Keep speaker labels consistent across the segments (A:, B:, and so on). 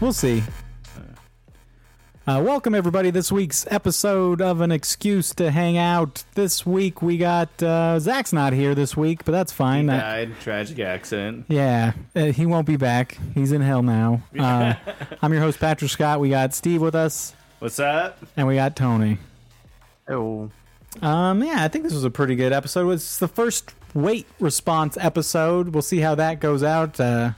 A: We'll see. Uh, welcome everybody. This week's episode of an excuse to hang out. This week we got uh, Zach's not here this week, but that's fine. Uh,
B: Died tragic accident.
A: yeah, uh, he won't be back. He's in hell now. Uh, I'm your host Patrick Scott. We got Steve with us,
B: What's up?
A: and we got Tony.
C: Oh,
A: Um, yeah, I think this was a pretty good episode. It's the first weight response episode. We'll see how that goes out. Uh,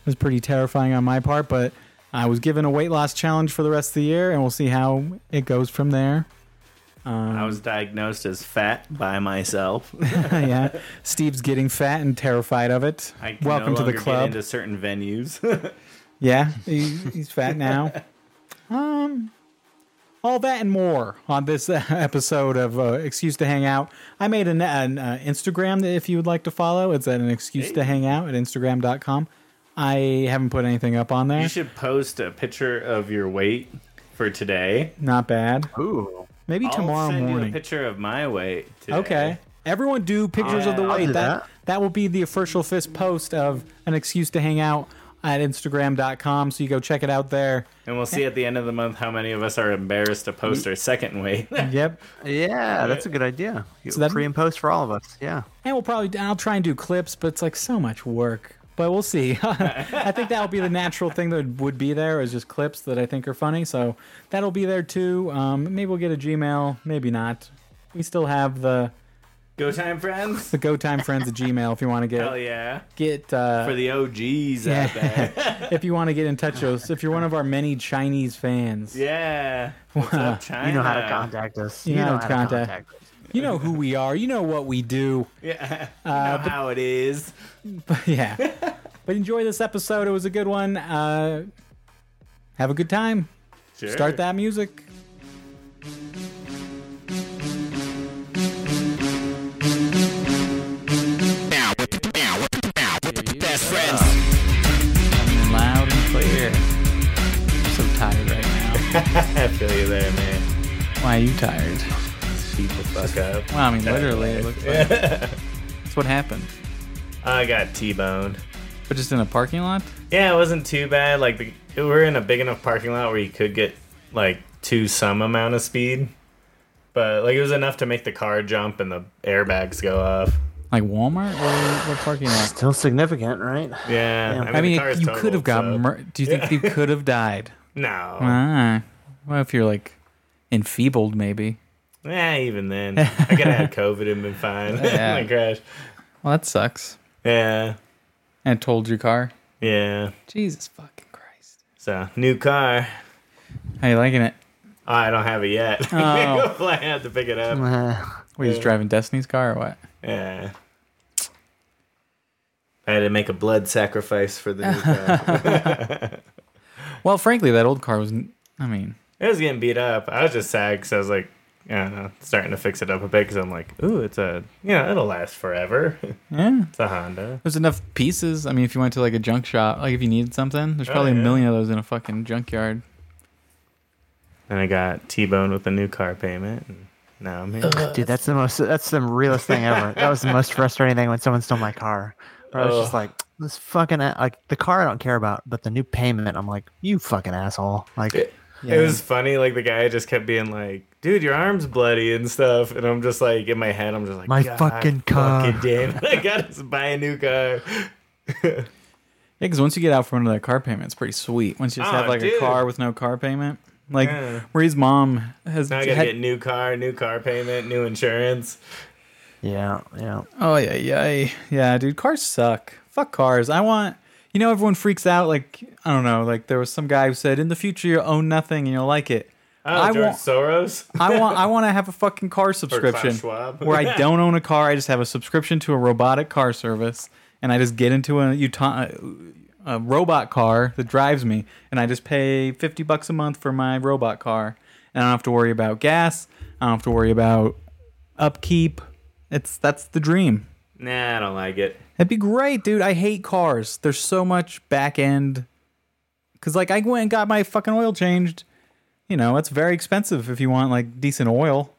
A: it was pretty terrifying on my part, but I was given a weight loss challenge for the rest of the year, and we'll see how it goes from there.
B: I
A: um,
B: was diagnosed as fat by myself.
A: yeah, Steve's getting fat and terrified of it.
B: I can
A: Welcome
B: no
A: to the
B: longer get
A: club.
B: into certain venues.
A: Yeah, he, he's fat now. Um, all that and more on this uh, episode of uh, Excuse to Hang Out. I made an, an uh, Instagram that if you would like to follow, it's at an excuse to hang out at Instagram.com. I haven't put anything up on
B: you
A: there.
B: should post a picture of your weight for today.
A: Not bad.
C: ooh.
A: Maybe tomorrow
B: I'll send you a
A: morning.
B: picture of my weight. Today.
A: Okay. Everyone do pictures of the
B: Yeah. I'll
A: weight.
C: do
A: That, that
C: that.
A: will be the official fist post of an excuse to hang out at Instagram.com. So you go check it out there.
B: And we'll see at the end of the month how many of us are embarrassed to post our second weight.
A: Yep.
C: Yeah, that's a good idea.
A: that-
C: Pre and post for all of us. Yeah.
A: And we'll probably I'll try and do clips, but it's like so much work. But we'll see. I think that'll be the natural thing that would be there is just clips that I think are funny. So that'll be there too. Um, maybe we'll get a Gmail, maybe not. We still have the
B: Go time, friends.
A: the Go Time Friends at Gmail if you want to get
B: Hell yeah.
A: get uh,
B: For the OGs out
A: Yeah.
B: there.
A: if you want to get in touch with us if you're one of our many Chinese fans.
B: Yeah. What's up, China?
C: You know how to contact us.
A: You know how to contact.
C: us.
A: You know who we are. You know what we do.
B: Yeah. You
A: Uh,
B: know how it is.
A: yeah. But enjoy this episode. It was a good one. Uh, have a good time.
B: Sure.
A: Start that music.
D: best friends. loud and clear. I'm so tired right now.
B: I feel you there, man.
D: Why are you tired?
B: Beat the fuck up.
D: Well, I mean, literally, it looks like that's what happened.
B: I got T-boned.
D: But just in a parking lot.
B: Yeah, it wasn't too bad. Like the, we were in a big enough parking lot where you could get like to some amount of speed, but like it was enough to make the car jump and the airbags go off.
D: Like Walmart or what parking lot?
C: Still significant, right?
B: Yeah,
D: I mean,
B: the car's
D: you could
B: totaled,
D: have got.
B: so- Oh.
D: Mur- Do you think you could have died?
B: no.
D: Ah, well, if you're like enfeebled, maybe.
B: Yeah, even then, I could have had COVID and been fine.
D: Yeah.
B: My crash.
D: Well, that sucks.
B: Yeah,
D: And told your car.
B: yeah.
D: Jesus fucking Christ.
B: So new car.
D: How you liking it?
B: Oh, I don't have it yet.
D: Oh.
B: I have to pick it up.
D: Were you just driving Destiny's car or what?
B: Yeah. I had to make a blood sacrifice for the new car.
D: Well, frankly, that old car was. n- I mean,
B: it was getting beat up. I was just sad because I was like, I don't know, starting to fix it up a bit because I'm like, ooh, it's a, you know, it'll last forever.
D: yeah.
B: it's a Honda.
D: There's enough pieces. I mean, if you went to like a junk shop, like if you needed something, there's
B: Oh,
D: probably
B: yeah.
D: a million of those in a fucking junkyard.
B: And I got T-boned with a new car payment. And now I'm here.
C: Dude, that's the most. That's the realest thing ever. That was the most frustrating thing when someone stole my car. Where I was just like, this fucking a- like the car I don't care about, but the new payment, I'm like, you fucking asshole. Like,
B: It- It was funny. Like the guy just kept being like, dude, your arm's bloody and stuff. And I'm just like, in my head, I'm just like,
C: My
B: "God
C: fucking car."
B: fucking damn. it. I got to buy a new car.
D: Yeah, because once you get out from under that car payment, it's pretty sweet. Once you just
B: Oh,
D: have like a
B: dude.
D: car with no car payment, like
B: Yeah.
D: Marie's mom has.
B: Now I gotta
D: had-
B: get new car, new car payment, new insurance.
C: yeah, yeah.
D: oh yeah, yeah, yeah, dude. Cars suck. Fuck cars. I want. You know, everyone freaks out. Like I don't know. Like there was some guy who said, "In the future, you'll own nothing and you'll like it."
B: Oh,
D: I
B: George
D: want.
B: Soros.
D: I want. I want to have a fucking car subscription
B: Schwab.
D: where I don't own a car. I just have a subscription to a robotic car service, and I just get into a Utah a robot car that drives me, and I just pay fifty bucks a month for my robot car, and I don't have to worry about gas. I don't have to worry about upkeep. It's that's the dream.
B: Nah, I don't like it.
D: That'd be great, dude. I hate cars. There's so much back end. Cause like I went and got my fucking oil changed. You know, it's very expensive if you want like decent oil.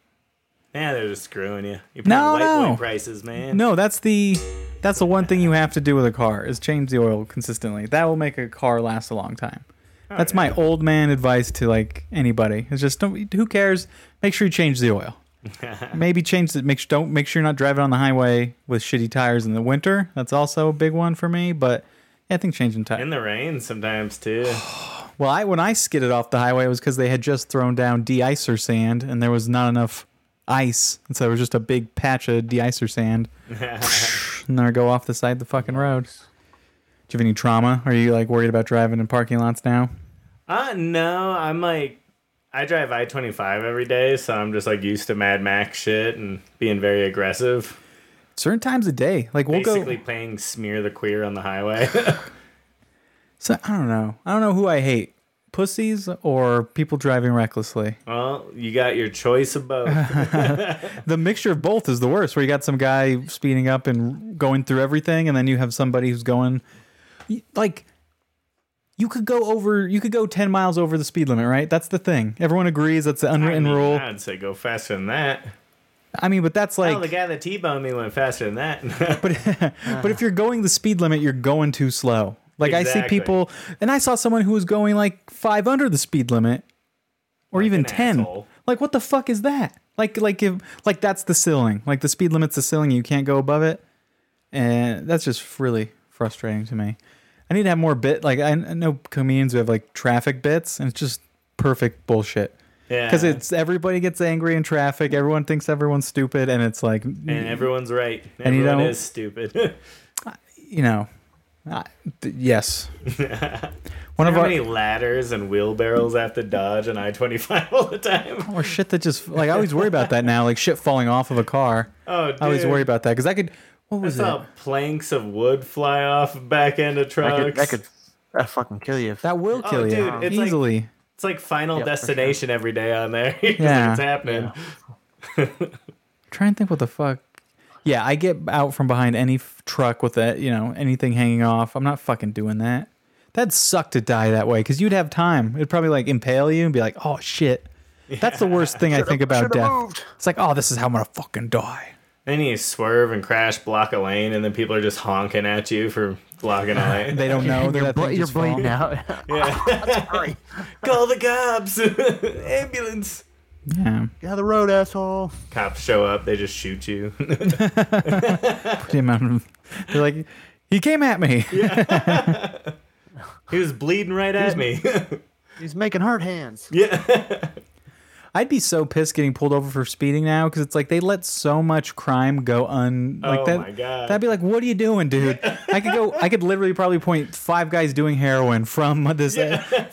B: Yeah, they're just screwing you. You're paying
D: No,
B: white
D: no.
B: boy prices, man.
D: No, that's the that's the one thing you have to do with a car is change the oil consistently. That will make a car last a long time.
A: That's my old man advice to like anybody. It's just don't. Who cares? Make sure you change the oil. Maybe change the make. Don't make sure you're not driving on the highway with shitty tires in the winter. That's also a big one for me. But yeah, I think changing tires.
B: In the rain sometimes too.
A: Well, I when I skidded off the highway, it was because they had just thrown down de-icer sand, and there was not enough ice, and so it was just a big patch of de-icer sand. and then I go off the side of the fucking road. Do you have any trauma? Are you like worried about driving in parking lots now?
B: Uh no, I'm like I drive I twenty five every day, so I'm just like used to Mad Max shit and being very aggressive.
A: Certain times a day, like we'll go.
B: Basically playing smear the queer on the highway.
A: So I don't know. I don't know who I hate: pussies or people driving recklessly.
B: well, you got your choice of both.
A: The mixture of both is the worst. Where you got some guy speeding up and going through everything, and then you have somebody who's going y- like you could go over. You could go ten miles over the speed limit, right? That's the thing. Everyone agrees that's the
B: I
A: unwritten
B: mean,
A: rule.
B: I'd say go faster than that.
A: I mean, but that's
B: oh, the
A: like.
B: guy that T-boned me went faster than that.
A: But but if you're going the speed limit, you're going too slow. Like I see
B: Exactly.
A: people, and I saw someone who was going like five under the speed limit, or even
B: an
A: ten.
B: asshole.
A: Like what the fuck is that? Like like if like that's the ceiling. Like the speed limit's the ceiling. You can't go above it, and that's just really frustrating to me. I need to have more bit. Like I, I know comedians who have like traffic bits, and it's just perfect bullshit.
B: yeah,
A: Because it's everybody gets angry in traffic. Everyone thinks everyone's stupid, and it's like
B: and everyone's right. Everyone
A: you don't-
B: is stupid.
A: you know, I, th- yes. One of
B: How
A: our
B: many ladders and wheelbarrows I have to dodge on I twenty five all the time?
A: or shit that just like I always worry about that now, like shit falling off of a car.
B: Oh, dude.
A: I always worry about that because I could. What
B: I
A: was
B: saw
A: it?
B: planks of wood fly off back end of
C: That
B: trucks.
C: could, that could that fucking kill you. If,
A: That will
B: Oh,
A: kill you
B: dude, it's like-
A: easily.
B: It's like Final
C: Yeah, for sure.
B: Destination every day on there. It's like,
A: Yeah.
B: it's happening.
A: Try and think what the fuck. Yeah, I get out from behind any f- truck with that, you know, anything hanging off. I'm not fucking doing that. That'd suck to die that way because you'd have time. It'd probably like impale you and be like, oh shit. That's the worst thing I think about
C: should've
A: death.
C: moved.
A: It's like, oh, this is how I'm gonna fucking die.
B: Then you swerve and crash, block a lane, and then people are just honking at you for blocking a lane.
A: They don't know. that
C: you're,
A: Oh, that thing
C: bla- you're
A: just fall.
C: bleeding out. Hurry.
B: Call the cops! Ambulance!
A: Yeah,
C: Get out of the road, asshole.
B: Cops show up, they just shoot you.
A: pretty amount of. They're like, he came at me.
B: he was bleeding right at me.
C: He's making hard hands.
A: I'd be so pissed getting pulled over for speeding now because it's like they let so much crime go un like
B: Oh
A: that.
B: my God.
A: That'd be like, what are you doing, dude? I could go. I could literally probably point five guys doing heroin from this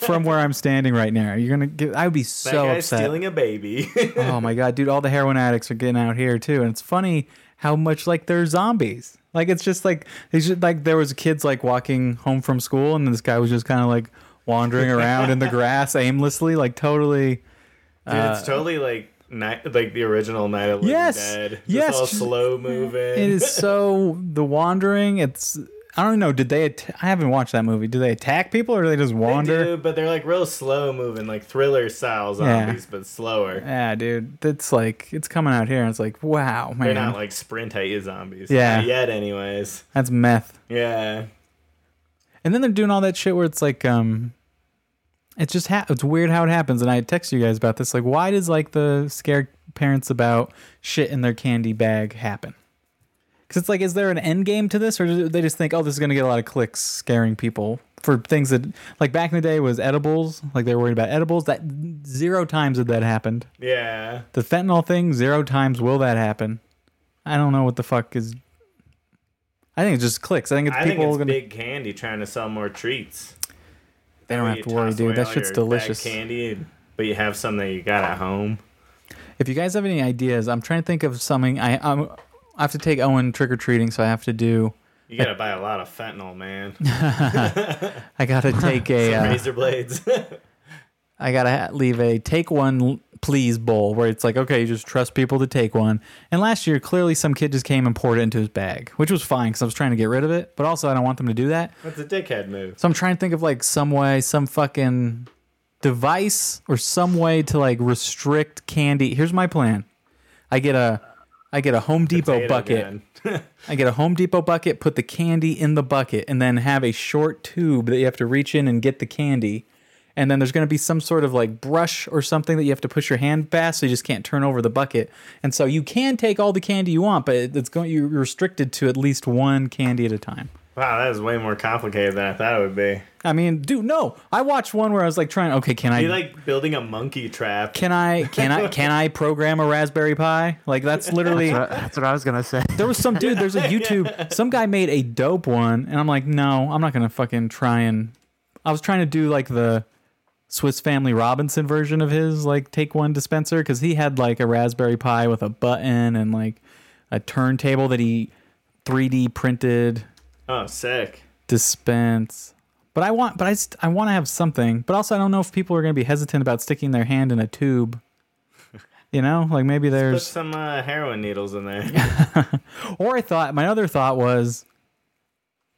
A: from where I'm standing right now. You're gonna get. I would be
B: that
A: so
B: guy's
A: upset.
B: stealing a baby.
A: oh my god, dude! All the heroin addicts are getting out here too, and it's funny how much like they're zombies. Like it's just like it's just like there was kids like walking home from school, and this guy was just kind of like wandering around in the grass aimlessly, like totally.
B: Dude, it's totally like night, like the original Night of the
A: Uh, Yes!
B: Living Dead. It's
A: Yes!
B: all slow moving.
A: It is so the wandering. It's I don't even know. Did they? At- I haven't watched that movie. Do they attack people or do they just
B: They
A: wander?
B: do, but they're like real slow moving, like thriller style
A: Yeah.
B: zombies, but slower.
A: Yeah, dude. That's like it's coming out here, and it's like wow,
B: They're
A: man,
B: not like sprint height zombies.
A: Yeah.
B: Not yet, anyways.
A: that's meth.
B: Yeah.
A: And then they're doing all that shit where it's like, um, it's just ha- it's weird how it happens. And I text you guys about this. Like, why does like the scared parents about shit in their candy bag happen? Because it's like, is there an end game to this, or do they just think, oh, this is gonna get a lot of clicks, scaring people for things that like back in the day was edibles. Like they were worried about edibles. That zero times did that happened.
B: Yeah.
A: The fentanyl thing, zero times will that happen. I don't know what the fuck is. I think it's just clicks. I think it's
B: I think
A: people
B: it's
A: gonna.
B: big candy trying to sell more treats.
A: they don't have to worry, dude. That shit's delicious.
B: Candy, but you have some that you got at home.
A: If you guys have any ideas, I'm trying to think of something. I I'm, I have to take Owen trick or treating, so I have to do.
B: You gotta buy a lot of fentanyl, man.
A: I gotta take a. Uh,
B: Razor blades.
A: I gotta ha- leave a take one please bowl where it's like okay, you just trust people to take one. And last year, clearly some kid just came and poured it into his bag, which was fine because I was trying to get rid of it. But also, I don't want them to do that.
B: That's a dickhead move.
A: So I'm trying to think of like some way, some fucking device or some way to like restrict candy. Here's my plan. I get a I get a Home Depot
B: Potato
A: bucket.
B: gun.
A: I get a Home Depot bucket, put the candy in the bucket, and then have a short tube that you have to reach in and get the candy. and then there's going to be some sort of like brush or something that you have to push your hand past, so you just can't turn over the bucket. And so you can take all the candy you want, but it's going you're restricted to at least one candy at a time.
B: Wow, that is way more complicated than I thought it would be.
A: I mean, dude, no. I watched one where I was like trying, okay, can I
B: You're like building a monkey trap.
A: can I can I can I program a Raspberry Pi? Like that's literally
C: That's what- that's what I was gonna say.
A: there was some dude, there's a YouTube, some guy made a dope one, and I'm like, no, I'm not gonna fucking try and. I was trying to do like the Swiss Family Robinson version of his, like take one dispenser, because he had like a Raspberry Pi with a button and like a turntable that he 3D printed
B: Oh, sick.
A: dispense. But I want, but I, st- I want to have something. But also, I don't know if people are gonna be hesitant about sticking their hand in a tube. You know, like maybe
B: Put
A: there's
B: some uh, heroin needles in there.
A: Or I thought my other thought was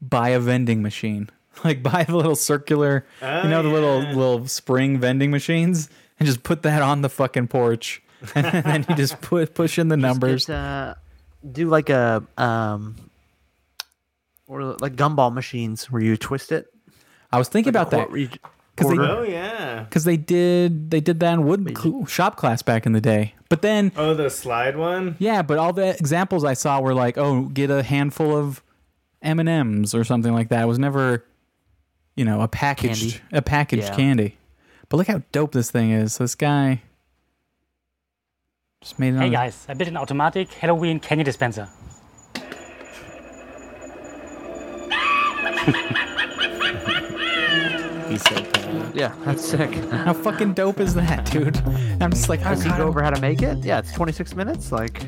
A: buy a vending machine. Like buy the little circular, you know, the little little spring vending machines, and just put that on the fucking porch, and then you just put push in the numbers.
C: Just, uh, do like a um, or like gumball machines where you twist it.
A: I was thinking about that because they
B: oh, yeah.
A: because they did they did that in wood cl- shop class back in the day. But then
B: Oh, the slide one?
A: yeah, but all the examples I saw were like, oh, get a handful of M and M's or something like that. It was never, you know, a packaged
C: Candy.
A: a packaged
C: Yeah.
A: candy. But look how dope this thing is. This guy just made it.
D: Hey
A: on-
D: guys, I built an automatic Halloween candy dispenser.
B: He's so proud.
C: Yeah, that's sick.
A: How fucking dope is that, dude? And I'm just like, how
C: Does he
A: God,
C: go over how to make it? Yeah, it's 26 minutes. Like,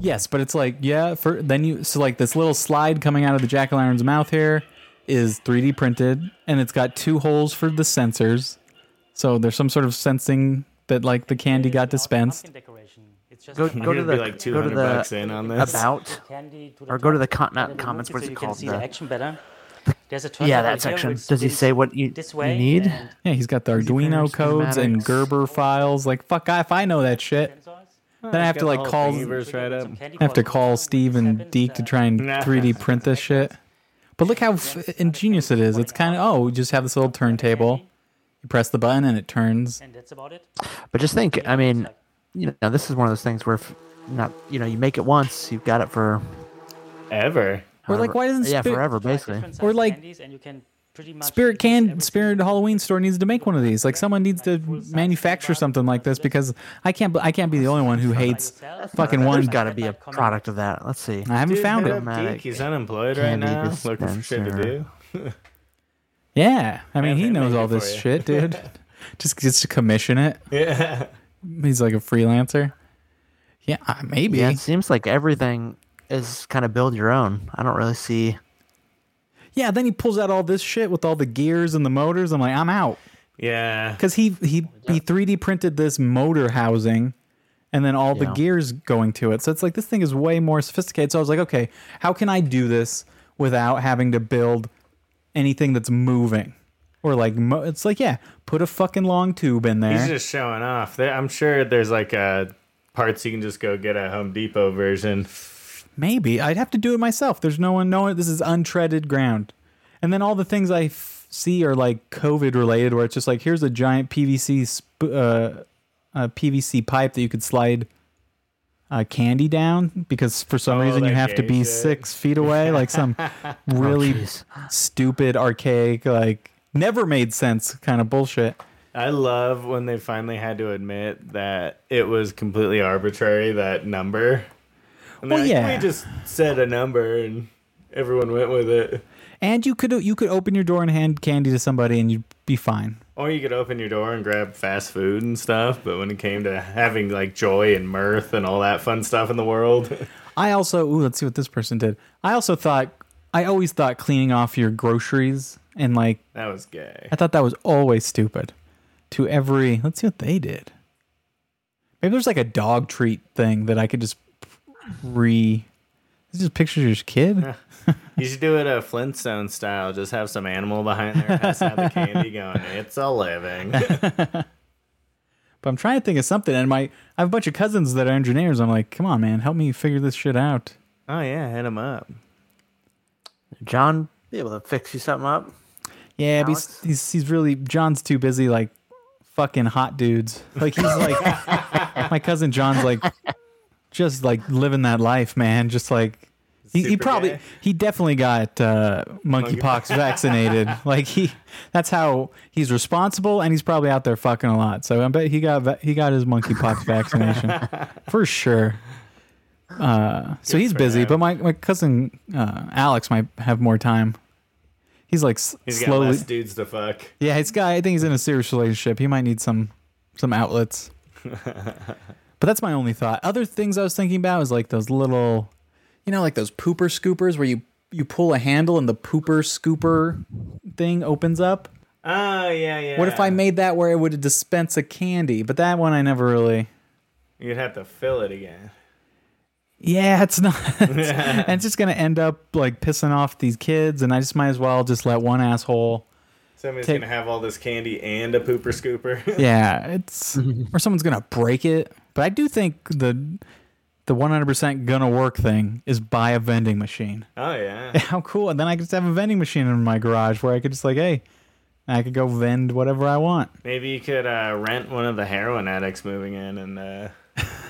A: Yes, but it's like yeah. For then you so like this little slide coming out of the jack o' lantern's mouth here is 3D printed, and it's got two holes for the sensors. So there's some sort of sensing that like the candy got dispensed.
C: go go
D: Go,
C: to
B: You'd
C: the
B: be like
C: go to
B: 200 bucks
C: the
B: in on this.
C: about.
D: or
C: go to the con- not comments, what's it called?
D: You can see
C: The-
D: the action better. There's a
C: Yeah,
D: turntable
C: that
D: here
C: section.
D: which
C: Does he
D: spins
C: say what you,
D: this
C: you
D: way
C: need?
D: and
A: Yeah, he's got the Arduino
C: parents,
A: codes and
C: schematics.
A: Gerber files. Like fuck, I- if I know that shit,
D: sensors.
A: then I have
B: got
A: to like
B: the whole
A: call,
B: thingy verse.
A: I
B: Verse right up.
D: Some candy
A: have to
D: bars.
A: call Steve
D: This
A: and
D: happens,
A: Deke to
D: uh,
A: try and
B: Nah.
A: 3D print this shit. But look how f- ingenious it is. It's kind of oh, you just have this little turntable. You press the button and it turns.
D: And that's about it.
C: But just think, I mean, you know, this is one of those things where if not, you know, you make it once, you've got it for
B: Ever.
A: Or like,
C: however-
A: why doesn't
C: yeah
A: Spirit-
C: forever
D: Try
C: basically?
D: different
A: Or
D: size
A: like
D: candies and you can pretty much
A: Spirit
D: use
A: Can
D: every
A: Spirit Halloween store needs to make one of these. Like someone needs to manufacture something like this because I can't I can't be the only one who hates fucking
C: There's
A: one.
C: got to be a product of that. Let's see.
A: I haven't
B: Dude,
A: found
B: hit
A: it.
B: up Deke. He's unemployed right
C: Candy
B: now, looking for shit to
C: dispenser.
B: do.
A: Yeah, I mean
B: Yeah,
A: he
B: they
A: knows
B: make it
A: all
B: for
A: this
B: you.
A: shit, dude. just gets to commission it.
B: Yeah.
A: He's like a freelancer. Yeah, uh, maybe.
C: Yeah, it seems like everything is kind of build your own. I don't really see.
A: Yeah, then he pulls out all this shit with all the gears and the motors. I'm like, I'm out.
B: Yeah.
A: because he he he 3D printed this motor housing, and then all the
C: Yeah.
A: gears going to it. So it's like this thing is way more sophisticated. So I was like, okay, how can I do this without having to build anything that's moving? Or like, mo- it's like yeah, put a fucking long tube in there.
B: He's just showing off. There, I'm sure there's like uh parts you can just go get at Home Depot version.
A: Maybe I'd have to do it myself. There's no one knowing. This is untreaded ground. And then all the things I f- see are like COVID related, where it's just like here's a giant PVC sp- uh, uh, PVC pipe that you could slide uh, candy down because for some
B: Oh,
A: reason you
B: that
A: have to
B: gay
A: be
B: shit. Oh,
A: six feet away, like some really
C: jeez.
A: stupid, archaic, like never made sense kind of bullshit.
B: I love when they finally had to admit that it was completely arbitrary that number. And they're
A: Well,
B: like,
A: yeah.
B: We just said a number and everyone went with it.
A: And you could you could open your door and hand candy to somebody and you'd be fine.
B: Or you could open your door and grab fast food and stuff, but when it came to having like joy and mirth and all that fun stuff in the world,
A: I also ooh, let's see what this person did. I also thought I always thought cleaning off your groceries and like
B: that was gay.
A: I thought that was always stupid. To every let's see what they did. Maybe there's like a dog treat thing that I could just re. This is just pictures of your kid.
B: You should do it a Flintstone style. Just have some animal behind there passing out the candy going, it's a living.
A: But I'm trying to think of something, and my I have a bunch of cousins that are engineers. I'm like, come on, man, help me figure this shit out.
B: oh, yeah, hit him up.
C: John be able to fix you something up.
A: Yeah, but
C: Alex?
A: he's, he's he's really John's too busy like fucking hot dudes. Like he's like my cousin John's like just like living that life, man. Just like he, he
B: Super
A: probably
B: gay.
A: he definitely got uh, monkeypox vaccinated. Like he that's how he's responsible, and he's probably out there fucking a lot. So I bet he got va- he got his monkeypox vaccination for sure. Uh, so
B: Good
A: he's
B: for
A: busy,
B: him.
A: but my my cousin uh, Alex might have more time. He's like s-
B: He's got
A: slowly.
B: less dudes to fuck.
A: Yeah, it's guy. I think he's in a serious relationship. He might need some some outlets. but that's my only thought. Other things I was thinking about is like those little, you know, like those pooper scoopers where you you pull a handle and the pooper scooper thing opens up.
B: Oh yeah, yeah.
A: What if I made that where it would dispense a candy? But that one I never really.
B: You'd have to fill it again.
A: Yeah, it's not. and it's just gonna end up like pissing off these kids, and I just might as well just let one asshole.
B: Somebody's
A: Take-
B: gonna have all this candy and a pooper scooper.
A: Yeah, it's or someone's gonna break it. But I do think the the one hundred percent gonna work thing is buy a vending machine.
B: oh yeah.
A: How cool! And then I could just have a vending machine in my garage where I could just like, hey, I could go vend whatever I want.
B: Maybe you could uh, rent one of the heroin addicts moving in and uh,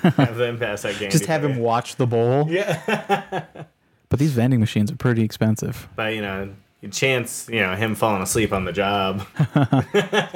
B: have them pass that candy.
A: Just have
B: for
A: him
B: you.
A: watch the bowl. Yeah. but these vending machines are pretty expensive
B: But you know, you chance you know him falling asleep on the job.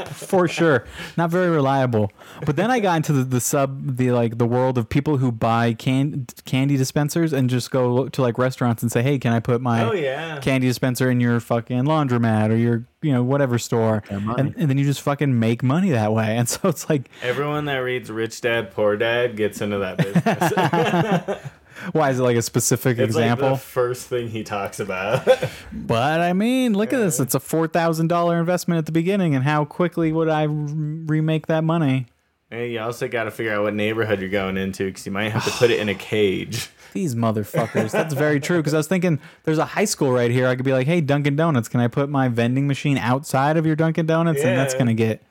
A: for sure. Not very reliable. But then I got into the, the sub the like the world of people who buy can, candy dispensers and just go to like restaurants and say, hey, can I put my
B: oh yeah.
A: candy dispenser in your fucking laundromat or your you know whatever store and, and then you just fucking make money that way and so it's like
B: Everyone that reads Rich Dad Poor Dad gets into that business.
A: why is it like a specific
B: it's
A: example
B: like the first thing he talks about.
A: but i mean look at this it's a $4000 investment at the beginning and how quickly would i r- remake that money
B: and you also got to figure out what neighborhood you're going into because you might have to put it in a cage.
A: these motherfuckers that's very true because i was thinking there's a high school right here i could be like hey dunkin' donuts can i put my vending machine outside of your dunkin' donuts and that's
B: Yeah.
A: gonna get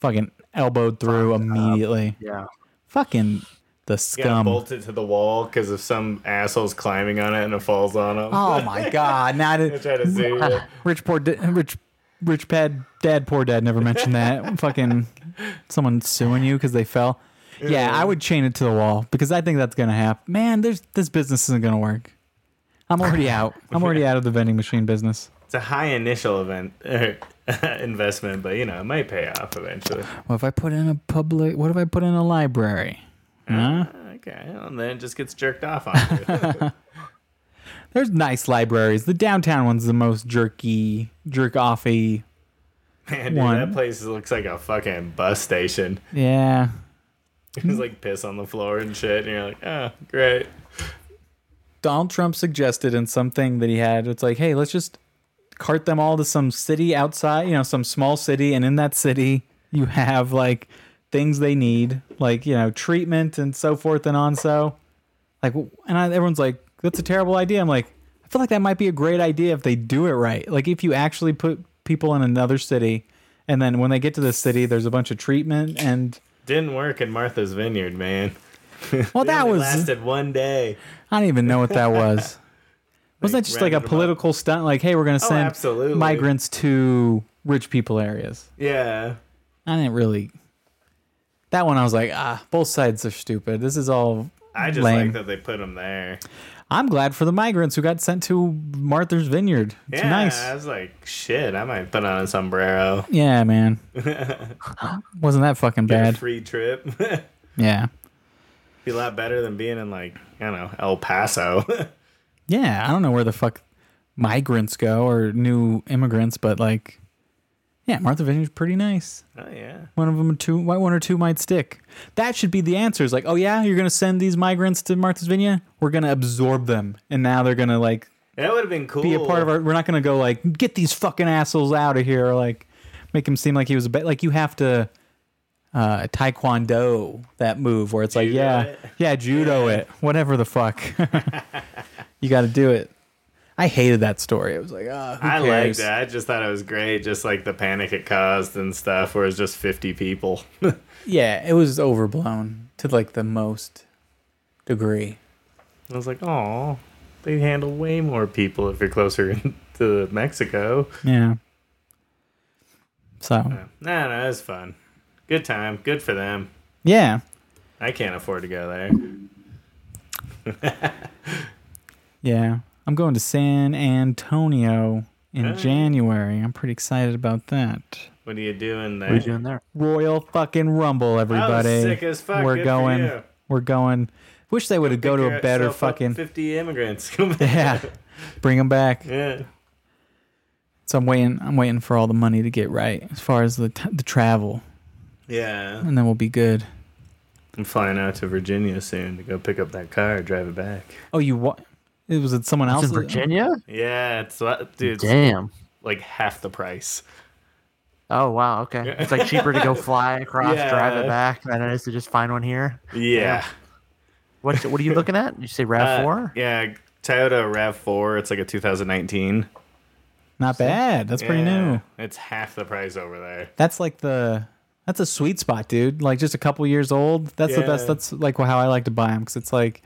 A: fucking elbowed through immediately
C: Yeah.
A: fucking the
B: You gotta
A: scum
B: bolt it to the wall because if some asshole's climbing on it and it falls on him.
A: Oh my god! Now
B: I
A: that
B: try to save it.
A: rich poor di- rich rich pad dad poor dad never mentioned that fucking someone suing you because they fell. Yeah, I would chain it to the wall because I think that's gonna happen. Man, there's this business isn't gonna work. I'm already out. I'm already out of the vending machine business.
B: It's a high initial event er, investment, but you know it might pay off eventually.
A: What if I put in a public? What if I put in a library? Huh?
B: Okay, well, and then it just gets jerked off on. you.
A: There's nice libraries. The downtown one's the most jerky, jerk offy.
B: Man, dude,
A: One.
B: that place looks like a fucking bus station.
A: Yeah,
B: There's like piss on the floor and shit, and you're like, oh, great.
A: Donald Trump suggested in something that he had. It's like, hey, let's just cart them all to some city outside, you know, some small city, and in that city you have like things they need, like you know, treatment and so forth and on so. Like, w- and I, everyone's like, that's a terrible idea. I'm like, I feel like that might be a great idea if they do it right. Like, if you actually put people in another city, and then when they get to the city, there's a bunch of treatment and.
B: Didn't work in Martha's Vineyard, man.
A: Well, that
B: Only
A: was
B: lasted one day.
A: I don't even know what that was. Wasn't that just like
B: rounded
A: a
B: 'em up.
A: political stunt? Like, hey, we're going to
B: Oh,
A: send
B: absolutely.
A: migrants to rich people areas.
B: Yeah,
A: I didn't really. That one, I was like, ah, both sides are stupid. This is all.
B: I just
A: Lame.
B: like that they put them there.
A: I'm glad for the migrants who got sent to Martha's Vineyard. It's
B: yeah,
A: nice.
B: I was like, shit, I might put on a sombrero.
A: Yeah, man. Wasn't that fucking
B: Get a
A: bad?
B: free trip.
A: Yeah.
B: be a lot better than being in like I don't know El Paso.
A: Yeah, I don't know where the fuck migrants go or new immigrants, but like, yeah, Martha's Vineyard's pretty nice.
B: oh yeah,
A: One of them, two, why one or two might stick. That should be the answer. Is like, oh yeah, you're gonna send these migrants to Martha's Vineyard. We're gonna absorb them, and now they're gonna like
B: that would have been cool.
A: be a part of our. We're not gonna go like get these fucking assholes out of here, or like make him seem like he was a bit like you have to uh taekwondo that move where it's like
B: Judo
A: yeah
B: it.
A: yeah judo it whatever the fuck you got to do it. I hated that story. It was like ah, who
B: I liked
A: cares?
B: it. I just thought it was great, just like the panic it caused and stuff, where it's just fifty people.
A: Yeah, it was overblown to like the most degree.
B: I was like, oh, they handle way more people if you're closer to Mexico.
A: Yeah. So
B: No, no, it was fun. Good time. Good for them.
A: yeah,
B: I can't afford to go there.
A: yeah. I'm going to San Antonio in January. I'm pretty excited about that.
B: What are you doing there?
C: What are you doing there?
A: Royal fucking Rumble, everybody.
B: sick as fuck.
A: We're
B: Good for
A: going.
B: you.
A: We're going. Wish they would have go to a
B: Pick
A: better
B: yourself up
A: fucking.
B: 50 immigrants. Come back.
A: Yeah, bring them back.
B: Yeah.
A: So I'm waiting. I'm waiting for all the money to get right as far as the t- the travel,
B: Yeah.
A: and then we'll be good.
B: I'm flying out to Virginia soon to go pick up that car, drive it back.
A: Oh, you what? It was it someone
C: It's
A: else
C: in Virginia?
B: Yeah, it's li- dude, it's
C: Damn.
B: like half the price.
C: Oh wow, okay. It's like cheaper to go fly across, drive it
B: Yeah.
C: back than it is to just find one here.
B: Yeah.
C: What what are you looking at? You say Rav
B: Uh,
C: four?
B: yeah, Toyota Rav4. It's like a 2019.
A: Not bad. That's pretty
B: Yeah,
A: new.
B: It's half the price over there.
A: That's like the. That's a sweet spot, dude. Like just a couple years old. That's the best.
B: Yeah.
A: That's like how I like to buy them because it's like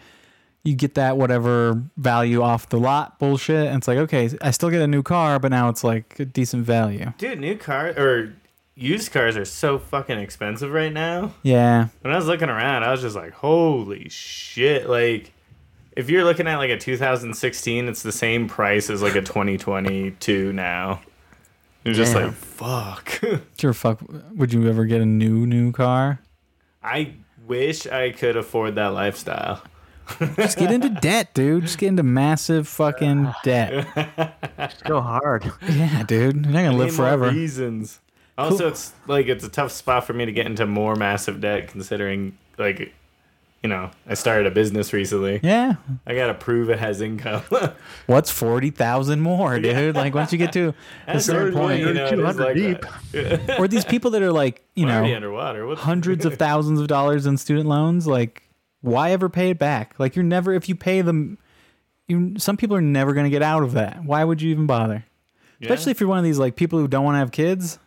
A: you get that whatever value off the lot bullshit. And it's like okay, I still get a new car, but now it's like a decent value.
B: Dude, new cars or used cars are so fucking expensive right now.
A: Yeah,
B: When I was looking around, I was just like, holy shit. Like, if you're looking at like a 2016, it's the same price as like a 2022 now. You're just
C: Damn.
B: like, fuck.
A: sure. Fuck. Would you ever get a new new car?
B: I wish I could afford that lifestyle.
A: Just get into debt, dude. Just get into massive
B: Ah.
A: fucking debt.
C: Go hard.
A: Yeah, dude. You're not gonna live
B: Need more
A: forever.
B: Reasons. Also, it's like it's a tough spot for me to get into more massive debt, considering like, you know, I started a business recently.
A: Yeah.
B: I gotta prove it has income.
A: What's forty thousand more, dude? Like once you get to a certain point,
B: You know, it is
C: 200
B: like
C: deep.
B: that.
A: or these people that are like, you
B: I'm already
A: know,
B: underwater. What?
A: hundreds of thousands of dollars in student loans. Like, why ever pay it back? Like, you're never if you pay them. You some people are never gonna get out of that. Why would you even bother? Especially if you're one of these like people who don't want to have kids.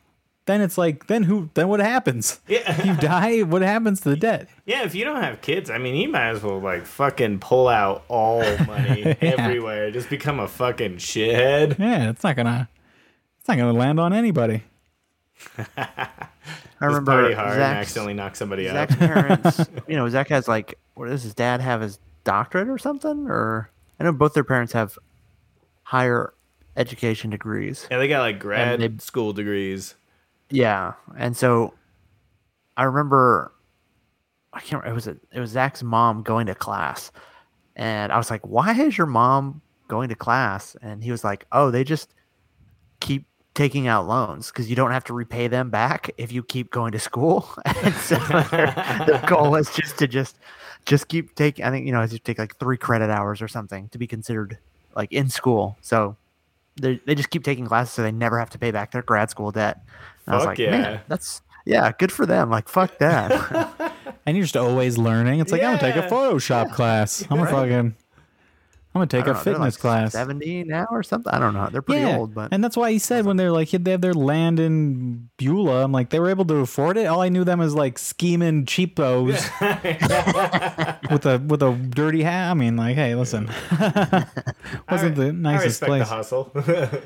A: Then it's like, then who? Then what happens?
B: Yeah.
A: You die. What happens to the debt?
B: yeah, if you don't have kids, I mean, you might as well like fucking pull out all money everywhere. Just become a fucking shithead.
A: Yeah, it's not gonna. It's not gonna land on anybody.
C: I
B: Just party
C: remember
B: hard and
C: Zach's,
B: accidentally knock somebody out.
C: Zach's parents you know, Zach has like what does his dad have his doctorate or something? Or I know both their parents have higher education degrees.
B: Yeah, they got like grad
C: And they-
B: school degrees.
C: Yeah, and so I remember I can't remember it was it was Zach's mom going to class, and I was like, "Why is your mom going to class?" And he was like, "Oh, they just keep taking out loans because you don't have to repay them back if you keep going to school." and so their, their goal is just to just just keep taking. I think you know, just take like three credit hours or something to be considered like in school. So they they just keep taking classes so they never have to pay back their grad school debt. And I was
B: Fuck
C: like,
B: yeah.
C: man, that's yeah, good for them. Like, fuck that.
A: And you're just always learning. It's like I'm gonna take
B: Yeah.
A: a Photoshop class. I'm gonna fucking. I'm gonna take a
C: I don't know, they're,
A: fitness
C: like,
A: class.
C: seventy now or something. I don't know. They're pretty
A: yeah,
C: old, but
A: and that's why he said when they're like they have their land in Beulah, I'm like they were able to afford it. All I knew them as like scheming cheapos with a with a dirty hat. I mean, like, hey, listen, wasn't the
B: I
A: nicest
B: respect
A: place.
B: the hustle.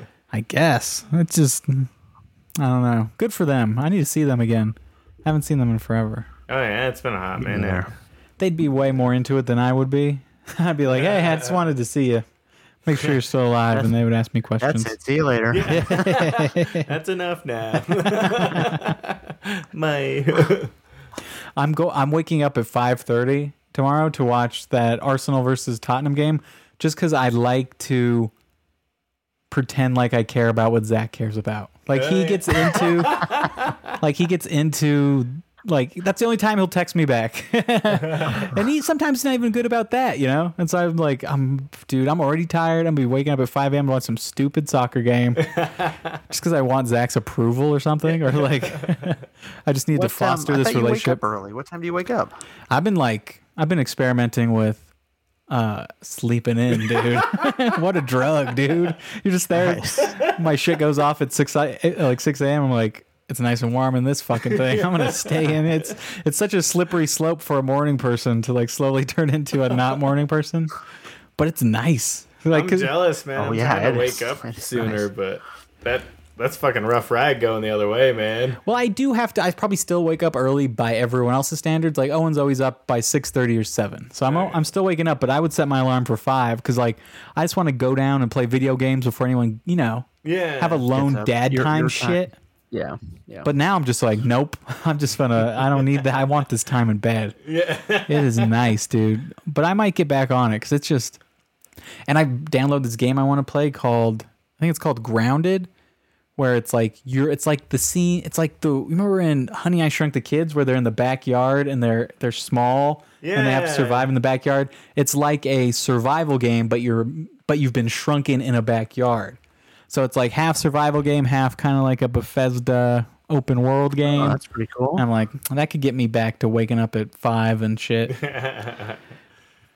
B: Oh,
A: I guess it's just I don't know. Good for them. I need to see them again. I haven't seen them in forever.
B: Oh yeah, it's been a hot minute.
C: Yeah.
A: they'd be way more into it than I would be. I'd be like, hey, I just wanted to see you. Make sure you're still alive. And they would ask me questions.
C: that's it. See you later.
B: That's enough now. My
A: I'm go I'm waking up at 5:30 tomorrow to watch that Arsenal versus Tottenham game just cuz I like to pretend like I care about what Zach cares about. Like he
B: Right.
A: gets into like he gets into like that's the only time he'll text me back. and he sometimes not even good about that, you know? And so I'm like, I'm dude, I'm already tired. I'm gonna be waking up at five AM to watch some stupid soccer game. just because I want Zach's approval or something. Or like I just need
C: What
A: to
C: time-
A: foster
C: um, I
A: this
C: thought you wake
A: relationship.
C: up early. What time do you wake up?
A: I've been like I've been experimenting with uh sleeping in, dude. what a drug, dude. You're just there. My shit goes off at six I- at, like six AM. I'm like, it's nice and warm in this fucking thing. I'm gonna stay in. It's it's such a slippery slope for a morning person to like slowly turn into a not morning person. But it's nice. Like
B: I'm
A: 'cause-
B: jealous, man.
C: Oh,
B: I'm
C: yeah,
B: trying to
C: it
B: wake
C: is-
B: up
C: it is
B: sooner,
C: nice.
B: but that that's fucking rough ride going the other way, man.
A: Well, I do have to. I probably still wake up early by everyone else's standards. Like Owen's always up by six thirty or seven, so I'm I'm still waking up. But I would set my alarm for five because like I just want to go down and play video games before anyone, you know,
B: Yeah.
A: have a lone
C: up.
A: dad
C: Your-
A: time
C: your time.
A: shit.
C: Yeah. Yeah.
A: But now I'm just like, nope. I'm just gonna. I don't need that. I want this time in bed.
B: yeah.
A: It is nice, dude. But I might get back on it because it's just. And I downloaded this game I want to play called I think it's called Grounded, where it's like you're it's like the scene it's like the remember in Honey I Shrunk the Kids where they're in the backyard and they're they're small and they have to
B: Yeah.
A: survive in the backyard. It's like a survival game, but you're but you've been shrunken in a backyard. So it's like half survival game, half kind of like a Bethesda open world game.
C: Oh, that's pretty cool.
A: I'm like, that could get me back to waking up at five and shit.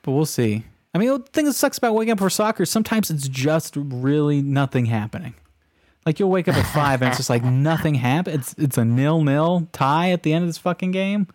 A: but we'll see. I mean, the thing that sucks about waking up for soccer, sometimes it's just really nothing happening. Like you'll wake up at five and it's just like nothing happened. It's it's a nil nil tie at the end of this fucking game.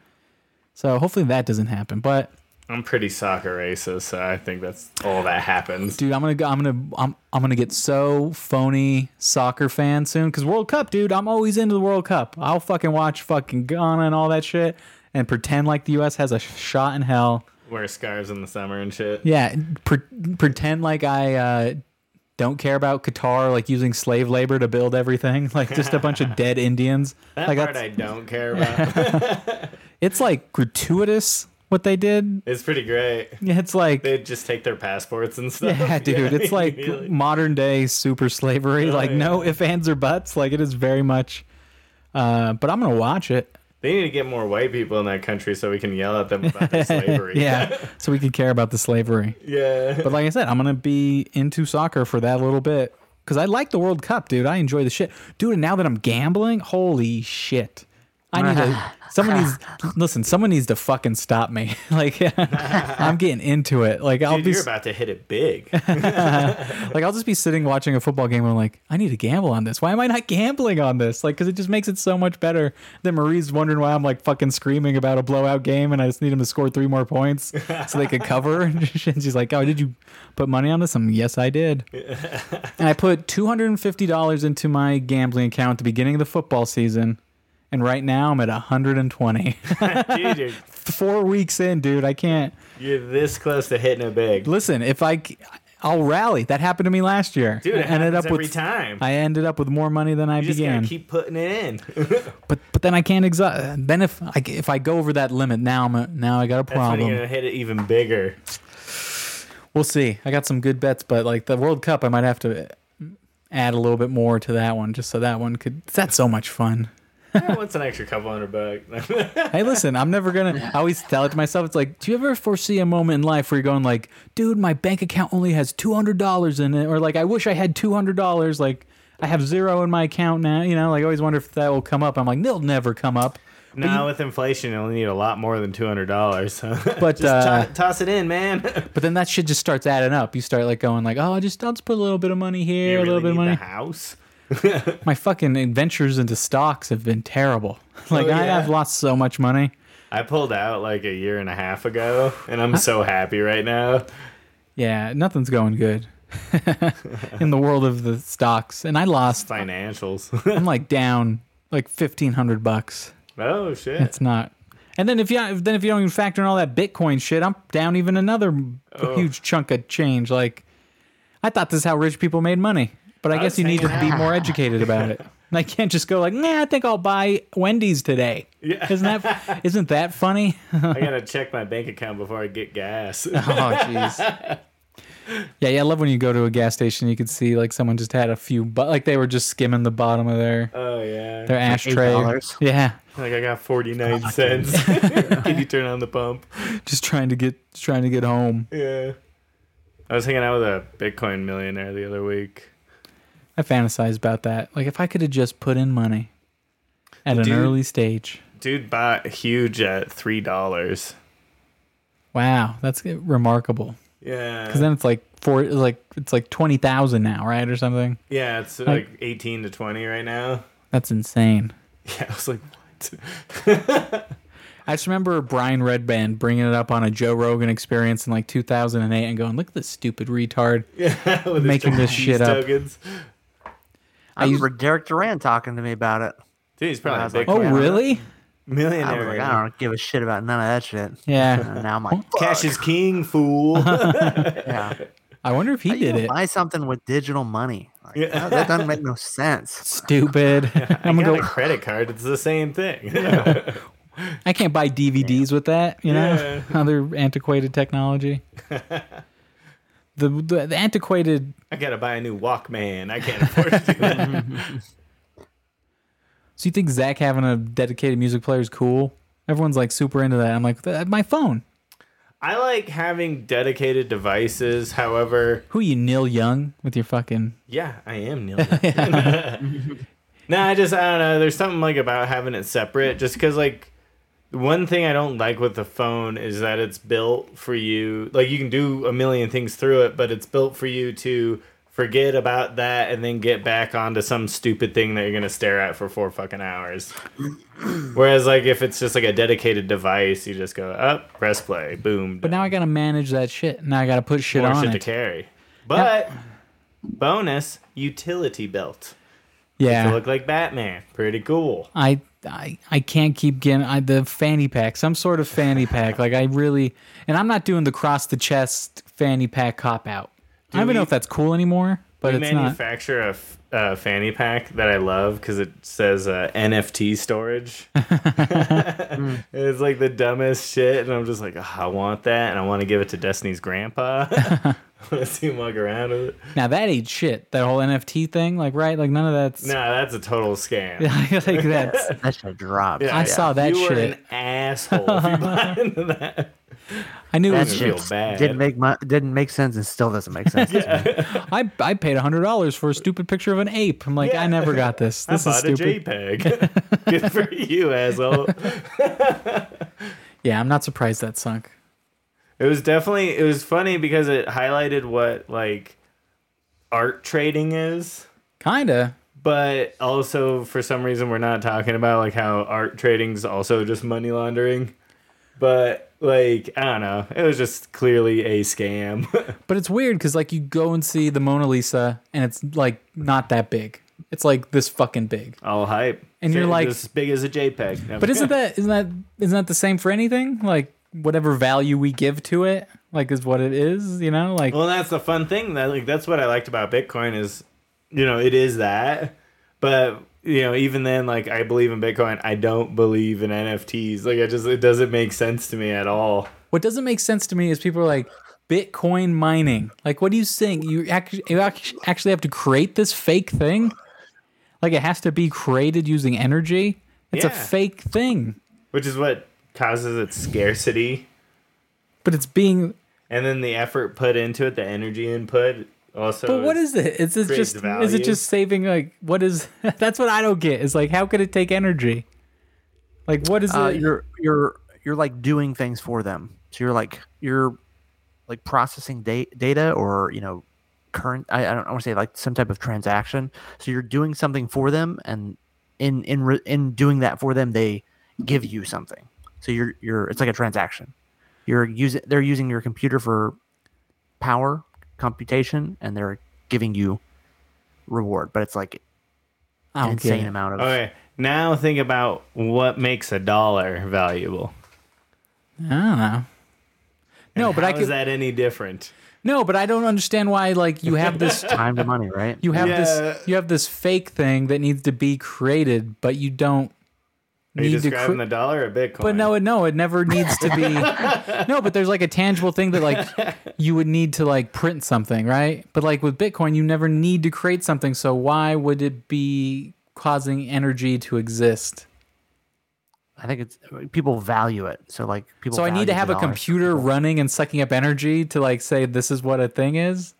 A: So hopefully that doesn't happen. But
B: I'm pretty soccer racist, so I think that's all that happens.
A: dude, I'm gonna go- I'm gonna I'm I'm gonna get so phony soccer fan soon because World Cup, dude. I'm always into the World Cup. I'll fucking watch fucking Ghana and all that shit and pretend like the U.S. has a shot in hell.
B: Wear scarves in the summer and shit.
A: Yeah, pre- pretend like I uh, don't care about Qatar, like using slave labor to build everything, like just a bunch of dead Indians.
B: That
A: like
B: part
A: that's-
B: I don't care about.
A: it's like gratuitous what they did.
B: it's pretty great.
A: Yeah, It's like
B: They just take their passports and stuff.
A: Yeah, dude, it's like
B: immediately. Oh,
A: modern day super slavery. like no if ands, or buts. Like it is very much. Uh, but I'm gonna watch it.
B: they need to get more white people in that country so we can yell at them about their slavery.
A: Yeah, so we could care about the slavery.
B: yeah.
A: But like I said, I'm gonna be into soccer for that little bit because I like the World Cup, dude. I enjoy the shit, dude. And now that I'm gambling, holy shit. I need to. Someone needs listen. Someone needs to fucking stop me. like I'm getting into it. Like I'll
B: Dude,
A: be
B: you're about to hit it big.
A: Like I'll just be sitting watching a football game and I'm like, I need to gamble on this. Why am I not gambling on this? Like, because it just makes it so much better. Then Marie's wondering why I'm like fucking screaming about a blowout game and I just need him to score three more points so they could cover. and she's like, Oh, did you put money on this? I'm yes, I did. and I put two hundred and fifty dollars into my gambling account at the beginning of the football season. And right now I'm at 120.
B: dude, you're,
A: Four weeks in, dude. I can't.
B: you're this close to hitting it big.
A: Listen, if I, c- I'll rally. That happened to me last year.
B: Dude,
A: I
B: it
A: ended up
B: every
A: with
B: time.
A: I ended up with more money than I
B: you just
A: began.
B: gotta keep putting it in.
A: but but then I can't exhaust. Then if I if I go over that limit now, I'm a, now I got a
B: That's when
A: problem.
B: you're gonna hit it even bigger.
A: We'll see. I got some good bets, but like the World Cup, I might have to uh, add a little bit more to that one, just so that one could. That's so much fun.
B: Eh, What's an extra couple hundred bucks?
A: Hey, listen, I'm never gonna. I always tell it to myself. It's like, do you ever foresee a moment in life where you're going like, dude, my bank account only has two hundred dollars in it, or like, I wish I had two hundred dollars. Like, I have zero in my account now. You know, like, I always wonder if that will come up. I'm like, it'll never come up.
B: now with inflation, you'll need a lot more than two hundred dollars. So
A: But
B: just
A: uh,
B: to- toss it in, man.
A: But then that shit just starts adding up. You start like going like, oh, I just I'll just put a little bit of money here,
B: You
A: a little
B: really
A: bit of
B: need the
A: money.
B: house.
A: My fucking adventures into stocks have been terrible. like
B: Oh,
A: I,
B: yeah.
A: I've lost so much money.
B: I pulled out like a year and a half ago, and I'm so happy right now.
A: Yeah, nothing's going good in the world of the stocks. And I lost.
B: Financials.
A: I'm like down like fifteen hundred bucks.
B: oh shit!
A: It's not. And then if you then if you don't even factor in all that Bitcoin shit, I'm down even another huge chunk of change. Like I thought this is how rich people made money, but I, guess
B: was
A: you need to
B: hanging
A: be more educated about it. And I can't just go like, nah, I think I'll buy Wendy's today.
B: Yeah. Oh,
A: Isn't that isn't that funny?
B: I gotta check my bank account before I get gas.
A: oh jeez. Yeah, yeah, I love when you go to a gas station, you could see like someone just had a few, but like they were just skimming the bottom of their
B: oh yeah.
A: their ashtray.
C: $8.
A: Yeah,
B: Like I got forty nine cents. Can you turn on the pump?
A: just trying to get trying to get home.
B: Yeah. I was hanging out with a Bitcoin millionaire the other week.
A: I fantasize about that. Like if I could have just put in money at an
B: Dude.
A: early stage.
B: Dude bought huge at three dollars.
A: Wow, that's remarkable.
B: Yeah.
A: Because then it's like four, like it's like twenty thousand now, right, or something.
B: yeah, it's like eighteen to twenty right now.
A: That's insane.
B: Yeah, I was like, what?
A: I just remember Brian Redband bringing it up on a Joe Rogan experience in like 2008 and going, "Look at this stupid retard."
B: Yeah, with his
A: Making
B: Japanese
A: this shit up.
B: Tokens.
C: I, remember Derek Duran talking to me about it.
B: Dude, he's probably
C: I
B: a
C: was
B: big
A: Oh,
C: Yeah.
A: really?
C: I was
B: millionaire. right
C: like, I don't give a shit about none of that shit.
A: Yeah.
C: And now I'm like,
B: now. Cash is king, fool.
C: yeah.
A: I wonder if he
C: You
A: did
C: can
A: it.
C: buy something with digital money. Like,
B: Yeah.
C: that, that doesn't make no sense.
A: Stupid.
B: I
A: I'm
B: got
A: gonna
B: a
A: go.
B: credit card. It's the same thing.
A: I can't buy DVDs with that. You know, other antiquated technology. the, the the antiquated.
B: I gotta buy a new Walkman. I can't afford to do that.
A: So you think Zach having a dedicated music player is cool? Everyone's like super into that. I'm like, "Th- my phone.
B: I like having dedicated devices. However,
A: Who you, Neil Young, with your fucking?
B: yeah, I am Neil. no, I just I don't know. There's something like about having it separate. Just because like one thing I don't like with the phone is that it's built for you. Like you can do a million things through it, but it's built for you to forget about that and then get back onto some stupid thing that you're gonna stare at for four fucking hours. Whereas like if it's just like a dedicated device, you just go up, press play, boom.
A: But now I gotta manage that shit. Now I gotta put shit
B: more
A: on
B: shit to
A: it.
B: carry. But bonus utility belt.
A: yeah.
B: You look like Batman. Pretty cool.
A: I, I I can't keep getting I, the fanny pack, some sort of fanny pack. Like I really, and I'm not doing the cross the chest fanny pack cop out. I don't even
B: we-
A: know if that's cool anymore, but
B: We
A: it's not.
B: manufacture a f- a fanny pack that I love because it says uh, NFT storage. it's like the dumbest shit, and I'm just like, "Ah, I want that, and I want to give it to Destiny's grandpa. Let's see him walk around with it.
A: Now that ain't shit. That whole NFT thing, like right, like none of that's.
B: No, that's a total scam.
A: like that's.
C: That shit dropped.
A: I saw that
B: you were
A: shit.
B: an asshole. If you bought into that.
A: I knew. it
C: That
A: was-
B: feel
C: shit
B: bad.
C: didn't make mu- didn't make sense and still doesn't make sense. to me.
A: I I paid hundred dollars for a stupid picture of an ape. I'm like,
B: Yeah.
A: I never got this.
B: I
A: This is
B: bought a
A: stupid.
B: JPEG. Good for you, asshole.
A: Yeah, I'm not surprised that sunk.
B: It was definitely it was funny because it highlighted what like art trading is,
A: Kinda.
B: but also for some reason we're not talking about like how art trading's also just money laundering. But like I don't know, it was just clearly a scam.
A: But it's weird because like you go and see the Mona Lisa, and it's like not that big. It's like this fucking big.
B: All hype.
A: And you're like-
B: as big as a JPEG. No,
A: But isn't that isn't that isn't that the same for anything? Like whatever value we give to it, like is what it is. You know, like
B: Well, that's the fun thing. That like that's what I liked about Bitcoin is, you know, it is that. But you know, even then, like I believe in Bitcoin. I don't believe in NFTs. Like I just it doesn't make sense to me at all.
A: what doesn't make sense to me is people are like Bitcoin mining. Like what do you think? You actually you act- actually have to create this fake thing. Like it has to be created using energy. It's a
B: Yeah.
A: fake thing,
B: Which is what causes its scarcity,
A: but it's being.
B: and then the effort put into it, the energy input also.
A: But what is it? Is it
B: creates
A: just is
B: value.
A: it just saving like what is? that's what I don't get. Is like how could it take energy? Like what is
C: Uh,
A: it?
C: you're you're you're like doing things for them. So you're like you're like processing da- data or you know current. I, I don't want to say like some type of transaction. So you're doing something for them, and in in re- in doing that for them, they give you something. So you're you're it's like a transaction. You're using they're using your computer for power computation, and they're giving you reward. But it's like
A: I
C: an
A: don't get
C: insane
A: it.
C: amount of
B: Okay, now think about what makes a dollar valuable.
A: I don't know. No, but I
B: How is
A: can.
B: that any different?
A: No, but I don't understand why. Like you have this,
C: time to money, right?
A: you have
B: Yeah.
A: this, you have this fake thing that needs to be created, but you don't
B: Are you
A: need to.
B: describing
A: Cre-
B: the dollar or Bitcoin?
A: but no, it no, it never needs to be. no, but there's like a tangible thing that like you would need to like print something, right? But like with Bitcoin, you never need to create something, so why would it be causing energy to exist?
C: I think it's people value it. So like people.
A: So I need
C: value
A: to have
C: the
A: a
C: dollar.
A: computer running and sucking up energy to like say this is what a thing is.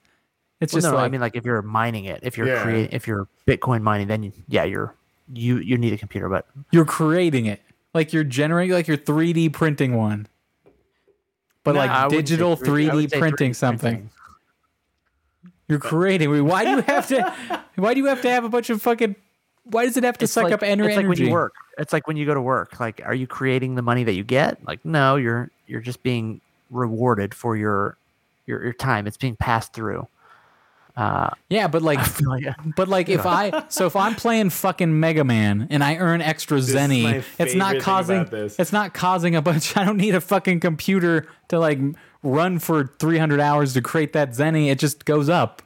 A: It's
C: Well,
A: just
C: no,
A: like
C: I mean like if you're mining it, if you're
B: Yeah.
C: creating, if you're Bitcoin mining, then you, yeah, you're you you need a computer, but
A: you're creating it like you're generating like you're 3d printing one but
C: No, I
A: like
C: wouldn't say
A: digital 3D,
C: I would say
A: printing
C: 3D
A: something
C: printing.
A: you're creating why do you have to why do you have to have a bunch of fucking why does it have to
C: It's
A: suck
C: like,
A: up ener-
C: it's like
A: energy
C: when you work. It's like when you go to work. Like, are you creating the money that you get? Like, no, you're you're just being rewarded for your your your time. It's being passed through.
A: Oh, Yeah, but like,
C: like-
A: but like, if I so if I'm playing fucking Mega Man and I earn extra
B: is my
A: zenny, it's
B: favorite
A: not
B: thing
A: causing
B: about this.
A: it's not causing a bunch. I don't need a fucking computer to like run for 300 hours to create that zenny. It just goes up.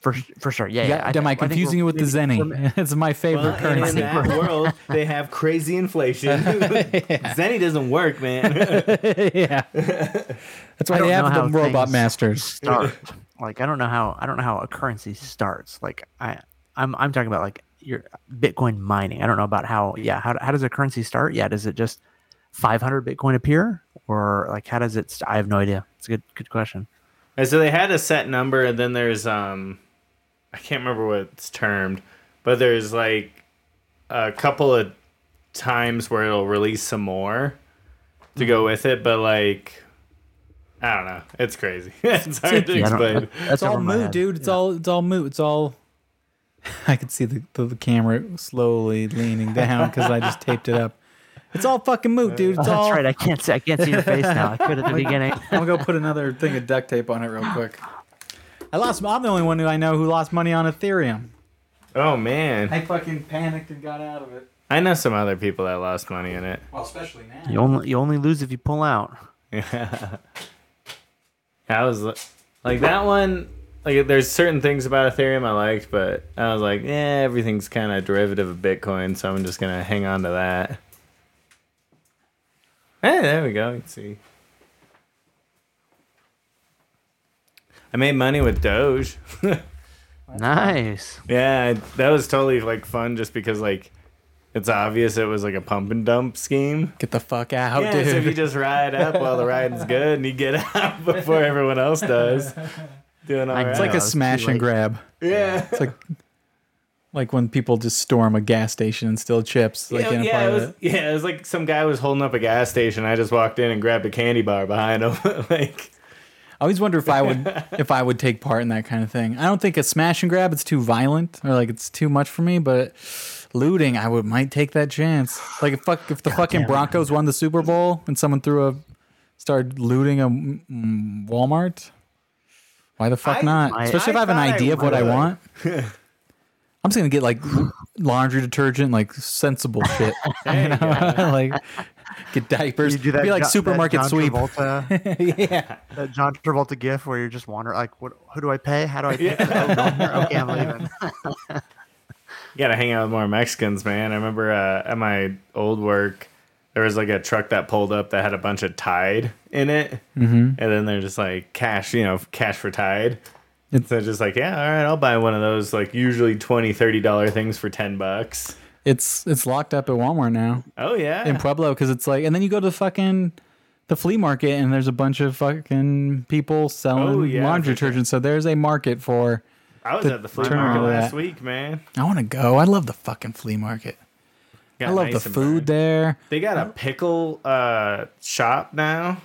C: for for sure. Yeah, yeah.
A: Yeah, am I,
C: think
A: confusing it
C: we're-
A: with the zenny? It's my favorite
B: Well, and in
A: currency.
B: that world, they have crazy inflation. Zenny doesn't work, man.
A: That's why
C: I
A: they
C: don't know
A: have
C: how
A: the robot
C: things-
A: masters.
C: start. like I don't know how I don't know how a currency starts. Like I I'm I'm talking about like your Bitcoin mining. I don't know about how yeah, how how does a currency start? Yeah, does it just 500 Bitcoin appear or like how does it st- I have no idea. It's a good good question.
B: and so they had a set number, and then there's um, I can't remember what it's termed, but there's like a couple of times where it'll release some more to go with it, but like. I don't know. It's crazy. it's hard to
C: Yeah, I don't-
B: explain.
C: that's
A: It's all
C: over my
A: moot,
C: head.
A: dude. It's all it's all moot. It's all. I could see the, the, the camera slowly leaning down because I just taped it up. It's all fucking moot, dude. It's
C: That's
A: all.
C: right. I can't see I can't see your face now. I could at the beginning.
A: I'm gonna go put another thing of duct tape on it real quick. I lost. I'm the only one who I know who lost money on Ethereum.
B: Oh man,
A: I fucking panicked and got out of it.
B: I know some other people that lost money in it.
A: Well, especially now.
C: You only you only lose if you pull out.
B: I was li- like that one. Like, there's certain things about Ethereum I liked, but I was like, yeah, everything's kind of derivative of Bitcoin, so I'm just gonna hang on to that. Hey, there we go. You can see. I made money with Doge.
C: Nice.
B: yeah, I, that was totally like fun, just because like it's obvious it was like a pump and dump scheme.
A: Get the fuck out,
B: Yeah,
A: Oh, dude.
B: so if you just ride up while the riding's good and you get out before everyone else does. Doing all
C: I-
B: right.
A: it's like
C: Yeah,
A: a
C: it's
A: smash
C: too
A: and
C: late.
A: grab.
B: yeah.
A: It's like like when people just storm a gas station and steal chips. Like
B: yeah,
A: in a
B: yeah,
A: part
B: it
A: of
B: was, yeah, it was like some guy was holding up a gas station. I just walked in and grabbed a candy bar behind him. like,
A: I always wonder if I would if I would take part in that kind of thing. I don't think a smash and grab it's too violent or like it's too much for me, but looting I would might take that chance. Like if fuck if the fucking Broncos won the Super Bowl and someone threw a started looting a mm, Walmart, why the fuck
B: I-
A: not?
C: I-
A: Especially if
B: I
A: I have an
B: thought I
A: idea of what I
B: would.
A: want. I'm just gonna get like laundry detergent, like sensible shit. you know? like get diapers. be like
C: Jo-
A: supermarket
C: John
A: sweep.
C: Travolta,
A: yeah.
C: that John Travolta gif where you're just wandering, like, what? Who do I pay? How do I pay? for that wander? okay, I'm leaving.
B: you gotta hang out with more Mexicans, man. I remember uh, at my old work, there was like a truck that pulled up that had a bunch of Tide in it, mm-hmm. and then they're just like cash, you know, cash for Tide.
A: It's-
B: so just like, yeah, all right, I'll buy one of those like usually 20 30 dollar things for 10 bucks.
A: It's it's locked up at Walmart now.
B: Oh yeah.
A: in Pueblo because it's like, and then you go to the fucking the flea market and there's a bunch of fucking people selling
B: Oh, yeah,
A: laundry
B: for sure.
A: detergent. So there's a market for.
B: I was
A: the
B: at the flea
A: turn
B: market
A: around.
B: last week, man.
A: I want to go. I love the fucking flea market.
B: Got
A: I love
B: nice
A: the
B: and
A: food
B: burned.
A: there.
B: They got a pickle uh, shop now.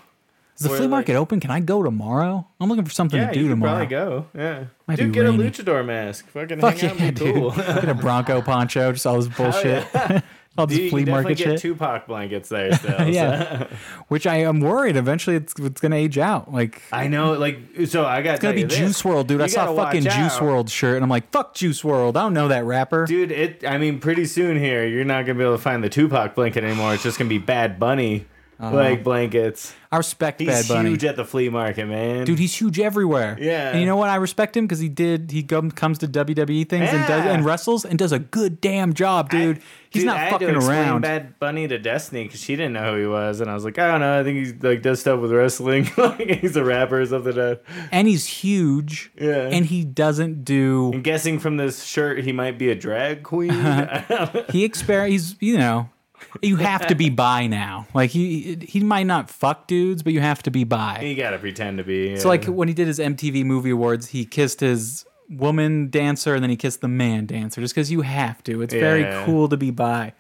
A: Is the
B: Where,
A: flea
B: like-
A: market open? Can I go tomorrow? I'm looking for something
B: Yeah,
A: to do
B: you could
A: tomorrow.
B: probably go. Yeah,
A: Might
B: dude,
A: be
B: get
A: rainy.
B: a luchador mask. Fucking
A: Fuck
B: hang out
A: yeah,
B: and be
A: dude!
B: cool.
A: Get a bronco poncho, just all this bullshit, all this
B: Dude, you can definitely
A: flea market
B: get
A: shit.
B: Tupac blankets there still. so.
A: yeah, which I am worried eventually it's it's gonna age out. Like
B: I know. Like, so I got
A: it's gonna be Juice World, dude. I saw a fucking Juice World shirt, and I'm like, fuck Juice World. I don't know that rapper.
B: Dude, it. I mean, pretty soon here, you're not gonna be able to find the Tupac blanket anymore. It's just gonna be Bad Bunny like blankets.
A: I respect
B: He's
A: Uh-huh. Bad Bunny.
B: huge at the flea market, man.
A: Dude, he's huge everywhere.
B: Yeah.
A: And you know what? I respect him because he did. He come, comes to WWE things and does
B: Yeah.
A: and wrestles and does a good damn job, dude.
B: I-
A: he's
B: dude,
A: not
B: I had to
A: fucking
B: explain
A: around.
B: Bad Bunny to Destiny because she didn't know who he was, and I was like, I don't know. I think he like does stuff with wrestling. like he's a rapper or something. Uh,
A: And he's huge.
B: Yeah.
A: And he doesn't do.
B: I'm guessing from this shirt, he might be a drag queen.
A: He exper. He's you know. You have to be bi now. Like he he might not fuck dudes, but you have to be bi.
B: you gotta pretend to be.
A: So like when he did his MTV Movie Awards, he kissed his woman dancer and then he kissed the man dancer just because you have to. It's very
B: Yeah.
A: cool to be bi.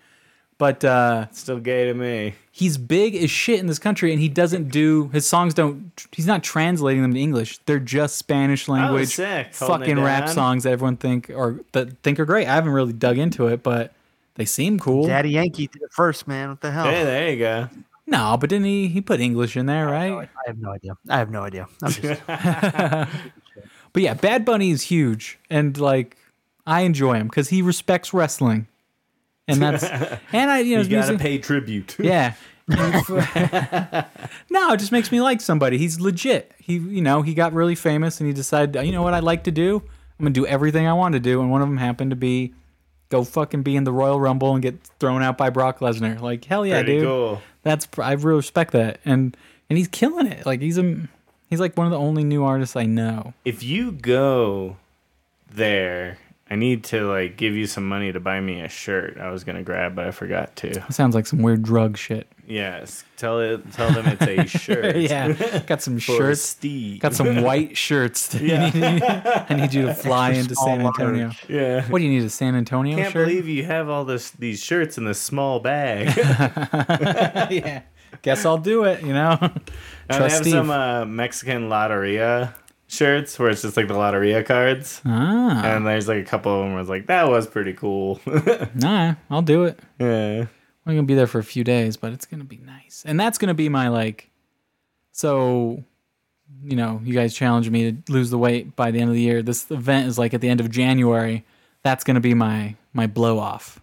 A: But uh,
B: still gay to me.
A: he's big as shit in this country and he doesn't do his songs don't he's not translating them to english they're just spanish language
B: Oh, sick. Holding
A: fucking
B: it
A: rap
B: down.
A: songs that everyone think or that think are great i haven't really dug into it but they seem cool
C: Daddy Yankee did it first, man. What the
A: Oh.
C: hell?
B: Hey, there you go.
A: no but didn't he he put english in there right
C: I have no idea. I have no idea. I'm just
A: But yeah, Bad Bunny is huge, and like I enjoy him because he respects wrestling, and that's and I you know
B: You
A: his
B: gotta
A: music-
B: pay tribute.
A: yeah. no, it just makes me like somebody. He's legit. He, you know, he got really famous and he decided, you know what, I'd like to do. I'm gonna do everything I want to do, and one of them happened to be go fucking be in the Royal Rumble and get thrown out by Brock Lesnar. Like hell yeah,
B: Pretty
A: dude.
B: cool.
A: That's pr- I really respect that, and and he's killing it. Like he's a he's like one of the only new artists I know.
B: If you go there, I need to like give you some money to buy me a shirt. I was gonna grab, but I forgot to.
A: That sounds like some weird drug shit.
B: Yes, tell it. Tell them it's a shirt.
A: yeah, got some
B: for
A: shirts.
B: Steve.
A: Got some white shirts. That you need- I need you to fly into San Antonio.
B: yeah.
A: What do you need a San Antonio
B: can't
A: shirt?
B: believe you have all this these shirts in this small bag.
A: yeah. Guess I'll do it, you know.
B: I
A: Trust
B: have
A: Steve.
B: some uh, Mexican Lotteria shirts where it's just like the Lotteria cards.
A: ah,
B: And there's like a couple of them where it's like, that was pretty cool.
A: nah, I'll do it.
B: yeah.
A: I'm gonna be there for a few days, but it's gonna be nice. And that's gonna be my like so you know, you guys challenged me to lose the weight by the end of the year. This event is like at the end of January. That's gonna be my my blow off.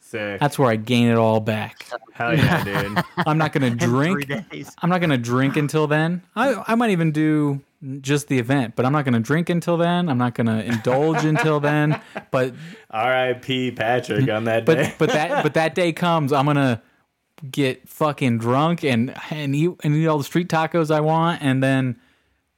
B: Sick.
A: That's where I gain it all back.
B: Hell yeah, dude.
A: I'm not gonna drink.
C: Three days.
A: I'm not gonna drink until then. I I might even do just the event, but I'm not gonna drink until then. I'm not gonna indulge until then. But
B: R.I.P. Patrick on that
A: but
B: day.
A: but that but that day comes, I'm gonna get fucking drunk and and eat and eat all the street tacos I want, and then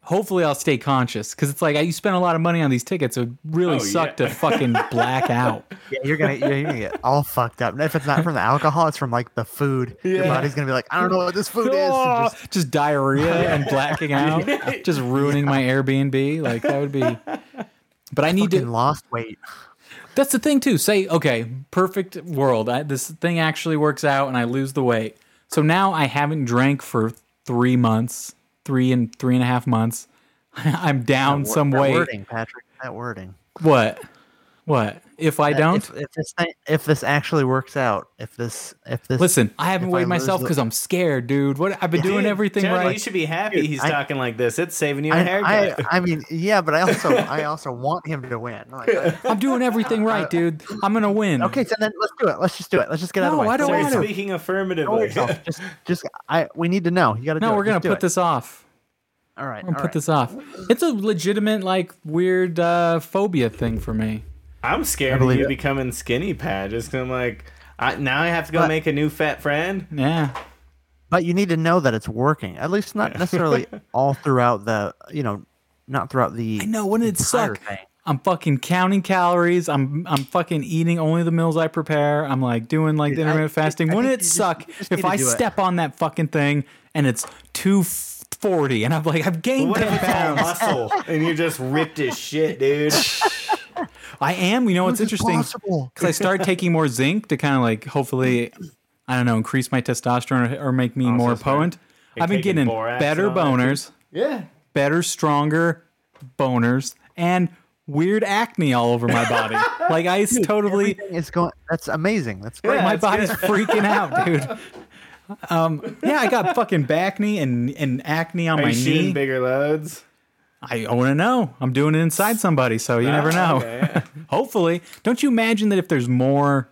A: hopefully I'll stay conscious because it's like I, you spend a lot of money on these tickets. It would really
B: Oh,
A: suck
B: yeah.
A: to fucking black out.
C: Yeah, you're gonna you're gonna get all fucked up. And if it's not from the alcohol, it's from like the food. Your body's gonna be like, I don't know what this food is. and
A: Oh,
C: just-
A: just, diarrhea and blacking out, just ruining my Airbnb. Like that would be. But I need to.
C: fucking lost weight.
A: That's the thing too. Say, okay, perfect world. I, this thing actually works out, and I lose the weight. So now I haven't drank for three months, three and three and a half months. I'm down
C: Wor-
A: some
C: that
A: weight.
C: wording, Patrick. That wording.
A: What? What? If I
C: That-
A: don't
C: Uh, If, if this thing, if this actually works out, if this if this
A: listen, I haven't
C: if
A: weighed
C: I lose
A: myself
C: the-
A: because I'm scared, dude. What? I've been doing
B: Dude,
A: everything
B: Tony,
A: right.
B: You should be happy he's
C: I-
B: talking like this. It's saving you a
C: I,
B: haircut.
C: I I mean yeah, but I also I also want him to win. Like, I-
A: I'm doing everything right, dude. I'm gonna win.
C: Uh, okay, so then let's do it. Let's just do it. Let's just get out of the
A: No,
C: way.
A: I don't
B: Sorry,
A: want to.
B: speaking affirmatively.
C: Don't worry yourself. Just just I we need to know. You gotta do
A: No,
C: it.
A: we're gonna
C: Just do
A: put
C: it.
A: this off.
C: All right,
A: We're gonna
C: all
A: put
C: right.
A: this off. It's a legitimate, like, weird uh, phobia thing for me.
B: I'm scared of
C: believe
B: you
C: it.
B: becoming skinny, Pat. Just 'cause I'm like, I, now I have to go
C: But-
B: make a new fat friend.
A: Yeah.
C: but you need to know that it's working at least not necessarily all throughout the you know not throughout the
A: I know wouldn't it
C: entire
A: suck?
C: thing.
A: I'm fucking counting calories. I'm I'm fucking eating only the meals I prepare. I'm like doing like the
C: Dude, I-
A: intermittent fasting.
C: I
A: Wouldn't
C: think
A: it
C: you just-
A: suck
C: you just need
A: if
C: to
A: I
C: do it.
A: step on that fucking thing and it's two forty and I'm like I've gained
B: What if
A: ten
B: it's all
A: pounds.
B: muscle and you just ripped as shit, dude?
A: I am. You know what's
C: This is
A: interesting?
C: possible.
A: Because I started taking more zinc to kind of like hopefully I don't know increase my testosterone or, or make me more
B: start-
A: potent.
B: like,
A: I've been
B: taking
A: getting
B: borax
A: better
B: and all that
A: boners,
B: Yeah.
A: better, stronger boners, and weird acne all over my body. like I totally.
C: Everything is going that's amazing that's great
B: Yeah,
A: my
B: it's
A: body's freaking out, dude. Um, yeah, I got fucking back knee and, and acne on
B: Are
A: my
B: you shooting
A: knee.
B: bigger loads?
A: I want to know. I'm doing it inside somebody, so you never know.
B: Ah, Okay.
A: Hopefully, don't you imagine that if there's more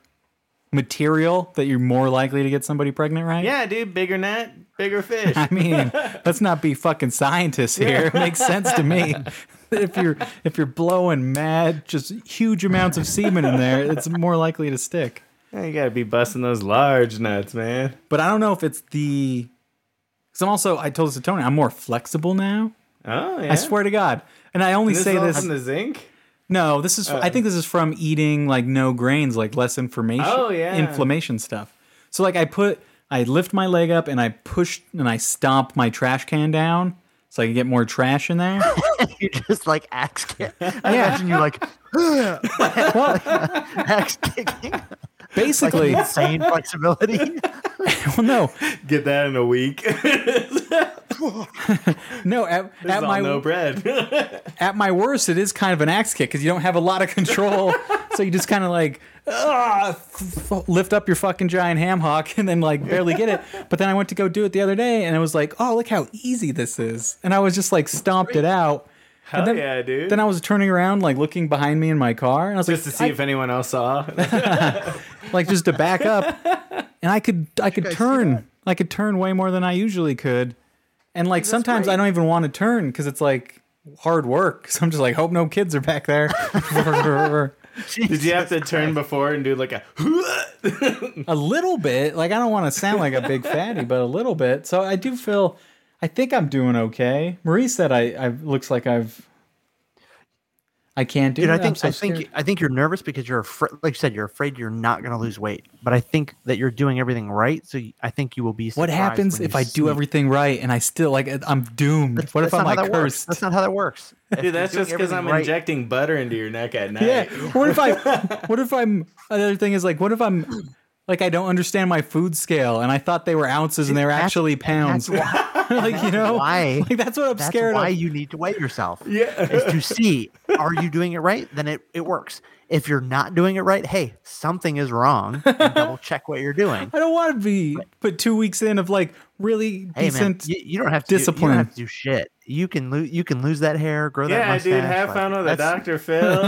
A: material, that you're more likely to get somebody pregnant, right?
B: Yeah, dude, bigger net, bigger fish.
A: I mean, let's not be fucking scientists here. It makes sense to me. If you're if you're blowing mad, just huge amounts of semen in there, it's more likely to stick.
B: Yeah, you gotta be busting those large nuts, man.
A: but I don't know if it's the. Because I'm also, I told this to Tony, I'm more flexible now.
B: Oh yeah.
A: I swear to God, and I only
B: This Uh.
A: say
B: all
A: this.
B: from the zinc.
A: no, this is. I think this is from eating like no grains, like less information,
B: Oh, yeah.
A: inflammation stuff. So like I put, I lift my leg up and I push and I stomp my trash can down so I can get more trash in there.
C: you just like axe kick i imagine you like axe kicking like
A: Basically,
C: insane flexibility
A: well, no,
B: Get that in a week.
A: no. At, at
B: That's all
A: my
B: no bread.
A: at my worst, it is kind of an axe kick because you don't have a lot of control. so you just kind of like ah, f- f- lift up your fucking giant ham hock and then like barely get it. But then I went to go do it the other day and I was like, oh, look how easy this is. And I was just like stomped it out.
B: Hell
A: then-
B: yeah, dude.
A: Then I was turning around, like looking behind me in my car, and I was
B: just to
A: like,
B: see if anyone else saw.
A: like just to back up, and I could I could
C: guys see that?
A: turn, I could turn way more than I usually could, and like sometimes I
C: great.
A: don't even want to turn because it's like hard work. So I'm just like, hope no kids are back there.
B: Did you have to turn before and do like a?
A: a little bit, like I don't want to sound like a big fatty, but a little bit. So I do feel, I think I'm doing okay. Marie said I I looks like I've. I can't do
C: Dude,
A: it.
C: I
A: I'm
C: think
A: so
C: I think
A: scared.
C: I think you're nervous because you're afraid. Like you said, you're afraid you're not going to lose weight. But I think that you're doing everything right, so you- I think you will be.
A: What
C: surprised
A: happens
C: when
A: if
C: you
A: I
C: see-
A: do everything right and I still like I'm doomed?
C: That's-
A: what
C: that's
A: if I'm
C: not how
A: like
C: that works.
A: cursed?
C: That's not how that works. If you're
B: Dude, that's
C: doing
B: just because
C: everything
B: I'm
C: right-
B: injecting butter into your neck at night.
A: Yeah. What if I? What if I'm? Another thing is like, what if I'm? Like I don't understand my food scale, and I thought they were ounces, and they're
C: That's-
A: actually
C: That's
A: pounds.
C: why,
A: like you know,
C: why-
A: like that's what I'm
C: that's
A: scared
C: why
A: of.
C: you need to weigh yourself.
B: Yeah.
C: is to see are you doing it right? Then it, it works. If you're not doing it right, hey, something is wrong. And double check what you're doing.
A: I don't want to be put two weeks in of like really
C: Hey man,
A: decent.
C: you, you don't have to do- you
A: discipline.
C: don't have to do shit. You can lose. You can lose that hair, grow that
B: Yeah,
C: mustache.
B: dude, have
C: like,
B: fun with a
C: that's-
B: doctor, Phil.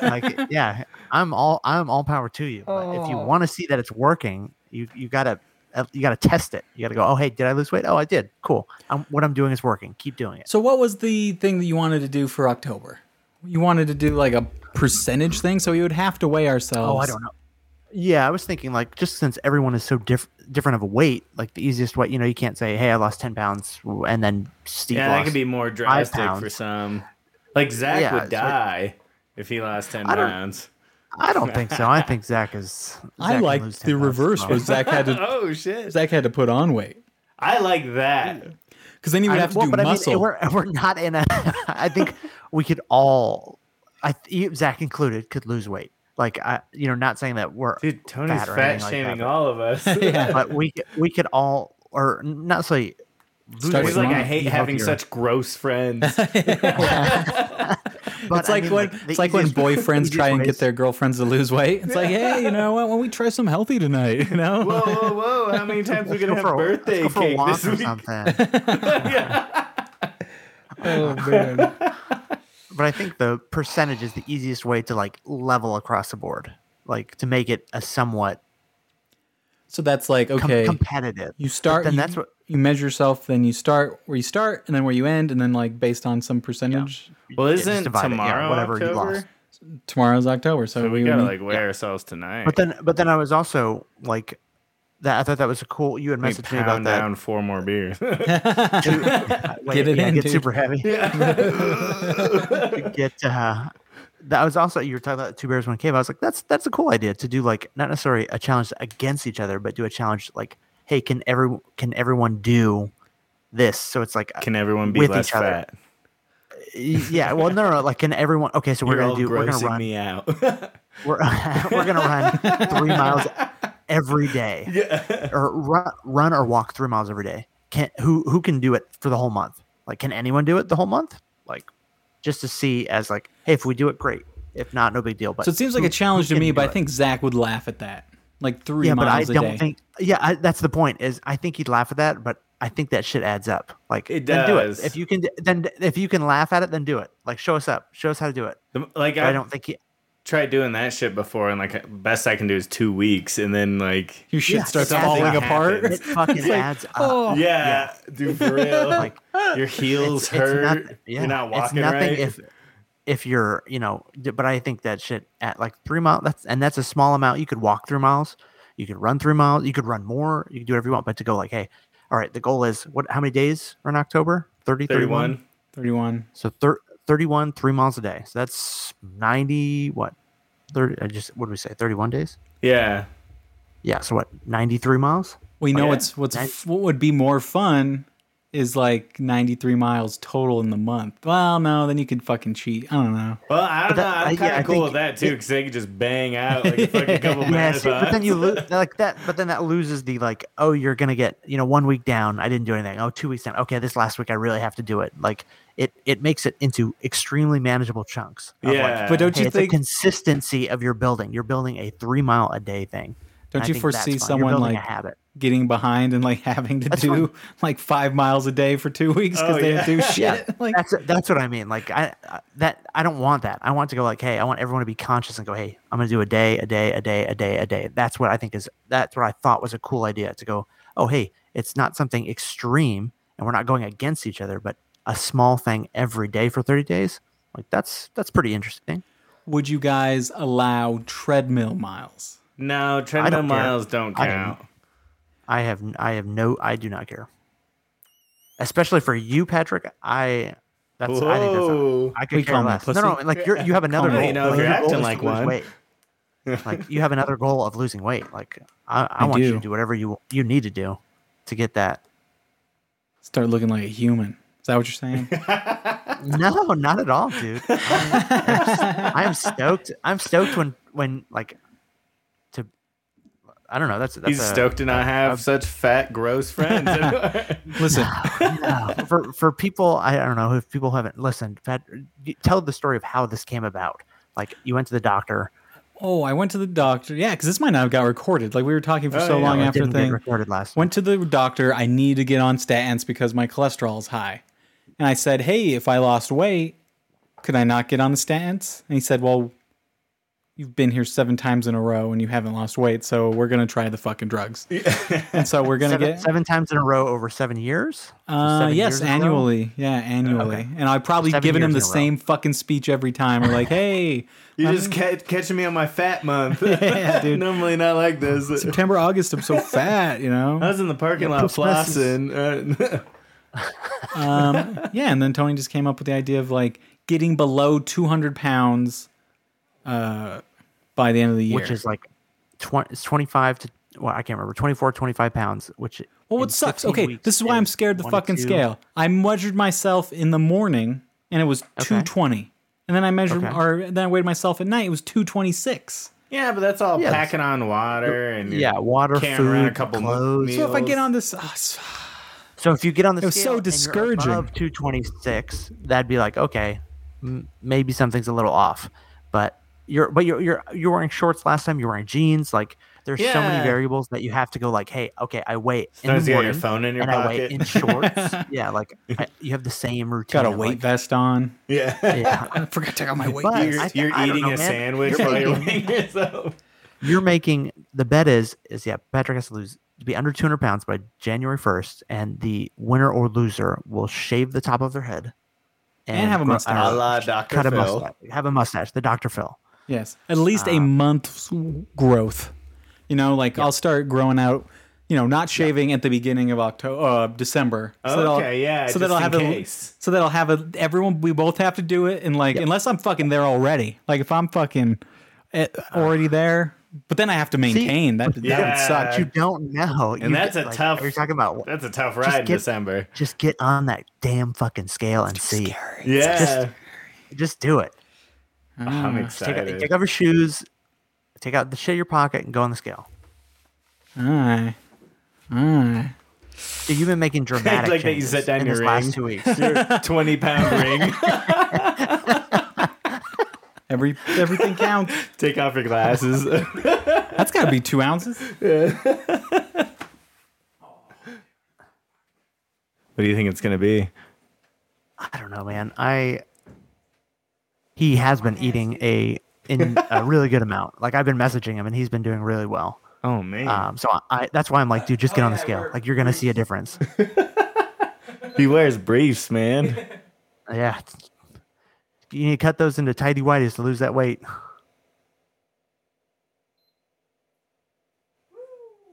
C: like eh, yeah i'm all i'm all power to you but if you want to see that it's working you you gotta uh, you gotta test it you gotta go oh hey did i lose weight oh i did cool I'm, what i'm doing is working keep doing it
A: So, what was the thing that you wanted to do for October? You wanted to do like a percentage thing, so we would have to weigh ourselves.
C: oh i don't know yeah i was thinking like just since everyone is so diff- different of a weight like the easiest way you know you can't say hey i lost 10 pounds and then steve
B: yeah, that
C: lost
B: could be more drastic for
C: pounds.
B: some. Like Zach
C: Yeah,
B: would
C: it's like-
B: die if he lost ten
C: I don't-
B: pounds.
C: i don't think so i think zach is Zach
A: I
C: can
A: liked
C: lose
A: the
C: 10 pounds
A: reverse
C: tomorrow.
A: where Zach had to
B: Oh shit!
A: Zach had to put on weight
B: I like that.
A: because then he would
C: I-
A: have to
C: well,
A: do
C: but
A: muscle.
C: I mean, we're, we're not in a. I think we could all, I th- you, Zach included, could lose weight. Like I, you know, not saying that we're
B: Dude, Tony's
C: fat, or
B: fat
C: anything like
B: shaming
C: that,
B: all of us.
C: but- but we c- we could all, or not say. lose
A: Starts
B: He's
C: weight,
B: like, I
A: Mom,
B: hate
C: be
B: having
C: healthier."
B: such gross friends.
C: But
A: it's
C: I
A: like
C: mean,
A: when
C: the
A: it's like when
C: easiest-
A: boyfriends
C: easiest
A: try and
C: ways-
A: get their girlfriends to lose weight. It's like, hey, you know what? Why don't we try some healthy tonight? You know,
B: whoa, Oh, whoa, whoa! How many times we gonna
C: go
B: have
C: for a, let's
B: birthday
C: go for a
B: cake
C: walk
B: this
C: or
B: week?
C: something.
A: oh man,
C: but I think the percentage is the easiest way to like level across the board, like to make it a somewhat
A: so that's like
C: com-
A: okay.
C: competitive.
A: you start,
C: then
A: you,
C: that's what-
A: you measure yourself. Then you start where you start, and then where you end, and then like based on some percentage.
B: Well,
C: just
B: isn't
C: divide it, yeah,
B: tomorrow
C: whatever you
B: October?
C: lost. Mm-hmm.
A: Tomorrow's October, so,
B: So
A: we,
B: we
A: would
B: gotta
A: need-
B: like weigh ourselves tonight.
C: But then, but then I was also like, that I thought that was a cool. You had
B: we
C: messaged me about
B: pound
C: that.
B: down four more beers.
C: Wait,
A: Get it
C: yeah,
A: in,
C: get
A: dude.
C: super heavy. get uh, that was also you were talking about two bears one cave. I was like, that's that's a cool idea to do like not necessarily a challenge against each other, but do a challenge like, hey, can every can everyone do this? So it's like,
B: Can everyone be
C: With
B: less
C: each other.
B: fat?
C: yeah, well, no, no, no, like, can everyone? Okay, so we're
B: You're
C: gonna
B: all
C: do, we're gonna
B: grossing
C: run,
B: me out.
C: we're, we're gonna run three miles every day.
B: yeah.
C: or run, run or walk three miles every day. Can who who can do it for the whole month? Like, can anyone do it the whole month? Like, just to see as like, hey, if we do it, great. If not, no big deal. But
A: so it seems like
C: who-
A: a challenge
C: who
A: to me,
C: can
A: but
C: do
A: I
C: it?
A: think Zach would laugh at that. Like three
C: yeah, but I
A: miles a
C: don't
A: day.
C: think yeah, I, that's the point. Is I think he'd laugh at that, but I think that shit adds up. Like,
B: It
C: then do
B: does.
C: it. If you can, then if you can laugh at it, then do it. Like, show us up. Show us how to do it.
B: The- Like
C: But
B: I,
C: I don't think he.
B: tried doing that shit before, and like best I can do is two weeks, and then like
A: your shit
C: Yeah,
A: starts
C: exactly.
A: falling
C: It
A: apart. Oh,
C: It fucking adds up.
B: yeah, dude, for real.
C: Like,
B: your heels
C: it's
B: hurt.
C: nothing- yeah,
B: You're not
C: it's
B: walking
C: nothing
B: right.
C: If if you're, you know, d- but I think that shit at like three miles. That's and that's a small amount. You could walk three miles. You could run three miles. You could run more. You could do whatever you want. But to go like, hey, all right, the goal is what? How many days are in October? 30, 31.
B: Thirty-one.
A: Thirty-one.
C: So thir- 31, three miles a day. So that's 90, what? 30, I just, what did we say? 31 days?
B: Yeah.
C: Yeah. So what? 93 miles?
A: We know
B: Oh, yeah.
A: what's what's f what would be more fun is like 93 miles total in the month. Well, no, then you could fucking cheat. I don't know.
B: Well, I don't
C: that-
B: know.
C: I-
B: I'm
C: yeah,
B: kind of
C: I
B: cool
C: think
B: with that too,
C: it-
B: because they could just bang out like a fucking couple
C: Yeah, see, but then
B: marathons.
C: you lose like that. But then that loses the like, oh, you're gonna get you know one week down. I didn't do anything. Oh, two weeks down. Okay, this last week I really have to do it. Like it, it makes it into extremely manageable chunks. of, like,
B: Yeah.
A: But don't
C: hey,
A: you
C: it's a
A: think
C: consistency of your building. You're building a three mile a day thing.
A: Don't
C: I
A: you
C: think that's
A: foresee
C: fun. You're
A: someone
C: building
A: like
C: a habit?
A: getting behind and like having to do like five miles a day for two weeks because
B: Oh,
A: they
B: yeah.
A: didn't do shit? Like,
C: That's that's what I mean. Like I I- that I don't want that. I want to go like, hey, I want everyone to be conscious and go, hey, I'm gonna do a day, a day, a day, a day, a day. That's what I think is that's what I thought was a cool idea to go. Oh, hey, it's not something extreme, and we're not going against each other, but a small thing every day for 30 days. Like that's that's pretty interesting.
A: would you guys allow treadmill miles?
B: No,
C: I
B: treadmill
C: don't care.
B: miles don't
C: I
B: count.
C: I have n- I have no I do not care. Especially for you, Patrick. I that's I think that's a,
B: Whoa.
C: I could
A: We
C: care
A: call him a
C: less. No, no,
A: pussy.
C: like you're, you have another
B: Well,
C: goal.
B: you know, if
C: Your
B: you're
C: goal
B: acting
C: is to
B: like
C: lose
B: one.
C: weight. like you have another goal of losing weight. Like I, I,
A: I
C: want you
A: do.
C: to do whatever you you need to do to get that.
A: Start looking like a human. Is that what you're saying?
C: No, not at all, dude. I'm, I'm stoked. I'm stoked when when like to. I don't know. That's that's
B: He's
C: a,
B: stoked to not have such fat, gross friends.
A: Listen,
C: Uh, for for people, I don't know if people haven't listened. Pat, you- tell the story of how this came about. Like you went to the doctor.
A: oh, I went to the doctor. Yeah, because this might not have got recorded. Like we were talking for
B: Oh,
A: so
B: yeah,
A: long
B: it
A: after
C: uh, didn't get
A: thing.
C: recorded last.
A: Went to the doctor. I need to get on statins because my cholesterol is high. And I said, hey, if I lost weight, could I not get on the statins? And he said, well, you've been here seven times in a row and you haven't lost weight, so we're gonna try the fucking drugs. and so we're gonna
C: seven,
A: get
C: seven times in a row over seven years.
A: Uh,
C: Seven
A: yes,
C: years in a row?
A: annually. Yeah, annually. And I've probably
C: Seven
A: given him the
C: years in a row.
A: same fucking speech every time. We're like, hey,
B: You're just catch, catching me on my fat month.
A: dude.
B: Normally not like this.
A: September, August, I'm so fat, you
B: I
A: know?
B: was in the parking lot
C: Christmas is-
B: flossing. Uh,
A: Yeah, and then Tony just came up with the idea of like getting below 200 pounds uh, by the end of the year.
C: which is like 20, it's 25 to well i can't remember 24 25 pounds which
A: well,
C: in
A: what sucks?
C: 15
A: Okay,
C: weeks
A: this is why I'm
C: is
A: scared the
C: one to
A: fucking
C: two.
A: scale. I measured myself in the morning and it was 220. And then I measured,
C: Okay.
A: or then I weighed myself at night. It was 226.
B: yeah, but that's all
C: Yeah, that's-
B: packing on water and
C: yeah water
B: carrying around
C: food
B: a couple mo-
C: clothes
A: So if I
B: meals.
A: get on this, ah,
C: so if you get on the
A: It was so
C: scale and you're
A: discouraging.
C: above 226 that'd be like okay m- maybe something's a little off but you're but you're you're you're wearing shorts last time you're wearing jeans like there's so
B: Yeah.
C: many variables that you have to go like hey okay i wait in
B: Sometimes
C: the
B: you got your
C: morning
B: phone in your
C: and i wait
B: pocket.
C: in shorts yeah like I, you have the same routine
A: got a
C: of,
A: weight
C: like,
A: vest on.
B: yeah.
C: yeah
A: I forgot to take out my weight.
C: But-
B: You're,
C: I th-
B: you're
C: I don't
B: eating
C: know,
B: a
C: man.
B: sandwich
C: You're
B: while you're
C: making-
B: weighing yourself.
C: you're making the bet is is yeah patrick has to lose to be under 200 pounds by january 1st and the winner or loser will shave the top of their head
A: And have a
C: grow-
A: mustache.
C: uh,
B: A la Dr.
C: cut a
B: Phil.
C: mustache have a mustache the dr phil
A: Yes, at least
B: Ah.
A: a month's growth. You know, like I'll start growing out. You know, not shaving at the beginning of October, uh, December. that I'll-
B: Okay, yeah,
A: So
B: just
A: that I'll
B: in
A: have
B: case.
A: a. So that I'll have a. Everyone, we both have to do it, and like, unless I'm fucking there already. Like, if I'm fucking eh, already there, but then I have to maintain. that that would
B: Ah. Yeah.
A: suck.
C: you don't know
B: And that's a tough.
C: you're talking about
B: That's a tough ride in
C: get-
B: December.
C: just get on that damn fucking scale and see
B: Yeah.
C: just do it
B: I'm
C: take,
B: excited.
C: take off your shoes take out the shit in your pocket and go on the scale
A: All right, all right.
C: so you've been making dramatic
B: like that you
C: changes
B: set down
C: in
B: your
C: this
B: ring.
C: last two weeks
B: your 20 pound ring.
A: Every everything counts.
B: Take off your glasses.
A: That's got to be two ounces.
B: What do you think it's gonna be?
C: I don't know, man. I he has been eating a in a really good amount. Like I've been messaging him, and he's been doing really well.
B: Oh man,
C: Um, so I, I that's why I'm like, dude,
B: Oh,
C: just get on the scale. Like you're gonna see a difference.
B: he wears briefs, man.
C: yeah, it's- you need to cut those into tidy whities to lose that weight.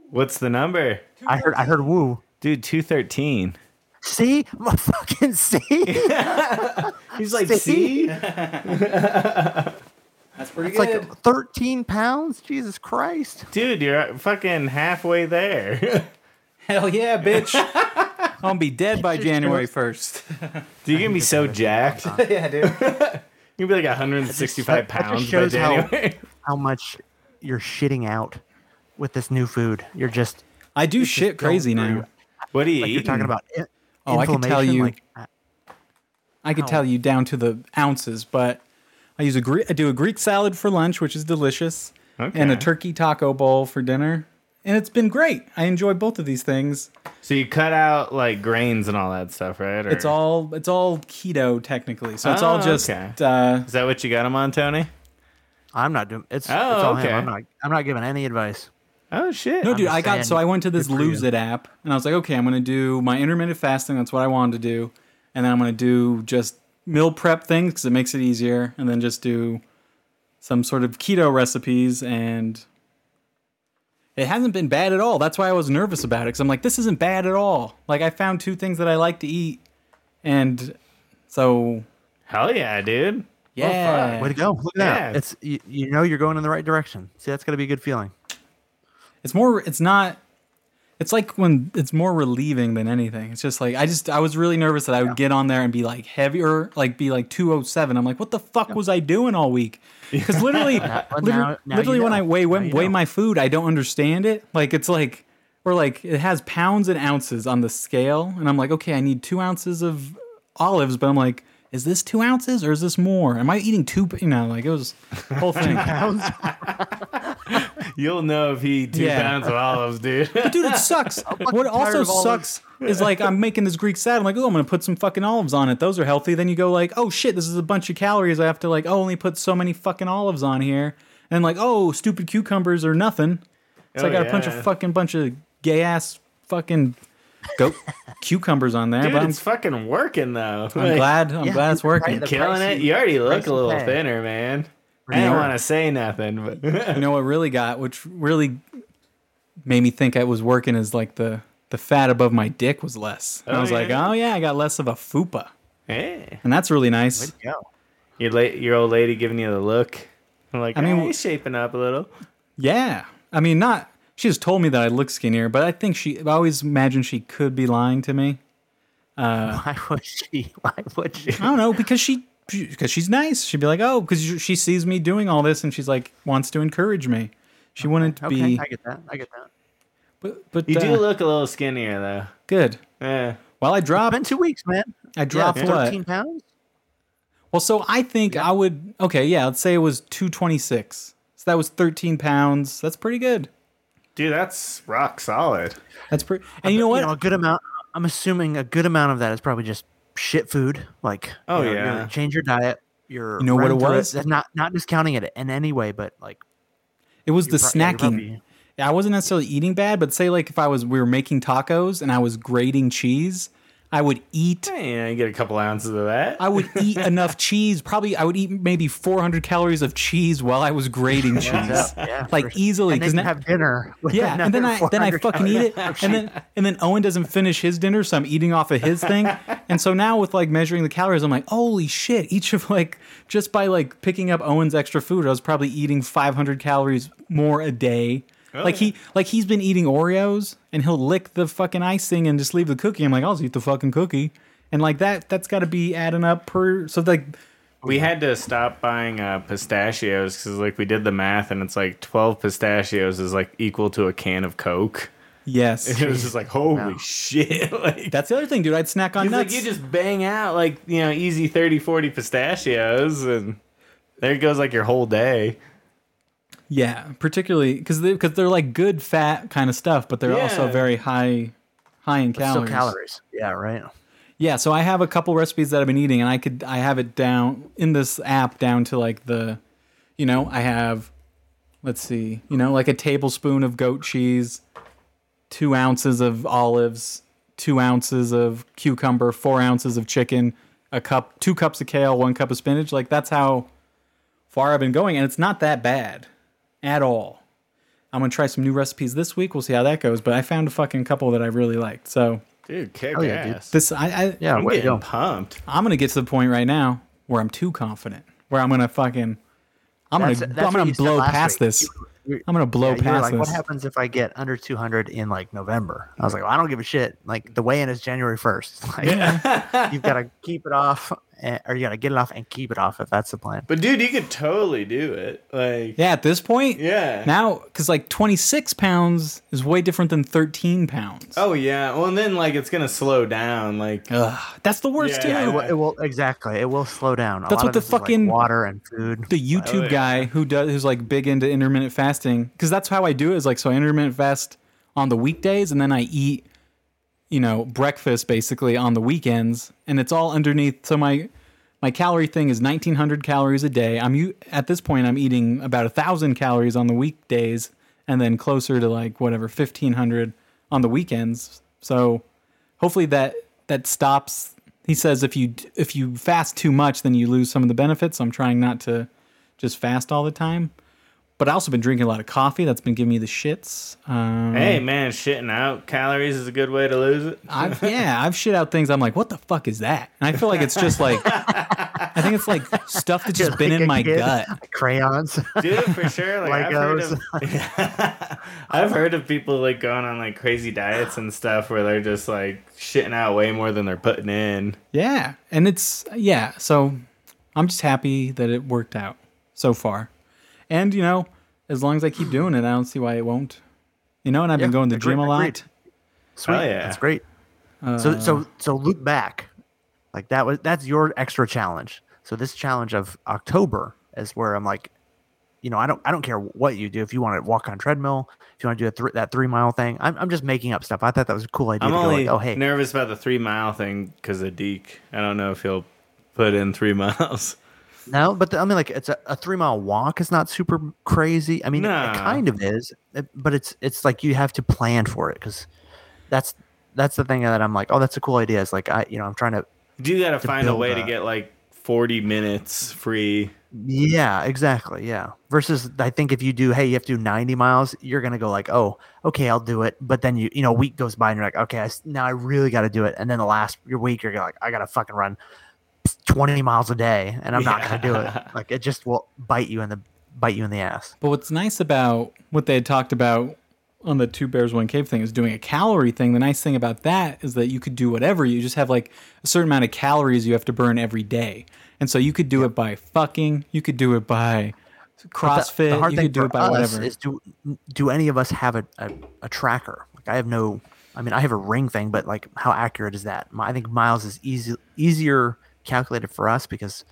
B: What's the number,
C: I heard, I heard, woo.
B: dude? Two thirteen.
C: See, my fucking see.
B: He's like,
C: See?
B: see,
C: It's like 13 pounds. Jesus Christ.
B: dude, you're fucking halfway there.
A: Hell yeah, bitch. I'll be dead by January 1st.
B: Dude, you're gonna be so jacked. yeah, dude. You'll be like 165
C: Uh-huh. That
B: pounds by
C: just shows how-
B: January.
C: How much you're shitting out with this new food? You're just
A: I do shit crazy now.
B: what do you
C: like
B: eat?
C: you're talking about. in-
A: Oh, I can tell
C: inflammation,
A: you-
C: Like, I-
A: I could tell you down to the ounces, but I use a Gre- I do a Greek salad for lunch, which is delicious, and
B: Okay.
A: a turkey taco bowl for dinner, and it's been great. I enjoy both of these things.
B: So you cut out like grains and all that stuff, right? Or
A: It's all it's all keto technically, so it's all
B: Oh,
A: just
B: okay.
A: uh,
B: Is that what you got him on, Tony?
C: I'm not doing it's,
B: Oh,
C: it's all
B: okay.
C: him. I'm not I'm not giving any advice.
B: Oh shit!
A: No, dude,
C: just
A: I got
C: saying,
A: so I went to this
C: for you.
A: Lose It app and I was like, okay, I'm gonna do my intermittent fasting. That's what I wanted to do, and then I'm gonna do just meal prep things because it makes it easier, and then just do some sort of keto recipes and. It hasn't been bad at all. That's why I was nervous about it because I'm like, this isn't bad at all. Like, I found two things that I like to eat, and so
B: Hell yeah, dude.
A: yeah,
C: Way to go. Look at that.
B: Yeah.
C: It's you, you know you're going in the right direction. See, that's gotta be a good feeling.
A: it's more it's not it's like when it's more relieving than anything it's just like i just i was really nervous that i would get on there and be like heavier like be like 207 i'm like what the fuck was i doing all week because literally
C: But
A: liter-
C: now- now you
A: literally when
C: know.
A: i weigh when,
C: Now you
A: weigh
C: know.
A: my food i don't understand it like it's like or like it has pounds and ounces on the scale and i'm like okay i need two ounces of olives but i'm like is this two ounces or is this more am i eating two p-" you know like it was the whole thing
B: You'll know if he eat two
A: Yeah.
B: pounds of olives, dude.
A: dude, it sucks. what also
C: tired of olives.
A: sucks is like I'm making this Greek salad. I'm like, oh, I'm gonna put some fucking olives on it. Those are healthy. Then you go like, oh shit, this is a bunch of calories. I have to like, oh, only put so many fucking olives on here. And like, oh, stupid cucumbers are nothing. So
B: Oh,
A: I got a bunch
B: yeah.
A: of fucking bunch of gay ass fucking goat cucumbers on there.
B: dude,
A: but I'm,
B: it's fucking working though.
A: I'm glad. I'm
C: Yeah,
A: glad it's
C: you're right.
A: working.
C: The
B: killing
C: price
B: it.
C: you-
B: You already look
C: price
B: a
C: you
B: little
C: pay.
B: thinner, man. I
C: Yeah.
B: don't want to say nothing, but
A: You know what really got, which really made me think I was working, is like the the fat above my dick was less. And I
B: Oh,
A: was like,
B: yeah.
A: oh yeah, I got less of a fupa.
B: hey,
A: and that's really nice.
C: Yeah.
B: your la- your old lady giving you the look. I'm like, I
A: mean,
B: mean,
A: w-
B: he's shaping up a little.
A: Yeah, I mean, not she just told me that I look skinnier, but I think she. I always imagined she could be lying to me. Uh.
C: Why would she? Why would she?
A: I don't know because she because she's nice. She'd be like, oh, because she sees me doing all this, and she's like wants to encourage me. She wouldn't
C: Okay,
A: be,
C: I get that. I get that.
A: but, but
B: You
A: uh,
B: do look a little skinnier though.
A: good.
B: Yeah.
A: Well, I
C: It's
A: dropped.
C: been two weeks, man.
A: I dropped
C: yeah,
A: what?
C: 13 pounds?
A: Well, so I think I would. Okay, yeah, let's say it was two twenty six. So that was thirteen pounds. That's pretty good.
B: Dude, that's rock solid.
A: That's pretty. And you know what?
C: You know, a good amount. I'm assuming a good amount of that is probably just shit food. Like,
B: Oh,
C: you know,
B: yeah.
C: you change your diet. Your
A: You know what it was?
C: Not not discounting it in any way, but like
A: It was the
C: pro- yeah, you're
A: snacking.
C: probably-
A: Yeah, I wasn't necessarily eating bad, but say like if I was we were making tacos and I was grating cheese, I would eat
B: Hey, you, know, you get a couple ounces of that.
A: I would eat enough cheese. Probably I would eat maybe 400 calories of cheese while I was grating cheese.
C: yeah,
A: like
C: for-
A: easily
C: and then
A: 'cause
C: you
A: na-
C: have dinner. with
A: yeah, and then
C: another
A: I then I
C: 400
A: fucking eat it,
C: calories.
A: and then and then Owen doesn't finish his dinner, so I'm eating off of his thing, and so now with like measuring the calories, I'm like, holy shit! Each of like just by like picking up Owen's extra food, I was probably eating 500 calories more a day.
B: Oh,
A: like he like he's been eating Oreos, and he'll lick the fucking icing and just leave the cookie. I'm like, I'll just eat the fucking cookie, and like that that's got to be adding up per so like
B: We had to stop buying uh, pistachios because, like, we did the math, and it's like twelve pistachios is like equal to a can of Coke.
A: yes.
B: It was just like, holy
C: Wow.
B: shit! Like,
A: That's the other thing, dude. I'd snack on
B: it's
A: nuts.
B: like you just bang out like you know easy 30, 40 pistachios, and there goes like your whole day.
A: Yeah, particularly because they, because they're like good fat kind of stuff, but they're also
B: Yeah.
A: very high high in
C: still
A: calories.
C: calories. Yeah, right.
A: Yeah, so I have a couple recipes that I've been eating, and I could I have it down in this app down to like the, you know, I have, let's see, you know, like a tablespoon of goat cheese, two ounces of olives, two ounces of cucumber, four ounces of chicken, a cup, two cups of kale, one cup of spinach. Like that's how far I've been going, and it's not that bad, at all. I'm gonna try some new recipes this week. We'll see how that goes. But I found a fucking couple that I really liked. So
B: Dude, kick
C: Hell Oh, yeah, dude.
B: ass!
A: this I, I
C: Yeah,
B: I'm
C: way to
B: getting
C: go.
B: pumped.
A: I'm gonna get to the point right now where I'm too confident, where I'm gonna fucking, I'm
C: That's-
A: gonna,
C: that's
A: I'm
C: what
A: gonna
C: you said
A: blow
C: last
A: past
C: week.
A: this.
C: You- you-
A: I'm gonna blow
C: Yeah, you were
A: past
C: like, what
A: this.
C: happens if I get under 200 in like November? I was like, well, I don't give a shit. Like the weigh-in is January 1st. Like, you've got to keep it off eh, or you gotta get it off and keep it off if that's the plan.
B: But dude, you could totally do it. Like
A: Yeah, at this point.
B: Yeah.
A: Now, because like 26 pounds is way different than 13 pounds.
B: Oh yeah. Well, and then like it's gonna slow down. Like
C: Um,
A: Ugh, that's the worst
B: Yeah,
C: It
A: too.
C: will, it will exactly. It will slow down. A
A: That's
C: lot
A: what
C: of
A: the
C: this is, like,
A: fucking-
C: water and food.
A: the YouTube
B: yeah.
A: guy who does who's like big into intermittent fasting because that's how I do it. Is like so I intermittent fast on the weekdays and then I eat, you know, breakfast basically on the weekends, and it's all underneath. So my my calorie thing is 1900 calories a day. I'm u- at this point I'm eating about a thousand calories on the weekdays, and then closer to like whatever 1500 on the weekends. So hopefully that that stops. He says if you if you fast too much, then you lose some of the benefits. So I'm trying not to just fast all the time. But I also been drinking a lot of coffee. That's been giving me the shits. Um,
B: hey man, shitting out calories is a good way to lose it.
A: I've, yeah, I've shit out things. I'm like, what the fuck is that? And I feel like it's just like, I think it's like stuff that's just been
C: Like
A: in
C: a
A: my
C: kid,
A: gut.
C: Crayons.
B: Do it for sure. Like I've heard, of, I've heard of people like going on like crazy diets and stuff where they're just like shitting out way more than they're putting in.
A: Yeah, and it's yeah. So I'm just happy that it worked out so far, and you know, as long as I keep doing it, I don't see why it won't. You know, and I've been
C: Yeah,
A: going to the
C: agreed,
A: gym a lot.
C: agreed. Sweet.
B: Hell oh, yeah.
C: That's great.
A: Uh.
C: so so so look back. Like that was that's your extra challenge. So this challenge of October is where I'm like, you know, I don't I don't care what you do. If you want to walk on treadmill, if you want to do a thr that three mile thing, I'm, I'm just making up stuff. I thought that was a cool idea.
B: I'm
C: to go
B: only
C: like, oh hey,
B: nervous about the three mile thing because of Deke. I don't know if he'll put in three miles.
C: No, but the, I mean, like it's a, a three mile walk is not super crazy. I mean, it,
B: Nah.
C: it kind of is, it- but it's it's like you have to plan for it because that's that's the thing that I'm like, oh, that's a cool idea. It's like I, you know, I'm trying to,
B: Do gotta find a
C: build
B: way to
C: up.
B: get like 40 minutes free.
C: yeah, exactly, yeah. Versus, I think if you do, hey, you have to do 90 miles, you're gonna go like, oh, okay, I'll do it. But then you, you know, a week goes by and you're like, okay, I s now I really got to do it. And then the last your week, you're like, I gotta fucking run 20 miles a day, and I'm not gonna do it. Like it just will bite you in the bite you in the ass.
A: But what's nice about what they had talked about on the Two Bears One Cave thing is doing a calorie thing. The nice thing about that is that you could do whatever. You just have like a certain amount of calories you have to burn every day, and so you could do it by fucking. You could do it by
C: But
A: CrossFit.
C: The, the hard
A: you
C: thing
A: could do
C: for
A: it by
C: us
A: whatever.
C: is do do any of us have a, a, a tracker? Like I have no. I mean, I have a ring thing, but like, how accurate is that? My- I think miles is easy easier calculated for us because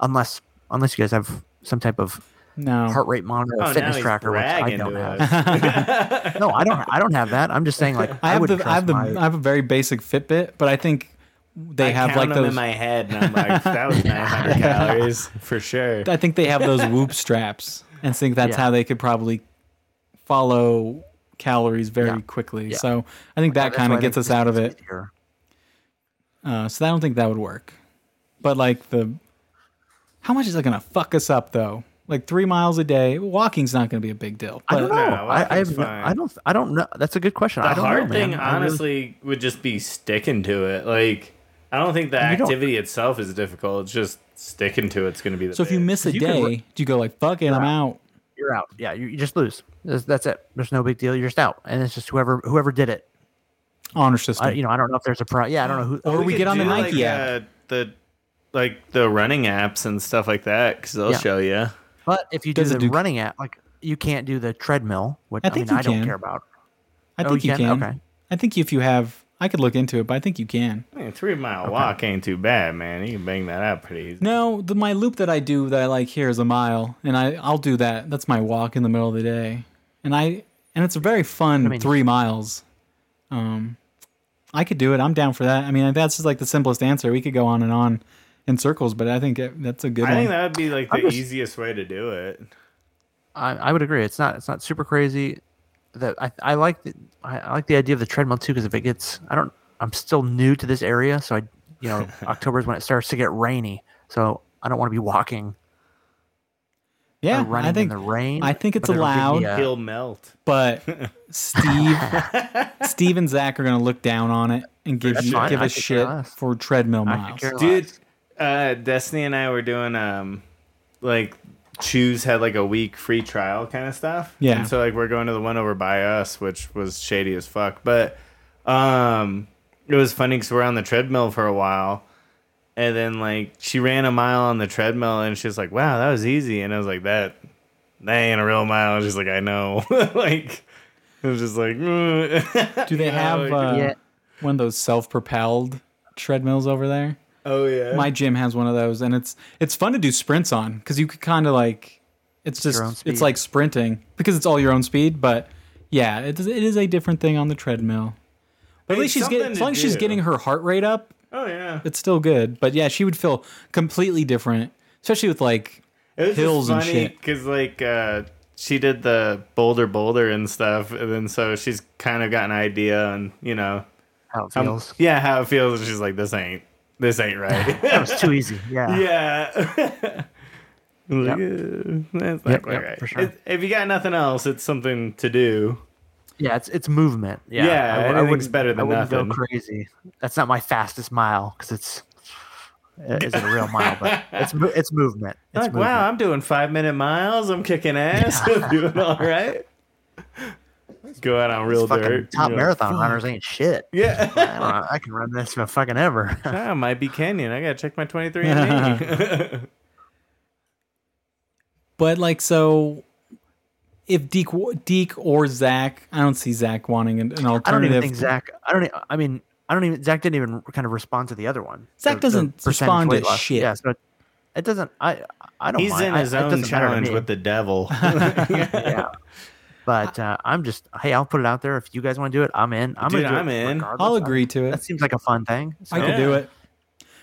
C: unless unless you guys have some type of
A: no, Oh,
C: heart rate monitor, or
B: Oh, now
C: fitness
B: he's
C: tracker, which I
B: bragging
C: don't
B: to
C: have.
B: us.
C: No, I don't. I don't have that. I'm just saying, like,
A: I
C: I,
A: have
C: would
A: the I have the I have a very basic Fitbit, but I think they
B: I
A: have
B: count
A: like
B: them
A: those.
B: in my head, and I'm like, that was 900 calories for sure.
A: I think they have those Whoop straps, and think that's
C: Yeah.
A: how they could probably follow calories very
C: Yeah.
A: quickly.
C: Yeah.
A: So I think that kind of gets us out of it.
C: Easier.
A: Uh, so I don't think that would work. But like the, how much is that gonna fuck us up though? Like three miles a day, walking's not gonna be a big deal.
C: I
A: But
C: don't know.
B: No, I
C: I,
B: think
C: I,
B: it's
C: have no-
B: fine.
C: I don't. I don't know. That's a good question. I
B: The
C: don't
B: hard
C: know,
B: thing,
C: man. I really-
B: honestly, would just be sticking to it. Like, I don't think the
C: You don't-
B: activity itself is difficult. It's just sticking to it's going to be the.
A: so if you
B: bit.
A: miss a
C: You could
A: day,
C: ro-
A: do you go like fuck it, I'm out?
C: you're out. Yeah, you, you just lose. That's, that's it. There's no big deal. You're just out, and it's just whoever whoever did it.
A: Honor system.
C: I, you know, I don't know if there's a pro. Yeah, I don't know who.
A: or we,
B: could
A: get on the
B: do,
A: Nike
B: like,
A: app.
B: uh, the like the running apps and stuff like that because they'll
C: Yeah.
B: show you.
C: But if you do
A: Does
C: the
A: it do-
C: running app, like you can't do the treadmill. Which
A: I
C: I,
A: think
C: mean,
A: you
C: I don't
A: can.
C: care about.
A: I
C: Oh,
A: think
C: you
A: you can.
C: can? Okay.
A: I think if you have, I could look into it, but I think you can.
B: I mean, three mile walk ain't too bad, man. You can bang that out pretty. easy.
A: No, the, my loop that I do that I like here is a mile, and I I'll do that. That's my walk in the middle of the day, and I and it's a very fun
C: mean-
A: three miles. Um, I could do it. I'm down for that. I mean, that's just like the simplest answer. We could go on and on in circles, but I think it, that's a good
B: I
A: one.
B: think that would be like the
C: I'm just-
B: easiest way to do it.
C: I, I would agree. It's not. It's not super crazy. That I, I like. The, I, I like the idea of the treadmill too because if it gets, I don't. I'm still new to this area, so I, you know, October is when it starts to get rainy. So I don't want to be walking
A: yeah,
C: or running
A: I think
C: in the rain.
A: I think it's
C: but it'll give
A: allowed.
C: me a-
B: He'll melt.
A: but Steve, Steve and Zach are gonna look down on it and give
C: That's
A: you,
C: fine.
A: give
C: I
A: a
C: could care
A: shit
C: less.
A: for treadmill
C: I could
A: miles.
C: care
B: dude
C: less.
B: uh destiny and i were doing um like choose had like a week free trial kind of stuff
A: Yeah.
B: and so like we're going to the one over by us which was shady as fuck but um it was funny because we're on the treadmill for a while And then like she ran a mile on the treadmill and she's like, "Wow, that was easy." And I was like, "That, that ain't a real mile." And she's like, "I know." like, it was just like,
A: Do they have
B: like-
A: uh,
C: Yeah.
A: one of those self-propelled treadmills over there?
B: "Oh yeah."
A: My gym has one of those, and it's it's fun to do sprints on because you could kind of like it's
C: your own
A: just
C: speed.
A: it's like sprinting because it's all your own speed. But yeah, it is, it is a different thing on the treadmill. But at
B: It's
A: least she's
B: something
A: getting as
B: to
A: long as she's
B: do.
A: getting her heart rate up,
B: oh yeah.
A: it's still good. But yeah, she would feel completely different, especially with like
B: It was
A: hills and shit.
B: Because like uh, she did the Boulder Boulder and stuff, and then so she's kind of got an idea on you know,
C: How it
B: um,
C: feels.
B: yeah, how it feels. And she's like, "This ain't, this ain't right."
A: um,
C: That was too easy. Yeah.
B: yeah. I was like, "Uh, That's not
C: Yep,
B: quite
C: yep,
B: right.
C: for sure.
B: It- if you got nothing else, it's something to do.
C: Yeah, it's it's movement. Yeah,
B: Yeah, anything's
C: wouldn't-
B: better than
C: I wouldn't
B: nothing.
C: go crazy. That's not my fastest mile because it's is it a real mile, but it's mo- it's movement. It's
B: like,
C: movement.
B: wow, I'm doing five minute miles. I'm kicking ass. I'm doing all right. Go out on real
C: Fucking
B: dirt. You're
C: top
B: like,
C: marathon runners ain't shit.
B: Yeah.
C: I, don't know, I can run this for fucking ever.
B: Ah, might be Canyon. I gotta check my 23 and me.
A: But like so, if Deke Deke or Zach, I don't see Zach wanting an, an alternative.
C: I don't even think Zach. I don't. e- I mean, I don't even. Zach didn't even kind of respond to the other one.
A: Zach
C: The- the
A: doesn't
C: percentage
A: respond to
C: weight loss.
A: shit.
C: Yeah, so it, it doesn't. I I don't.
B: He's
C: mind.
B: in
C: I-
B: his
C: it
B: own
C: doesn't matter to
B: challenge
C: me.
B: with the devil.
C: yeah. But uh, I'm just hey, I'll put it out there. If you guys want to do it, I'm in. I'm
B: Dude,
C: gonna do
B: I'm
C: it
B: in.
C: regardless.
A: I'll agree to it.
C: That seems like a fun thing. So,
A: I could
B: Yeah.
A: do it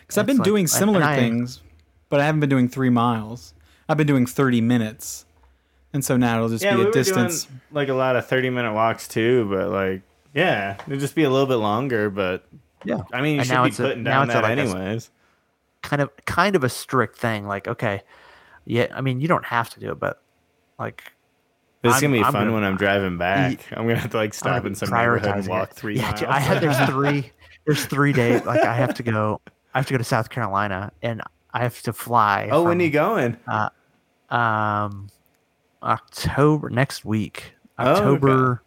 A: because I've
C: That's
A: been
C: like-
A: doing
C: and-
A: similar
C: and I-
A: things, but I haven't been doing three miles. I've been doing thirty minutes, and so now it'll just
B: yeah,
A: be
B: we
A: a
B: were
A: distance.
B: doing like a lot of 30 minute walks too, but like, yeah, it'd just be a little bit longer. But
C: yeah,
B: I mean, you
C: And
B: should
C: now
B: be
C: it's a-
B: putting
C: now
B: down
C: it's a,
B: that
C: like, a s-
B: anyways.
C: kind of kind of a strict thing. Like okay, yeah. I mean, you don't have to do it, but like
B: This is
C: I'm-
B: gonna be
C: I'm
B: fun
C: gonna-
B: when I'm driving back. I'm gonna have to like
C: I'm
B: stop in some neighborhood
C: prioritizing
B: and
C: it.
B: walk three
C: Yeah,
B: miles.
C: dude, I have there's three there's three days. Like I have to go. I have to go to South Carolina, and I have to fly.
B: oh, when
C: from,
B: you going?
C: um October next week.
B: Oh, okay.
C: October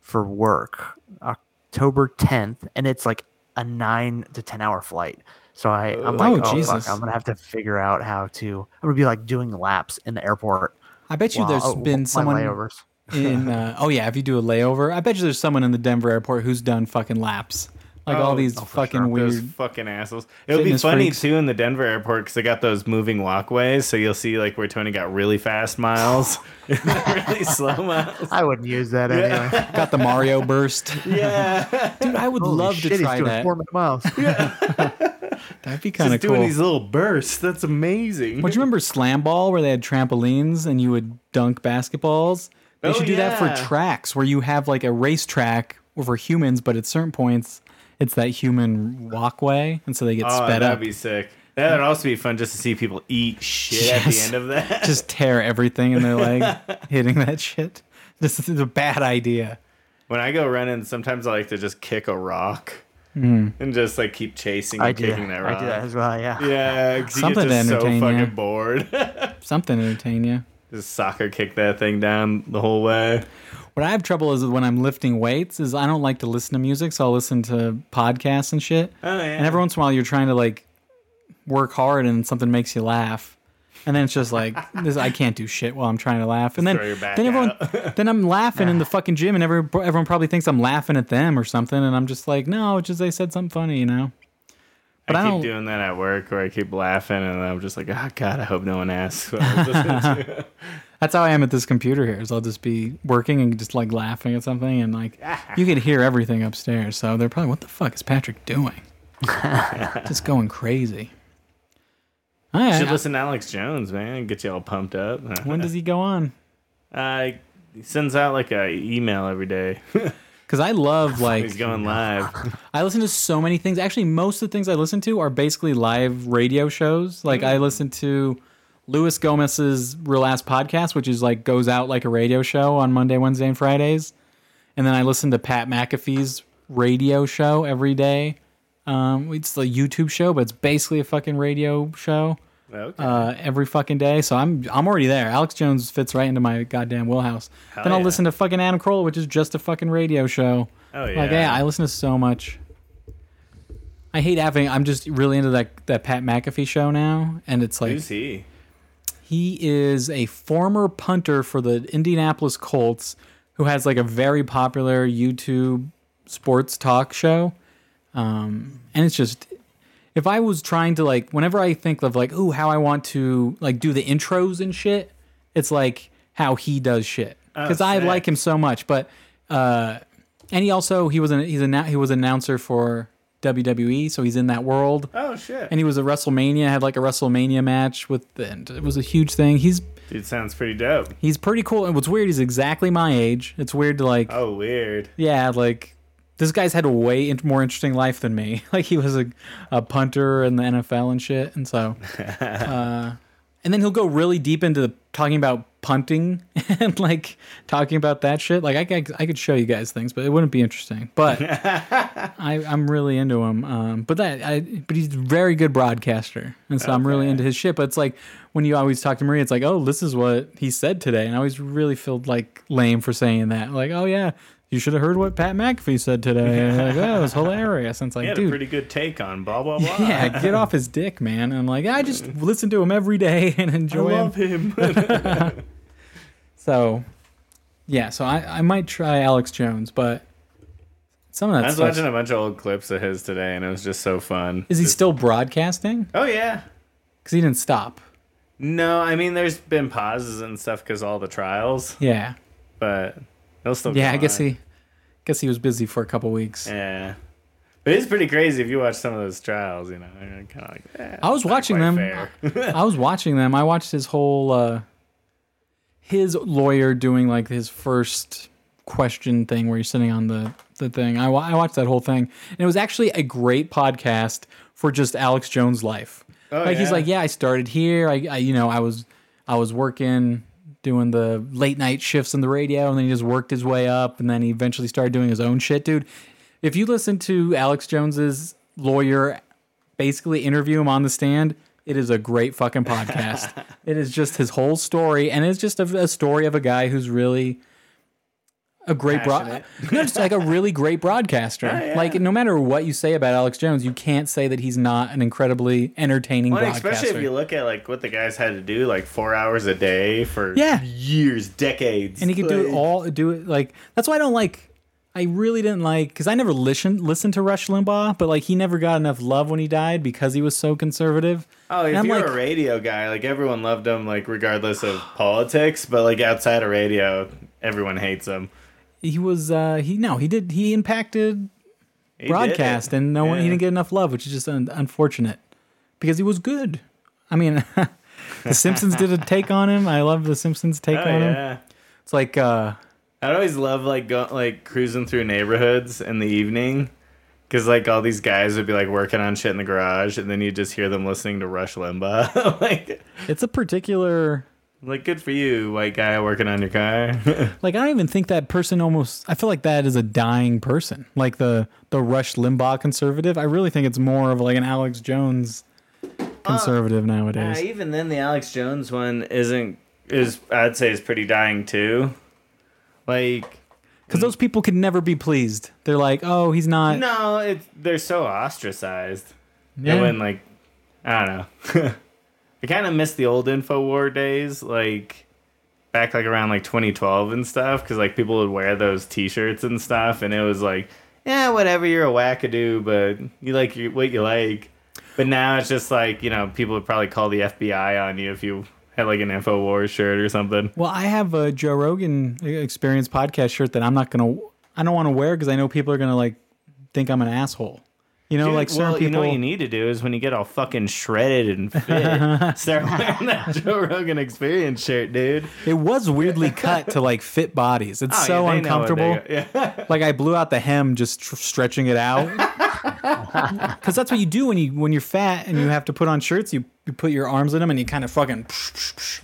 C: for work. October 10th and it's like a 9 to 10 hour flight. So I I'm like
A: Oh,
C: oh, fuck,
A: Jesus.
C: I'm going to have to figure out how to I'm going to be like doing laps in the airport.
A: I bet you
C: while-
A: there's
C: oh, my
A: been someone
C: layovers.
A: in. Uh, oh yeah, if you do a layover, I bet you there's someone in the Denver airport who's done fucking laps, like all
B: Oh,
A: these
B: oh,
A: fucking
C: sure.
A: weird.
B: Those fucking assholes. It'll be
A: Fitness
B: funny
A: freaks.
B: too in the Denver airport because they got those moving walkways. So you'll see like where Tony got really fast miles, really slow miles.
C: I wouldn't use that anyway.
A: Got the Mario burst,
B: Yeah,
A: dude. I would
C: Holy
A: love
C: shit,
A: to
C: he's
A: try
C: doing
A: that.
C: Four minute miles.
A: That'd be kind
B: just
A: of cool.
B: doing these little bursts. That's amazing.
A: Well, do you remember Slam Ball where they had trampolines and you would dunk basketballs? They
B: Oh,
A: should do that for
B: yeah.
A: tracks where you have like a racetrack for humans, but at certain points it's that human walkway, and so they get
B: Oh,
A: sped
B: that'd
A: up.
B: be sick. That'd also be fun just to see people eat shit at the
A: Yes.
B: end of that.
A: Just tear everything in their leg, hitting that shit. This is a bad idea.
B: when I go running, sometimes I like to just kick a rock
A: Hmm.
B: and just like keep chasing and
C: I do.
B: kicking that
C: that.
B: rock.
C: I do that as well. Yeah.
B: Yeah, 'cause you get
A: Something to
B: just so
A: entertain
B: fucking
A: you.
B: bored.
A: Something to entertain you.
B: just soccer kick that thing down the whole way.
A: What I have trouble is when I'm lifting weights is I don't like to listen to music, so I'll listen to podcasts and shit.
B: Oh yeah.
A: And every once in a while, you're trying to like work hard, and something makes you laugh, and then it's just like this. I can't do shit while I'm trying to laugh, and then
B: throw your back
A: then everyone then I'm laughing in the fucking gym, and every, everyone probably thinks I'm laughing at them or something, and I'm just like, no, it's just they said something funny, you know. But I,
B: I, keep
A: don't.
B: doing that at work where I keep laughing and I'm just like, oh god, I hope no one asks. What I was listening to."
A: That's how I am at this computer here. Is I'll just be working and just like laughing at something, and like you could hear everything upstairs. So they're probably, what the fuck is Patrick doing? just going crazy. All
B: You
A: right.
B: should listen to Alex Jones, man. Get you all pumped up.
A: when does he go on?
B: uh, he sends out like a email every day.
A: Because I love like
B: He's going live.
A: I listen to so many things. Actually, most of the things I listen to are basically live radio shows. Like I listen to Luis Gomez's Real Ass Podcast, which is like goes out like a radio show on Monday, Wednesday, and Fridays. And then I listen to Pat McAfee's radio show every day. Um, it's a YouTube show, but it's basically a fucking radio show
B: Okay.
A: uh, every fucking day. So I'm I'm already there. Alex Jones fits right into my goddamn wheelhouse. then I'll
B: yeah.
A: listen to fucking Adam Carolla, which is just a fucking radio show.
B: oh yeah.
A: Like yeah, I listen to so much. I hate having. I'm just really into that that Pat McAfee show now, and it's like
B: Who's he?
A: he is a former punter for the Indianapolis Colts, who has like a very popular YouTube sports talk show. Um, and it's just, if I was trying to like, whenever I think of like, ooh, how I want to like do the intros and shit, it's like how he does shit because I
B: sick.
A: like him so much. But uh, and he also he was an he's a he was announcer for WWE, so he's in that world
B: Oh shit!
A: and he was at WrestleMania, had like a WrestleMania match with, and it was a huge thing. He's
B: Dude, sounds pretty dope.
A: he's pretty cool, and what's weird, he's exactly my age. It's weird to like,
B: Oh weird.
A: yeah, like this guy's had a way in- more interesting life than me. Like he was a, a punter in the NFL and shit, and so, uh, and then he'll go really deep into talking about punting and like talking about that shit. Like I could, I could show you guys things, but it wouldn't be interesting. But I, I'm really into him. Um, but that, I, but he's a very good broadcaster, and so I'm really into his shit. But it's like when you always talk to Maria, it's like, oh, this is what he said today, and I always really feel like lame for saying that. Like, oh yeah, you should have heard what Pat McAfee said today. And like, oh, it was hilarious. And it's
B: He
A: like,
B: had a
A: dude,
B: pretty good take on blah blah blah.
A: yeah, get off his dick, man. And I'm like, I just listen to him every day and
B: I
A: enjoy him.
B: love him.
A: So, yeah, so I, I might try Alex Jones, but some of
B: I
A: that
B: was
A: stuff.
B: watching a bunch of old clips of his today, and it was just so fun.
A: Is he
B: Just-
A: still broadcasting?
B: Oh yeah.
A: Because he didn't stop.
B: No, I mean there's been pauses and stuff because all the trials,
A: Yeah,
B: but they'll still.
A: yeah.
B: go
A: I guess
B: on.
A: he, guess he was busy for a couple weeks.
B: Yeah. But it's pretty crazy if you watch some of those trials, you know. Kind of like, eh,
A: I was
B: not
A: watching
B: quite
A: them.
B: fair.
A: I was watching them. I watched his whole uh his lawyer doing like his first question thing where he's sitting on the the thing. I, wa- I watched that whole thing, and it was actually a great podcast for just Alex Jones' life. like he's
B: yeah?
A: like, yeah, I started here. I, I you know I was I was working doing the late night shifts on the radio, and then he just worked his way up, and then he eventually started doing his own shit, dude. If you listen to Alex Jones's lawyer basically interview him on the stand. It is a great fucking podcast. it is just his whole story, and it's just a, a story of a guy who's really a great broad, no, just like a really great broadcaster.
B: Oh,
A: Like no matter what you say about Alex Jones, you can't say that he's not an incredibly entertaining
B: Well, and
A: broadcaster.
B: especially if you look at like what the guys had to do, like four hours a day for
A: Yeah.
B: years, decades,
A: and he could do it
B: Like,
A: all do it like that's why I don't like I really didn't like because I never listened listened to Rush Limbaugh, but like he never got enough love when he died because he was so conservative.
B: Oh, if
A: And I'm
B: you're
A: like-
B: a radio guy, like everyone loved him, like regardless of politics, but like outside of radio, everyone hates him.
A: He was uh he no he did he impacted
B: He did it.
A: broadcast and no one he
B: Yeah.
A: didn't get enough love which is just un- unfortunate because he was good i mean the simpsons did a take on him i love the simpsons take
B: Oh,
A: on him
B: yeah.
A: it's like uh
B: I'd always love like go, like cruising through neighborhoods in the evening, because like all these guys would be like working on shit in the garage, and then you just hear them listening to Rush Limbaugh. like,
A: it's a particular
B: like good for you, white guy working on your car.
A: like i don't even think that person almost i feel like that is a dying person like the the rush limbaugh conservative i really think it's more of like an alex jones conservative nowadays
B: Uh, even then, the Alex Jones one isn't is I'd say is pretty dying too. Like
A: because those people could never be pleased they're like oh he's not
B: no, it they're so ostracized.
A: Yeah.
B: And when like I don't know, I kind of miss the old Infowar days, like back like around like 2012 and stuff, because like people would wear those T-shirts and stuff, and it was like, yeah, whatever, you're a wackadoo, but you like you, what you like. But now it's just like you know, people would probably call the FBI on you if you had like an Infowar shirt or something.
A: Well, I have a Joe Rogan Experience podcast shirt that I'm not gonna. I don't want to wear because I know people are gonna like think I'm an asshole. You know,
B: Dude,
A: like certain
B: well, you know
A: people.
B: what you need to do is when you get all fucking shredded and fit, start wearing that Joe Rogan Experience shirt, dude.
A: it was weirdly cut to like fit bodies. It's
B: Oh,
A: so
B: yeah, they know what they
A: uncomfortable.
B: got. Yeah.
A: Like I blew out the hem just tr- stretching it out. Because that's what you do when you when you're fat and you have to put on shirts. You you put your arms in them and you kind of fucking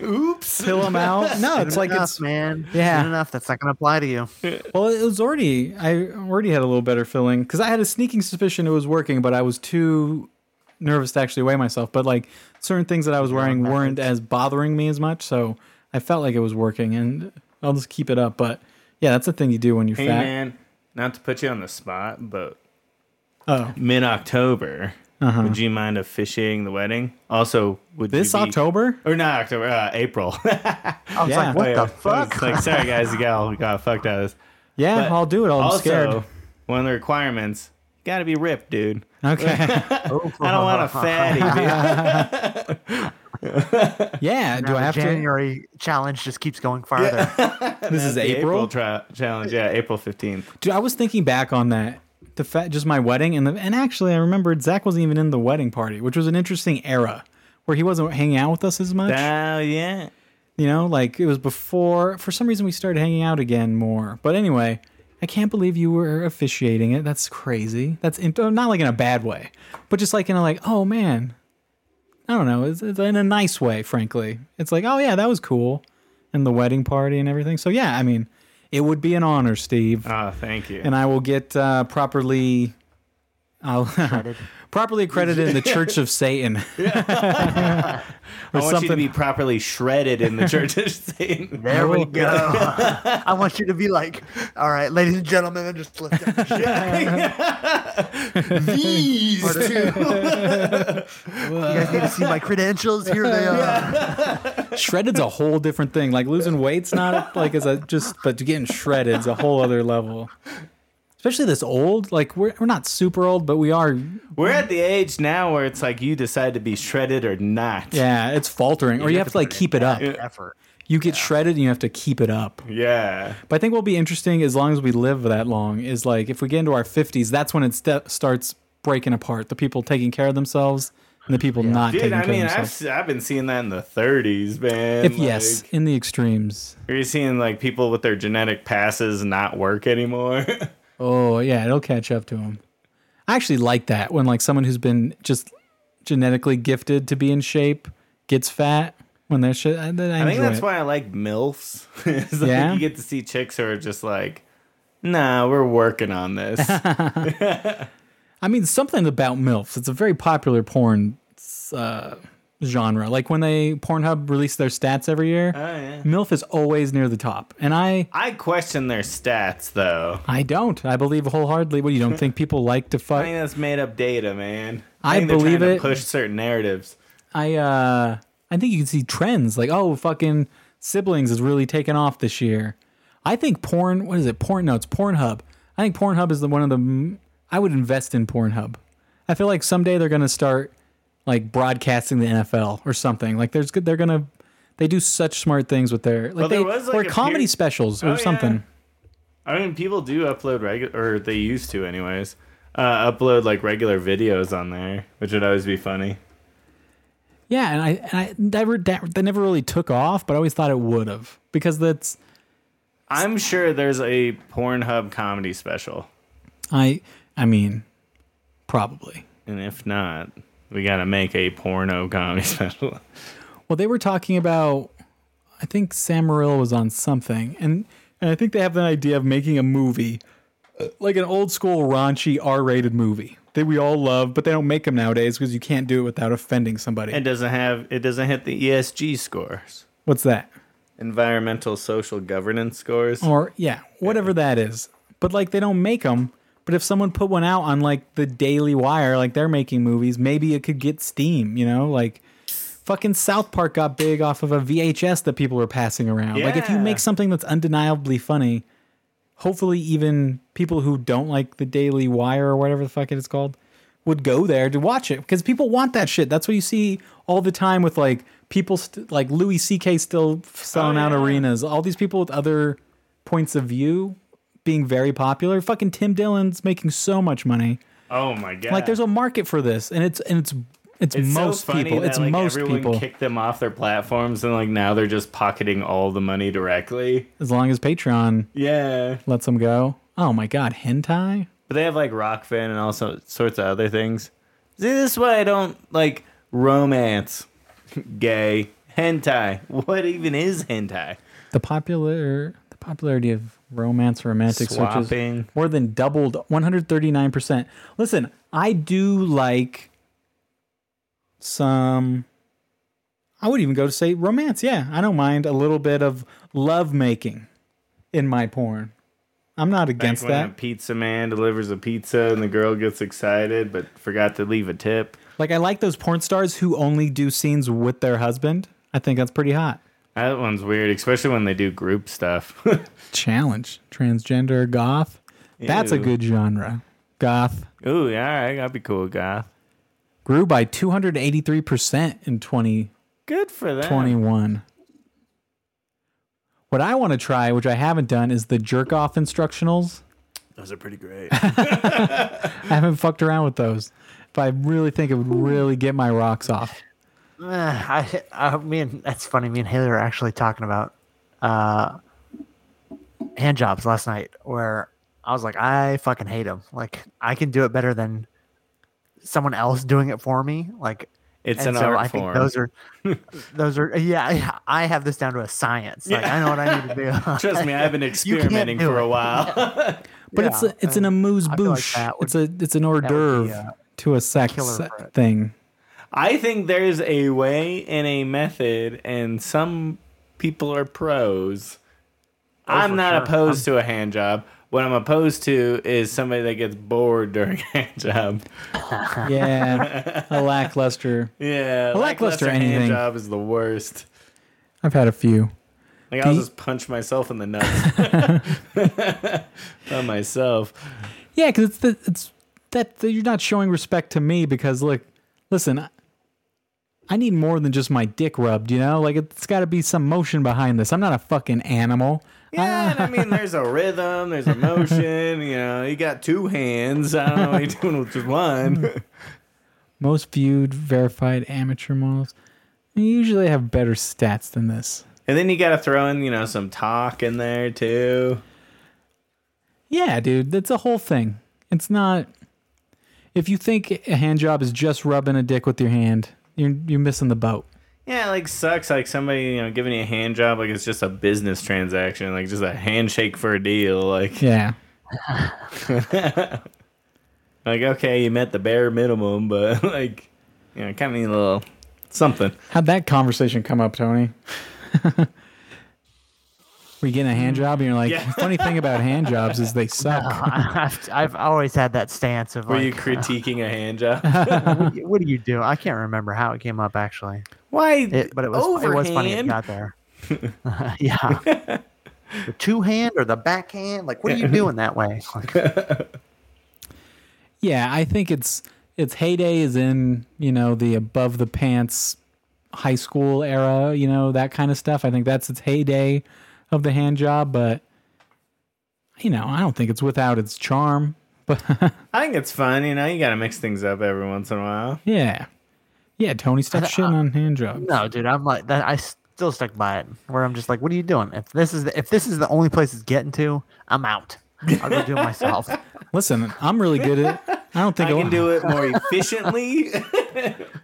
B: Oops.
A: pill them out. No, it's like
C: enough,
A: it's
C: man.
A: yeah.
C: Soon enough. That's not gonna apply to you.
A: Well, it was already I already had a little better feeling because I had a sneaking suspicion it was working, but I was too nervous to actually weigh myself. But like certain things that I was wearing weren't as bothering me as much, so I felt like it was working, and I'll just keep it up. But yeah, that's the thing you do when you're
B: Hey
A: fat.
B: man, not to put you on the spot, but
A: Oh, Uh-huh.
B: mid October. Would you mind officiating the wedding? Also, would
A: this
B: you be-
A: October?
B: or not October? Uh, April.
C: I was
A: Yeah.
C: like, what
B: Yeah,
C: the
B: so it's
C: fuck?
B: like, sorry guys, the gal we got fucked out of this.
A: Yeah,
B: But
A: I'll do it. I'm
B: also,
A: scared.
B: one of the requirements, gotta be ripped, dude.
A: Okay.
B: I don't want a fatty. Dude.
A: Yeah.
C: Now
A: Do I
C: the
A: have to?
C: January challenge just keeps going farther.
A: This is
B: The April
A: April.
B: tra- challenge, yeah, April fifteenth.
A: Dude, I was thinking back on that. The fa- just my wedding and the, and actually I remembered Zach wasn't even in the wedding party, which was an interesting era where he wasn't hanging out with us as much.
B: Oh yeah,
A: You know, like it was before. For some reason, we started hanging out again more. But anyway, I can't believe you were officiating it. That's crazy. That's in, oh, not like in a bad way, but just like in a like, oh man, I don't know. It's, it's in a nice way, frankly. It's like, oh yeah, that was cool, and the wedding party and everything. So yeah, I mean, it would be an honor, Steve,
B: oh thank you.
A: and I will get uh, properly. I'll properly accredited in the Church of Satan.
B: I want you
A: something-
B: to be properly shredded in the church. of Satan.
C: There we go. I want you to be like, all right, ladies and gentlemen, and just lift up. your shit.
B: These two.
C: You guys need to see my credentials. Here they are.
A: shredded's a whole different thing. Like losing weight's not like as a just, but getting shredded's a whole other level. Especially this old, like we're we're not super old, but we are.
B: We're at the age now where it's like you decide to be shredded or not.
A: Yeah, it's faltering, or you have to like
C: put in
A: keep it up.
C: Effort.
A: You get shredded, and you have to keep it up.
B: Yeah.
A: But I think what'll be interesting as long as we live that long is like if we get into our fifties, that's when it st- starts breaking apart. The people taking care of themselves and the people not
B: Dude,
A: taking
B: I
A: care
B: mean,
A: of
B: I've,
A: themselves.
B: s- I've been seeing that in the 30s, man.
A: If yes, in the extremes.
B: Are you seeing like people with their genetic passes not work anymore?
A: Oh yeah, it'll catch up to him. I actually like that when like someone who's been just genetically gifted to be in shape gets fat when they're shit. I, I,
B: I think that's
A: it.
B: why I like MILFs. It's like
A: Yeah?
B: you get to see chicks who are just like, nah, we're working on this. Oh,
A: I mean, something about milfs. It's a very popular porn uh, genre. Like when they Pornhub release their stats every year,
B: yeah.
A: milf is always near the top. And I,
B: I question their stats, though.
A: I don't. I believe wholeheartedly. What you don't think people like to
B: I
A: fuck?
B: think that's made up data, man.
A: I
B: think they're trying
A: believe
B: to
A: it.
B: push certain narratives.
A: I uh I think you can see trends like oh fucking siblings is really taking off this year. I think porn what is it? Porn no, it's Pornhub. I think Pornhub is the one of the m- I would invest in Pornhub. I feel like someday they're going to start like broadcasting the NFL or something. Like there's good they're going to they do such smart things with their like
B: Well, there
A: they
B: was, like,
A: or
B: a
A: comedy
B: period-
A: specials or
B: Oh, yeah.
A: something.
B: I mean, people do upload regular, or they used to, anyways. Uh, upload like regular videos on there, which would always be funny.
A: Yeah, and I, and I never that, that never really took off, but I always thought it would have because that's
B: I'm sure there's a Pornhub comedy special,
A: I I mean probably.
B: and if not, we gotta make a porno comedy special.
A: Well, they were talking about. I think Sam Morril was on something, and and I think they have an idea of making a movie, uh, like an old school raunchy R-rated movie that we all love, but they don't make them nowadays because you can't do it without offending somebody.
B: It doesn't have. It doesn't hit the ESG scores,
A: What's that?
B: environmental, social, governance scores.
A: Or yeah, whatever that is. But like they don't make them. But if someone put one out on like the Daily Wire, like they're making movies, maybe it could get steam. You know, like fucking South Park got big off of a VHS that people were passing around. Like if you
B: Yeah.
A: make something that's undeniably funny, hopefully even people who don't like the Daily Wire or whatever the fuck it is called would go there to watch it because people want that shit. That's what you see all the time with like people st- like Louis C.K. still selling out
B: Oh, yeah.
A: arenas. All these people with other points of view being very popular. Fucking Tim Dillon's making so much money.
B: Oh my god!
A: Like there's a market for this, and it's and it's it's,
B: It's so
A: most
B: funny
A: people.
B: that,
A: it's
B: like,
A: most
B: everyone
A: people.
B: kicked them off their platforms, and like now they're just pocketing all the money directly.
A: as long as Patreon
B: Yeah,
A: lets them go. Oh my god, hentai.
B: but they have like Rockfin and all so- sorts of other things. See, this is why I don't like romance, gay, hentai. What even is hentai?
A: The popular the popularity of romance romantic searches
B: Swapping.
A: more than doubled 139%. Listen, I do like some I would even go to say romance. Yeah, I don't mind a little bit of love making in my porn. I'm not against
B: Like when a
A: that.
B: pizza man delivers a pizza and the girl gets excited but forgot to leave a tip.
A: Like I like those porn stars who only do scenes with their husband. I think that's pretty hot.
B: That one's weird, especially when they do group stuff.
A: Challenge transgender goth. That's a
B: Ew.
A: good genre. Goth
B: Ooh, yeah, all right, that'd be cool, goth.
A: grew by 283% in 20-
B: Good for them.
A: 21. What I want to try, which I haven't done, is the jerk off instructionals.
B: Those are pretty great.
A: I haven't fucked around with those. If I really think it would really get my rocks off.
C: Eh, I, I mean, that's funny. Me and Haley were actually talking about uh, hand jobs last night, where I was like, I fucking hate them. Like, I can do it better than someone else doing it for me. Like,
B: It's
C: and
B: an
C: so
B: art
C: I
B: form.
C: think those are, those are, yeah, yeah, I have this down to a science. Like, I know what I need to do.
B: Trust me, I've been experimenting
C: do
B: for a
C: it.
B: while.
A: But it's a, it's an amuse
C: feel like
A: bouche.
C: that would-
A: it's a it's an hors
C: that would be,
A: d'oeuvre
C: uh,
A: to a sex
C: killer for it.
A: thing.
B: I think there's a way and a method, and some people are pros. I'm
C: Oh, for
B: not
C: sure.
B: opposed to a hand job. What I'm opposed to is somebody that gets bored during a hand job.
A: Yeah, a lackluster.
B: Yeah,
A: lackluster anything.
B: hand job is the worst.
A: I've had a few.
B: Like I'll
A: you-
B: just punch myself in the nuts by myself.
A: Yeah, because it's the, it's that that you're not showing respect to me because look, listen, I, I need more than just my dick rubbed. You know, like it's got to be some motion behind this. I'm not a fucking animal. Ah,
B: Yeah, and I mean, there's a rhythm, there's a motion. You know, you got two hands. I don't know what you're doing with just one.
A: Most viewed verified amateur models. They usually have better stats than this.
B: And then you got to throw in, you know, some talk in there too.
A: Yeah, dude, that's a whole thing. It's not. If you think a hand job is just rubbing a dick with your hand, you're you're missing the boat.
B: Yeah, it, like sucks. Like somebody, you know, giving you a hand job, like it's just a business transaction, like just a handshake for a deal. Like,
A: Yeah.
B: like okay, you met the bare minimum, but like, you know, kind of need a little something.
A: How'd that conversation come up, Tony? Were you getting a hand job and you're like, funny thing about hand jobs is they suck.
C: I've, I've always had that stance of
B: Were you
C: like,
B: critiquing a hand job?
C: what, do you, what do you do? I can't remember how it came up actually,
B: Why?
C: it, but it was it was funny it
B: overhand?
C: got there. yeah, the two hand or the backhand? Like, what are you doing that way? Like,
A: Yeah, I think it's its heyday is in, you know, the above the pants high school era, you know, that kind of stuff. I think that's its heyday of the hand job, but you know, I don't think it's without its charm. But
B: I think it's fun. You know, you gotta mix things up every once in a while.
A: yeah. Yeah, Tony, stop shitting on hand jobs.
C: no, dude, I'm like that. I still stuck by it. Where I'm just like, what are you doing? If this is the, if this is the only place it's getting to, I'm out. I'll go do it myself.
A: Listen, I'm really good at it. I don't think
B: I
A: a
B: can
A: lot-
B: do it more efficiently.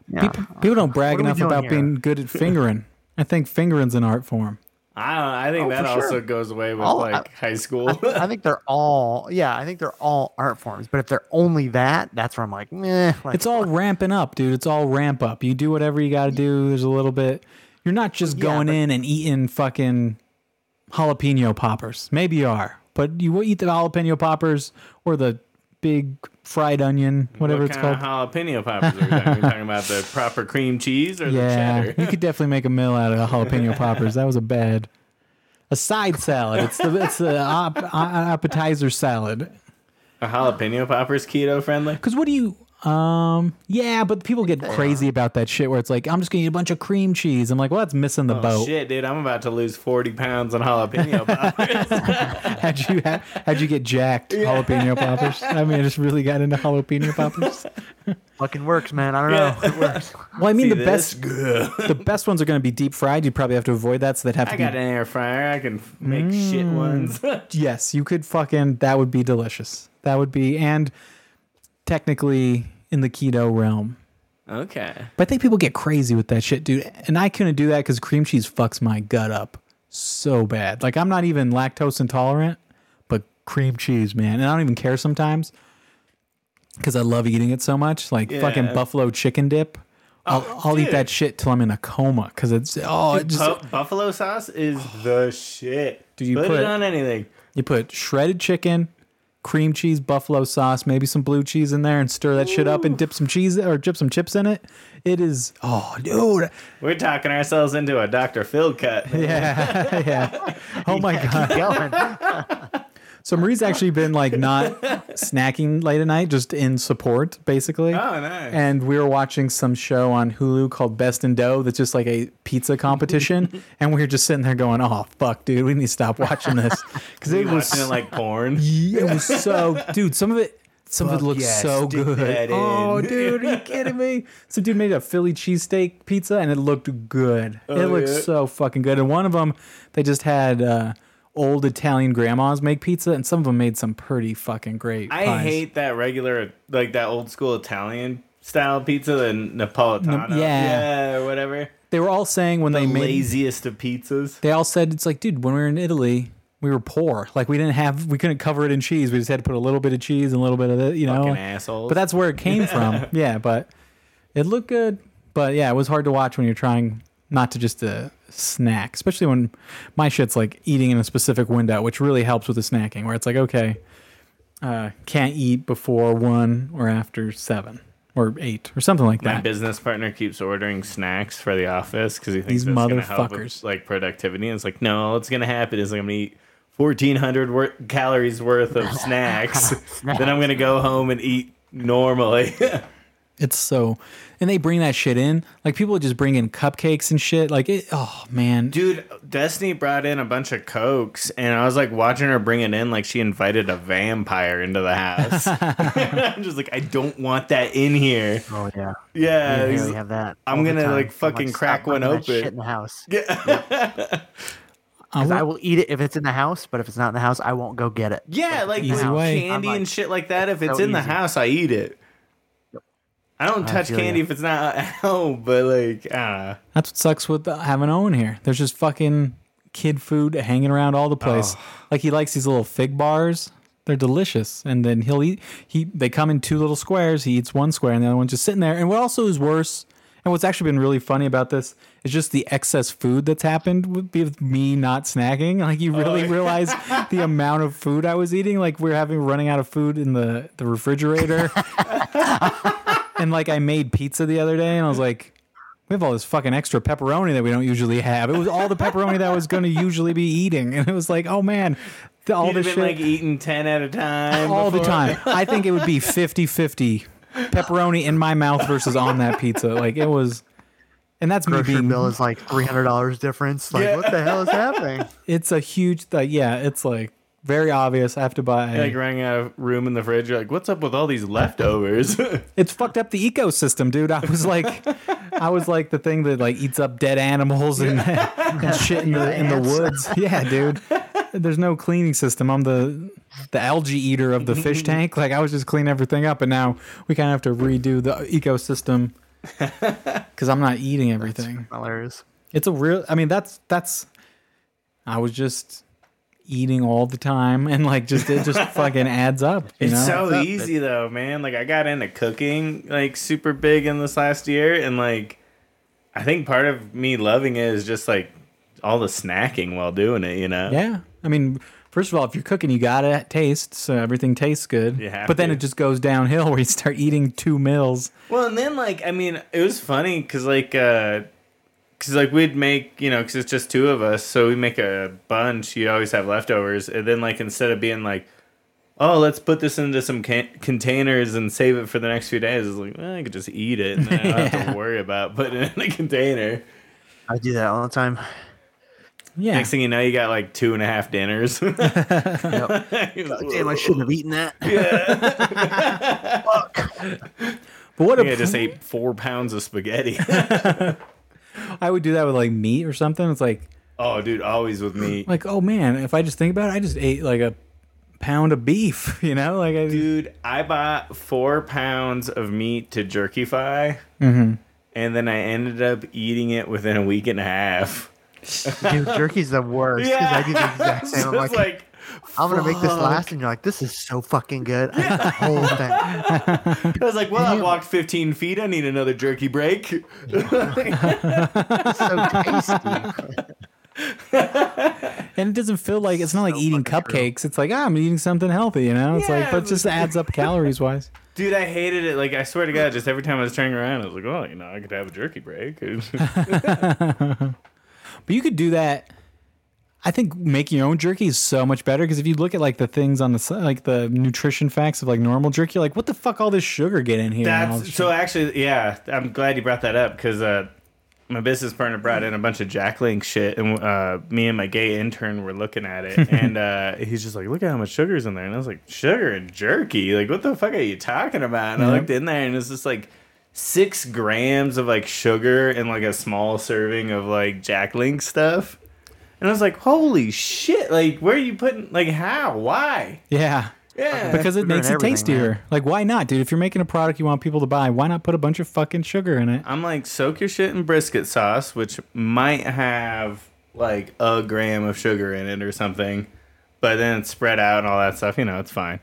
C: Yeah.
A: People don't brag
C: What are we
A: enough
C: doing
A: about
C: here?
A: being good at fingering. I think fingering's an art form.
B: I don't. I think
C: Oh,
B: that
C: for sure.
B: also goes away with
C: Oh,
B: like high school.
C: I think they're all yeah. I think they're all art forms. But if they're only that, that's where I'm like, meh. Like,
A: It's all ramping up, dude. It's all ramp up. You do whatever you got to do. There's a little bit. You're not just going
C: but-
A: in and eating fucking jalapeno poppers. Maybe you are, but you will eat the jalapeno poppers or the big fried onion, whatever
B: what
A: it's
B: kind
A: called.
B: of jalapeno poppers are we talking? Are we talking about the proper cream cheese or
A: yeah,
B: the
A: you
B: cheddar?
A: could definitely make a meal out of jalapeno poppers. That was a bad. A side salad. It's the it's the op, appetizer salad.
B: A jalapeno poppers keto friendly.
A: Because what do you? Um, yeah, but people get crazy about that shit where it's like, I'm just gonna eat a bunch of cream cheese. I'm like, well, that's missing the boat.
B: Oh, Shit, dude, I'm about to lose forty pounds on jalapeno poppers.
A: How'd you ha- how'd you get jacked jalapeno poppers? I mean, I just really got into jalapeno poppers.
C: fucking works, man. I don't know. It works.
A: Well, I mean,
B: See
A: the
B: this?
A: best the best ones are gonna be deep fried. You'd probably have to avoid that, so they'd have
B: I
A: to
B: got
A: be.
B: an air fryer. I can f- make shit
A: Mm.
B: ones.
A: Yes, you could fucking. That would be delicious. That would be, and technically in the keto realm.
B: okay.
A: But I think people get crazy with that shit, dude. And I couldn't do that because cream cheese fucks my gut up so bad. Like I'm not even lactose intolerant, but cream cheese, man. And I don't even care sometimes because I love eating it so much. Like fucking
B: Yeah. Oh,
A: buffalo chicken dip. I'll, I'll eat
B: dude.
A: that shit till I'm in a coma because it's oh it just
B: Bu- buffalo sauce is the shit.
A: Do you
B: put,
A: put-
B: it on anything?
A: You put shredded chicken, cream cheese, buffalo sauce, maybe some blue cheese in there, and stir that shit up, and dip some cheese or dip some chips in it. It is oh, dude,
B: We're talking ourselves into a Dr. Phil cut. man.
A: yeah, yeah. Oh my god.
C: Going.
A: So Marie's actually been like not snacking late at night, just in support, basically.
B: Oh, nice.
A: And we were watching some show on Hulu called Best in Dough that's just like a pizza competition. and we were just sitting there going, oh, fuck, dude, we need to stop watching this. Because it
B: Watching
A: was,
B: it like porn.
A: Yeah, it was so, dude, some of it. Some of it
B: Fuck
A: looks
B: yeah,
A: so
B: stick that
A: good.
B: in.
A: Oh, dude, are you kidding me? Some dude made a Philly cheesesteak pizza and it looked good. it looked
B: Oh, yeah.
A: so fucking good. And one of them, they just had uh, old Italian grandmas make pizza, and some of them made some pretty fucking great.
B: I
A: pies.
B: hate that regular, like that old school Italian style pizza, the Napolitano.
A: Na- yeah.
B: yeah, or whatever.
A: They were all saying when they
B: the
A: made.
B: laziest of pizzas.
A: They all said it's like, dude, when we were in Italy, we were poor. Like we didn't have, we couldn't cover it in cheese. We just had to put a little bit of cheese and a little bit of, the, you know,
B: Fucking assholes.
A: But that's where it came from. Yeah, but it looked good. But yeah, it was hard to watch when you're trying not to just uh, snack, especially when my shit's like eating in a specific window, which really helps with the snacking, where it's like, okay, uh, can't eat before one or after seven or eight or something like
B: My
A: that.
B: business partner keeps ordering snacks for the office because he thinks
A: These
B: that's gonna help
A: motherfuckers.
B: with, like productivity. And it's like, no, what's gonna happen is I'm gonna eat 1,400 wor- calories worth of snacks. then I'm gonna go home and eat normally.
A: It's so, and they bring that shit in. Like people just bring in cupcakes and shit. Like, it, oh man,
B: Dude, Destiny brought in a bunch of cokes, and I was like watching her bring it in, like she invited a vampire into the house. I'm just like, I don't want that in here.
C: Oh yeah.
B: Yeah,
C: yeah,
B: it's-
C: we have that.
B: I'm
C: all the
B: gonna,
C: time.
B: like,
C: I'm
B: fucking
C: stop
B: crack one
C: bringing that
B: open.
C: Shit in the house.
A: I
C: 'Cause I
A: want-
C: will eat it if it's in the house, but if it's not in the house, I won't go get it.
B: yeah, like
A: Easy
B: now,
A: way.
B: candy
C: I'm like,
B: and shit like that. If
C: so
B: it's in the
C: easy.
B: house, I eat it. I don't
A: Oh,
C: I
B: touch
C: feel
B: candy
C: ya.
B: if it's not at home, but like, uh,
A: That's what sucks with uh, having Owen here. There's just fucking kid food hanging around all the place. Like he likes these little fig bars. They're delicious. And then he'll eat. He they come in two little squares. He eats one square, and the other one's just sitting there. And what also is worse, and what's actually been really funny about this is just the excess food that's happened with with me not snacking. Like you really realize the amount of food I was eating. Like we're having running out of food in the the refrigerator. and like I made pizza the other day, and I was like. We have all this fucking extra pepperoni that we don't usually have. It was all the pepperoni that I was going to usually be eating, and it was like, oh man, th- all
B: you've been
A: this shit,
B: like eating ten at a time,
A: all the
B: before.
A: time. I think it would be 50-50 pepperoni in my mouth versus on that pizza. Like it was, and that's me
C: Grocery
A: being.
C: bill is like three hundred dollars difference. Like, what the hell is happening?
A: It's a huge, like, yeah, it's like very obvious. I have to buy.
B: Like running out of room in the fridge, you're like, "What's up with all these leftovers?"
A: it's fucked up the ecosystem, dude. I was like, I was like the thing that like eats up dead animals and, and shit in the in the woods. Yeah, dude. There's no cleaning system. I'm the the algae eater of the fish tank. Like I was just cleaning everything up, and now we kind of have to redo the ecosystem because I'm not eating everything.
C: Hilarious.
A: It's a real. I mean, that's that's. I was just eating all the time, and like just it just fucking adds up. You
B: It's
A: know?
B: so easy though, man. Like I got into cooking like super big in this last year and like I think part of me loving it is just like all the snacking while doing it, you know.
A: Yeah. I mean, first of all, if you're cooking, you gotta taste, so everything tastes good.
B: You have
A: but then
B: to.
A: it just goes downhill where you start eating two meals.
B: Well, and then like I mean, it was funny cuz like uh cuz like we'd make, you know, cuz it's just two of us, so we make a bunch, you always have leftovers, and then like instead of being like Oh, let's put this into some can- containers and save it for the next few days. It's like, well, I could just eat it and then I don't have to worry about putting it in a container.
C: I do that all the time.
A: Yeah.
B: Next thing you know, you got like two and a half dinners. Uh,
C: Damn, I shouldn't have eaten that.
A: but what
B: I
A: a
B: think I just ate four pounds of spaghetti.
A: I would do that with like meat or something. It's like
B: oh, dude, always with me.
A: like oh man, if I just think about it, I just ate like a pound of beef. You know, like I
B: Dude, I bought four pounds of meat to jerkify,
C: Mm-hmm.
B: and then I ended up eating it within a week and a half.
C: Dude, jerky's the worst. 'cause I do the exact
B: So
C: same. I'm
B: it's
C: like,
B: like,
C: I'm gonna make this last, and you're like, this is so fucking good. I ate the whole thing.
B: I was like, well, I walked 15 feet. I need another jerky break.
C: It's so tasty.
A: and it doesn't feel like it's not like
C: So
A: eating
C: fucking true.
A: cupcakes. It's like ah, I'm eating something healthy, you know. It's like,
B: Yeah,
A: but it just adds up calories wise.
B: Dude, I hated it. Like, I swear to God, just every time I was turning around, I was like, "Oh, you know, I could have a jerky break."
A: But you could do that. I think making your own jerky is so much better because if you look at like the things on the si- like the nutrition facts of like normal jerky, you're like what the fuck all this sugar get in here? and all
B: That's
A: this
B: so. Actually, yeah, I'm glad you brought that up because uh, my business partner brought in a bunch of Jacklink shit, and uh, me and my gay intern were looking at it, and uh, he's just like, "Look at how much sugar's in there," and I was like, "Sugar and jerky? Like, what the fuck are you talking about?" And I looked in there, and it's just like six grams of like sugar and like a small serving of like Jacklink stuff. And I was like, "Holy shit! Like, where are you putting? Like, how? Why?
A: shit. yeah.
B: Yeah,
A: Because it
C: sugar in
A: makes it
C: everything,
A: tastier.
C: man.
A: Like, why not, dude? If you're making a product you want people to buy, why not put a bunch of fucking sugar in it?
B: I'm like, soak your shit in brisket sauce, which might have like a gram of sugar in it or something, but then it's spread out and all that stuff. You know, it's fine.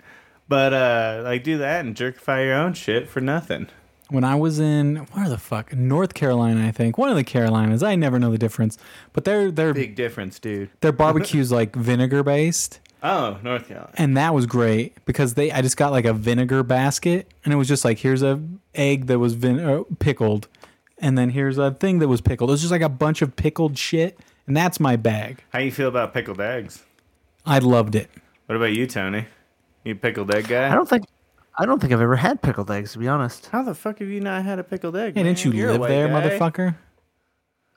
B: But uh, like, do that and jerkify your own shit for nothing.
A: when I was in where the fuck North Carolina, I think one of the Carolinas. I never know the difference, but their their
B: Big difference, dude.
A: their barbecues like vinegar based,
B: Oh, North Carolina.
A: and that was great because they I just got like a vinegar basket, and it was just like here's a egg that was vin- uh, pickled, and then here's a thing that was pickled. It was just like a bunch of pickled shit, and that's my bag.
B: How you feel about pickled eggs?
A: I loved it.
B: What about you, Tony? You a pickled egg
C: I
B: guy?
C: don't think I don't think I've ever had pickled eggs to be honest.
B: How the fuck have you not had a pickled egg?
A: Hey, didn't
B: man?
A: you
B: You're a
A: live
B: white
A: there,
B: guy.
A: motherfucker?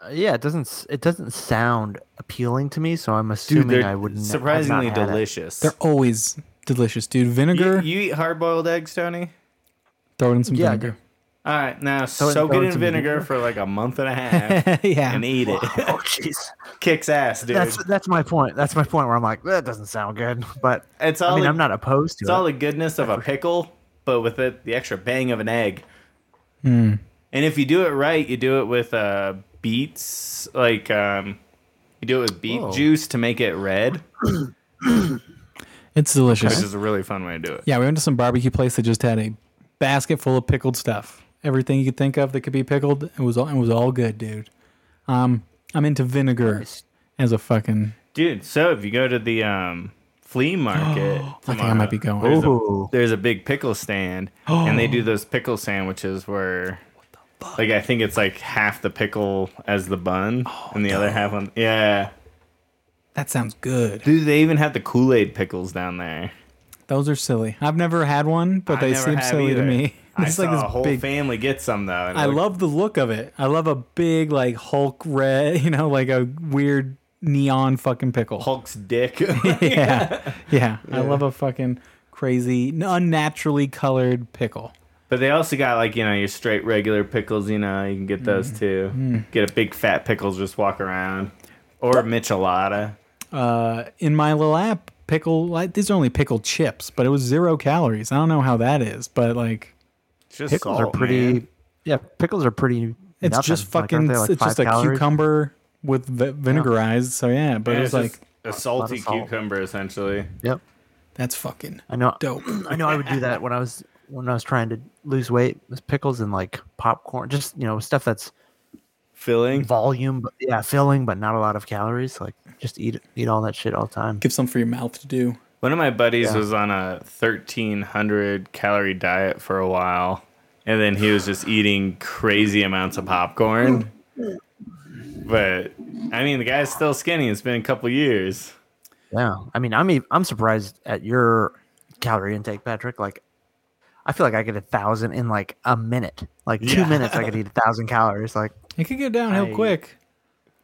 C: Uh, yeah, it doesn't s- it doesn't sound appealing to me, so I'm
B: Dude,
C: assuming
B: they're
C: I wouldn't have not
B: surprisingly
C: had it.
B: delicious.
A: They're always delicious, dude. Vinegar,
B: You, you eat hard boiled eggs, Tony?
A: throw it in some
C: Yeah,
A: vinegar.
B: All right, now
C: it-
B: soak
C: throw
B: it
C: it
B: in
C: some
B: vinegar
C: vinegar.
B: for like a month and a half
A: yeah,
B: and eat it.
C: Oh jeez.
B: Kicks ass, dude.
C: That's that's my point. That's my point where I'm like, that doesn't sound good, but
B: it's all
C: I mean,
B: the,
C: I'm not opposed to
B: it's
C: it.
B: all the goodness of a pickle, but with it the extra bang of an egg.
C: Hmm.
B: And if you do it right, you do it with uh, beets, like um, you do it with beet
C: Whoa.
B: juice to make it red,
A: it's
B: which
A: delicious.
B: is a really fun way to do it.
A: Yeah, we went to some barbecue place that just had a basket full of pickled stuff. Everything you could think of that could be pickled. It was all it was all good, dude. Um, I'm into vinegar as a fucking.
B: Dude, so if you go to the um, flea market, tomorrow,
A: I think I might be going.
B: There's a,
C: Ooh.
B: there's a big pickle stand, and they do those pickle sandwiches where, like, I think it's like half the pickle as the bun,
A: Oh,
B: and the other half on. Yeah,
A: That sounds good.
B: dude, they even have the Kool Aid pickles down there.
A: Those are silly. I've never had one, but
B: I
A: they
B: never
A: seem
B: have
A: silly to
B: either.
A: me.
B: I
A: It's
B: saw
A: like this
B: a whole
A: big.
B: family get some though. and it
A: I
B: looked-
A: love the look of it. I love a big like Hulk red, you know, like a weird neon fucking pickle.
B: Hulk's dick.
A: Yeah, yeah. I love a fucking crazy, unnaturally colored pickle.
B: but they also got like you know your straight regular pickles. You know you can
A: Mm.
B: get those too. Get a big fat pickles, just walk around, or a michelada.
A: uh, in my little app pickle like these are only pickled chips but it was zero calories i don't know how that is but like
B: Just
C: pickles
B: salt,
C: are pretty.
B: man.
C: Yeah, pickles are pretty.
A: it's
C: nothing.
A: just
C: Like, aren't
A: fucking
C: they, like,
A: it's
C: five
A: just a
C: calories?
A: cucumber with vi- vinegarized so yeah but
B: And
A: it's
B: it's
A: like
B: just a salty
C: salt.
B: cucumber essentially.
C: Yep.
A: that's fucking
C: I know.
A: dope
C: I know. I would do that when I was when I was trying to lose weight. Was pickles and like popcorn, just you know stuff that's
B: Filling.
C: volume, but yeah, filling, but not a lot of calories. Like just eat eat all that shit all the time.
A: give some for your mouth to do
B: One of my buddies was on a 1300 calorie diet for a while, and then he was just eating crazy amounts of popcorn. But I mean, the guy's still skinny. It's been a couple years.
C: Yeah. I mean, I'm ev- I'm surprised at your calorie intake, Patrick. Like. I feel like I get a thousand in like a minute, like two
B: Yeah.
C: minutes. I could eat a thousand calories. Like,
A: it could go downhill
C: I-
A: quick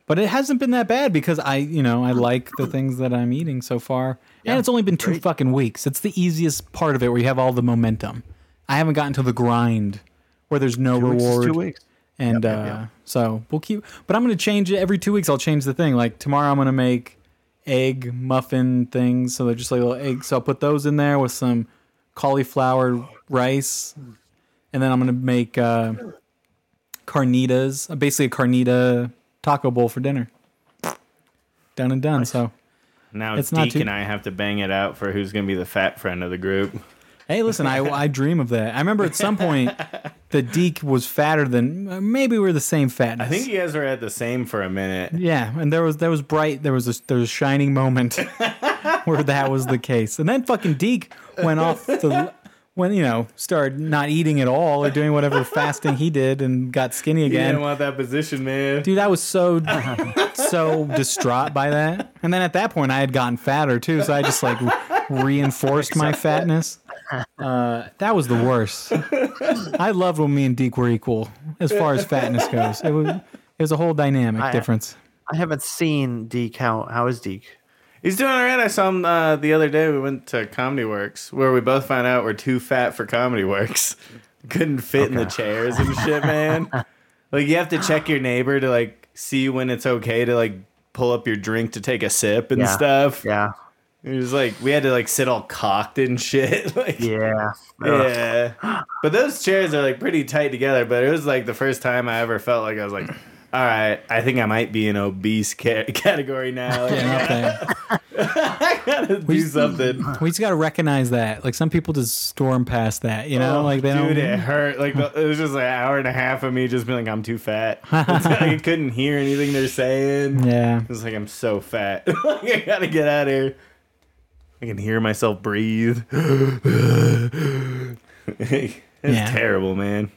A: but it hasn't been that bad because i you know i like the things that i'm eating so far and it's only been two fucking weeks it's the easiest part of it where you have all the momentum i haven't gotten to the grind where there's no
C: two weeks is
A: reward
C: two weeks.
A: And uh, so we'll keep, but I'm going to change it every two weeks. I'll change the thing. Like tomorrow, I'm going to make egg muffin things. So they're just like little eggs. So I'll put those in there with some cauliflower rice. And then I'm going to make uh, carnitas, uh, basically a carnita taco bowl for dinner. Done and done. So
B: Now
A: It's
B: it's
A: not
B: Deke
A: too-
B: and I have to bang it out for who's going to be the fat friend of the group.
A: Hey, listen, I, I dream of that. I remember at some point the Deke was fatter than uh, maybe we are the same fatness.
B: I think you guys were at the same for a minute.
A: Yeah, and there was there was bright there was a, there was a shining moment where that was the case, and then fucking Deke went off the when you know started not eating at all or doing whatever fasting he did and got skinny
B: You
A: again.
B: didn't want that position, man.
A: Dude, I was so so distraught by that, and then at that point I had gotten fatter too, so I just like reinforced my fatness. Uh, that was the worst. I loved when me and Deke were equal as far as fatness goes. It was it was a whole dynamic
C: I-
A: difference.
C: I haven't seen Deke. How how is Deke?
B: He's doing all right. I saw him uh, the other day. We went to Comedy Works where we both found out we're too fat for Comedy Works. Couldn't fit in the chairs and shit, man. like you have to check your neighbor to like see when it's okay to like pull up your drink to take a sip and
C: Yeah.
B: stuff.
C: Yeah,
B: It was like we had to like sit all cocked and shit. like
C: yeah, Ugh.
B: yeah. But those chairs are like pretty tight together, but it was like the first time I ever felt like I was like, all right, I think I might be in obese ca- category now. Like,
A: Yeah, okay.
B: I gotta do something.
A: We just got to recognize that. Like some people just storm past that, you know? like they
B: Oh, dude,
A: don't.
B: it hurt. Like the, it was just like an hour and a half of me just being like, I'm too fat. It's like I couldn't hear anything they're saying.
A: Yeah.
B: It was like I'm so fat. like, I gotta get out of here. I can hear myself breathe. it's
A: Yeah.
B: terrible, man.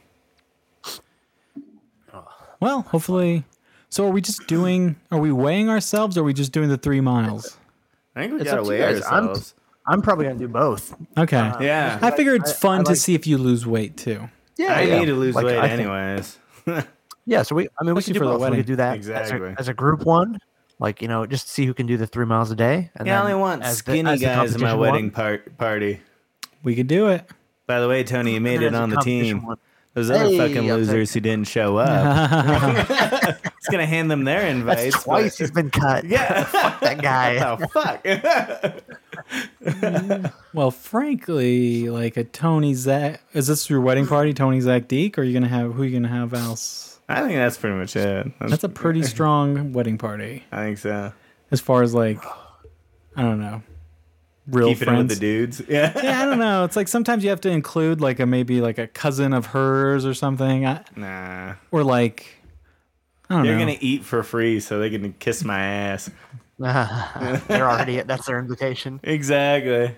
A: Well, hopefully. So are we just doing? Are we weighing ourselves? Or are we just doing the three miles?
B: I think we
C: It's
B: gotta
C: up to
B: weigh
C: you guys. I'm-
B: ourselves.
C: I'm probably gonna do both.
A: Okay.
B: yeah,
A: I figure it's
C: I-
A: fun
C: I
A: to
C: like-
A: see if you lose weight too.
C: Yeah,
B: I
C: yeah.
B: need to lose
C: Like,
B: weight
C: I think-
B: anyways.
C: Yeah, so we. I mean, we
A: Especially
C: could do
A: for the
C: both. We
A: wedding.
C: could do that
B: Exactly.
C: as, a, as a group one, like you know, just see who can do the three miles a day. And
B: I
C: then
B: only want
C: as the-
B: skinny
C: as the
B: guys in my
C: competition
B: wedding
C: one-
B: part- party.
A: We could do it.
B: By the way, Tony, you made
C: and
B: it
C: as a
B: on the
C: competition
B: team.
C: one.
B: Those other
C: Hey,
B: fucking
C: I'll
B: losers who didn't show up. It's gonna hand them their
C: That's
B: invites.
C: twice
B: but-
C: he's been cut.
B: yeah. Fuck
C: that guy.
B: the fuck.
A: Well, frankly, like a Tony Zach. Is this your wedding party, Tony Zach Deke? Or are you gonna have who are you gonna have else?
B: I think that's pretty much it. That's-
A: That's a pretty strong wedding party
B: I think so.
A: as far as like, I don't know, real
B: Keeping it
A: friends.
B: with the dudes. Yeah.
A: yeah, I don't know. It's like sometimes you have to include like a maybe like a cousin of hers or something, I,
B: Nah.
A: or like I don't
B: They're
A: know.
B: gonna eat for free, so they can kiss my ass.
C: They're already. That's their invitation.
B: Exactly.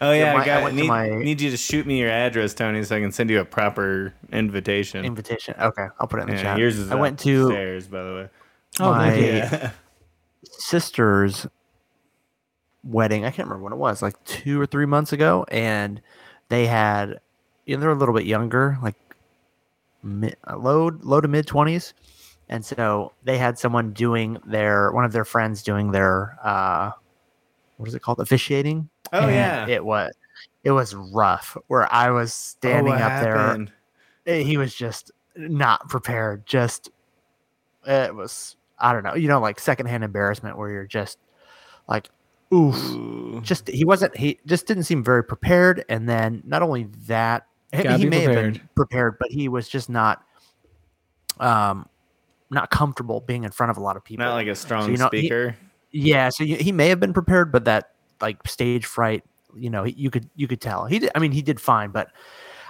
B: Oh yeah,
C: my- I
B: I, got,
C: went to
B: need,
C: my-
B: need you to shoot me your address, Tony, so I can send you a proper invitation.
C: Invitation. Okay, I'll put it in the
B: yeah,
C: chat.
B: yours is
C: I went to
B: upstairs, by the way.
A: oh,
C: my
A: thank you.
C: sister's wedding. I can't remember when it was, like two or three months ago, and they had, you know, they're a little bit younger, like mid, low low to mid twenties, and so they had someone doing their one of their friends doing their uh, what is it called, officiating?
B: Oh yeah. Oh,
C: And it was it was rough. Where I was standing up there eh, he was just not prepared. Just it was I don't know, you know, like secondhand embarrassment where you're just like, oof. Just he wasn't he just didn't seem very prepared. And then not only that, he-
A: Gotta
C: he
A: be
C: may have been prepared, but he was just not um not comfortable being in front of a lot of people.
B: Not like a strong
C: So, e you know, he-
B: speaker.
C: Yeah, so you, he may have been prepared, but that like stage fright, you know, you could you could tell he did. I mean, he did fine, but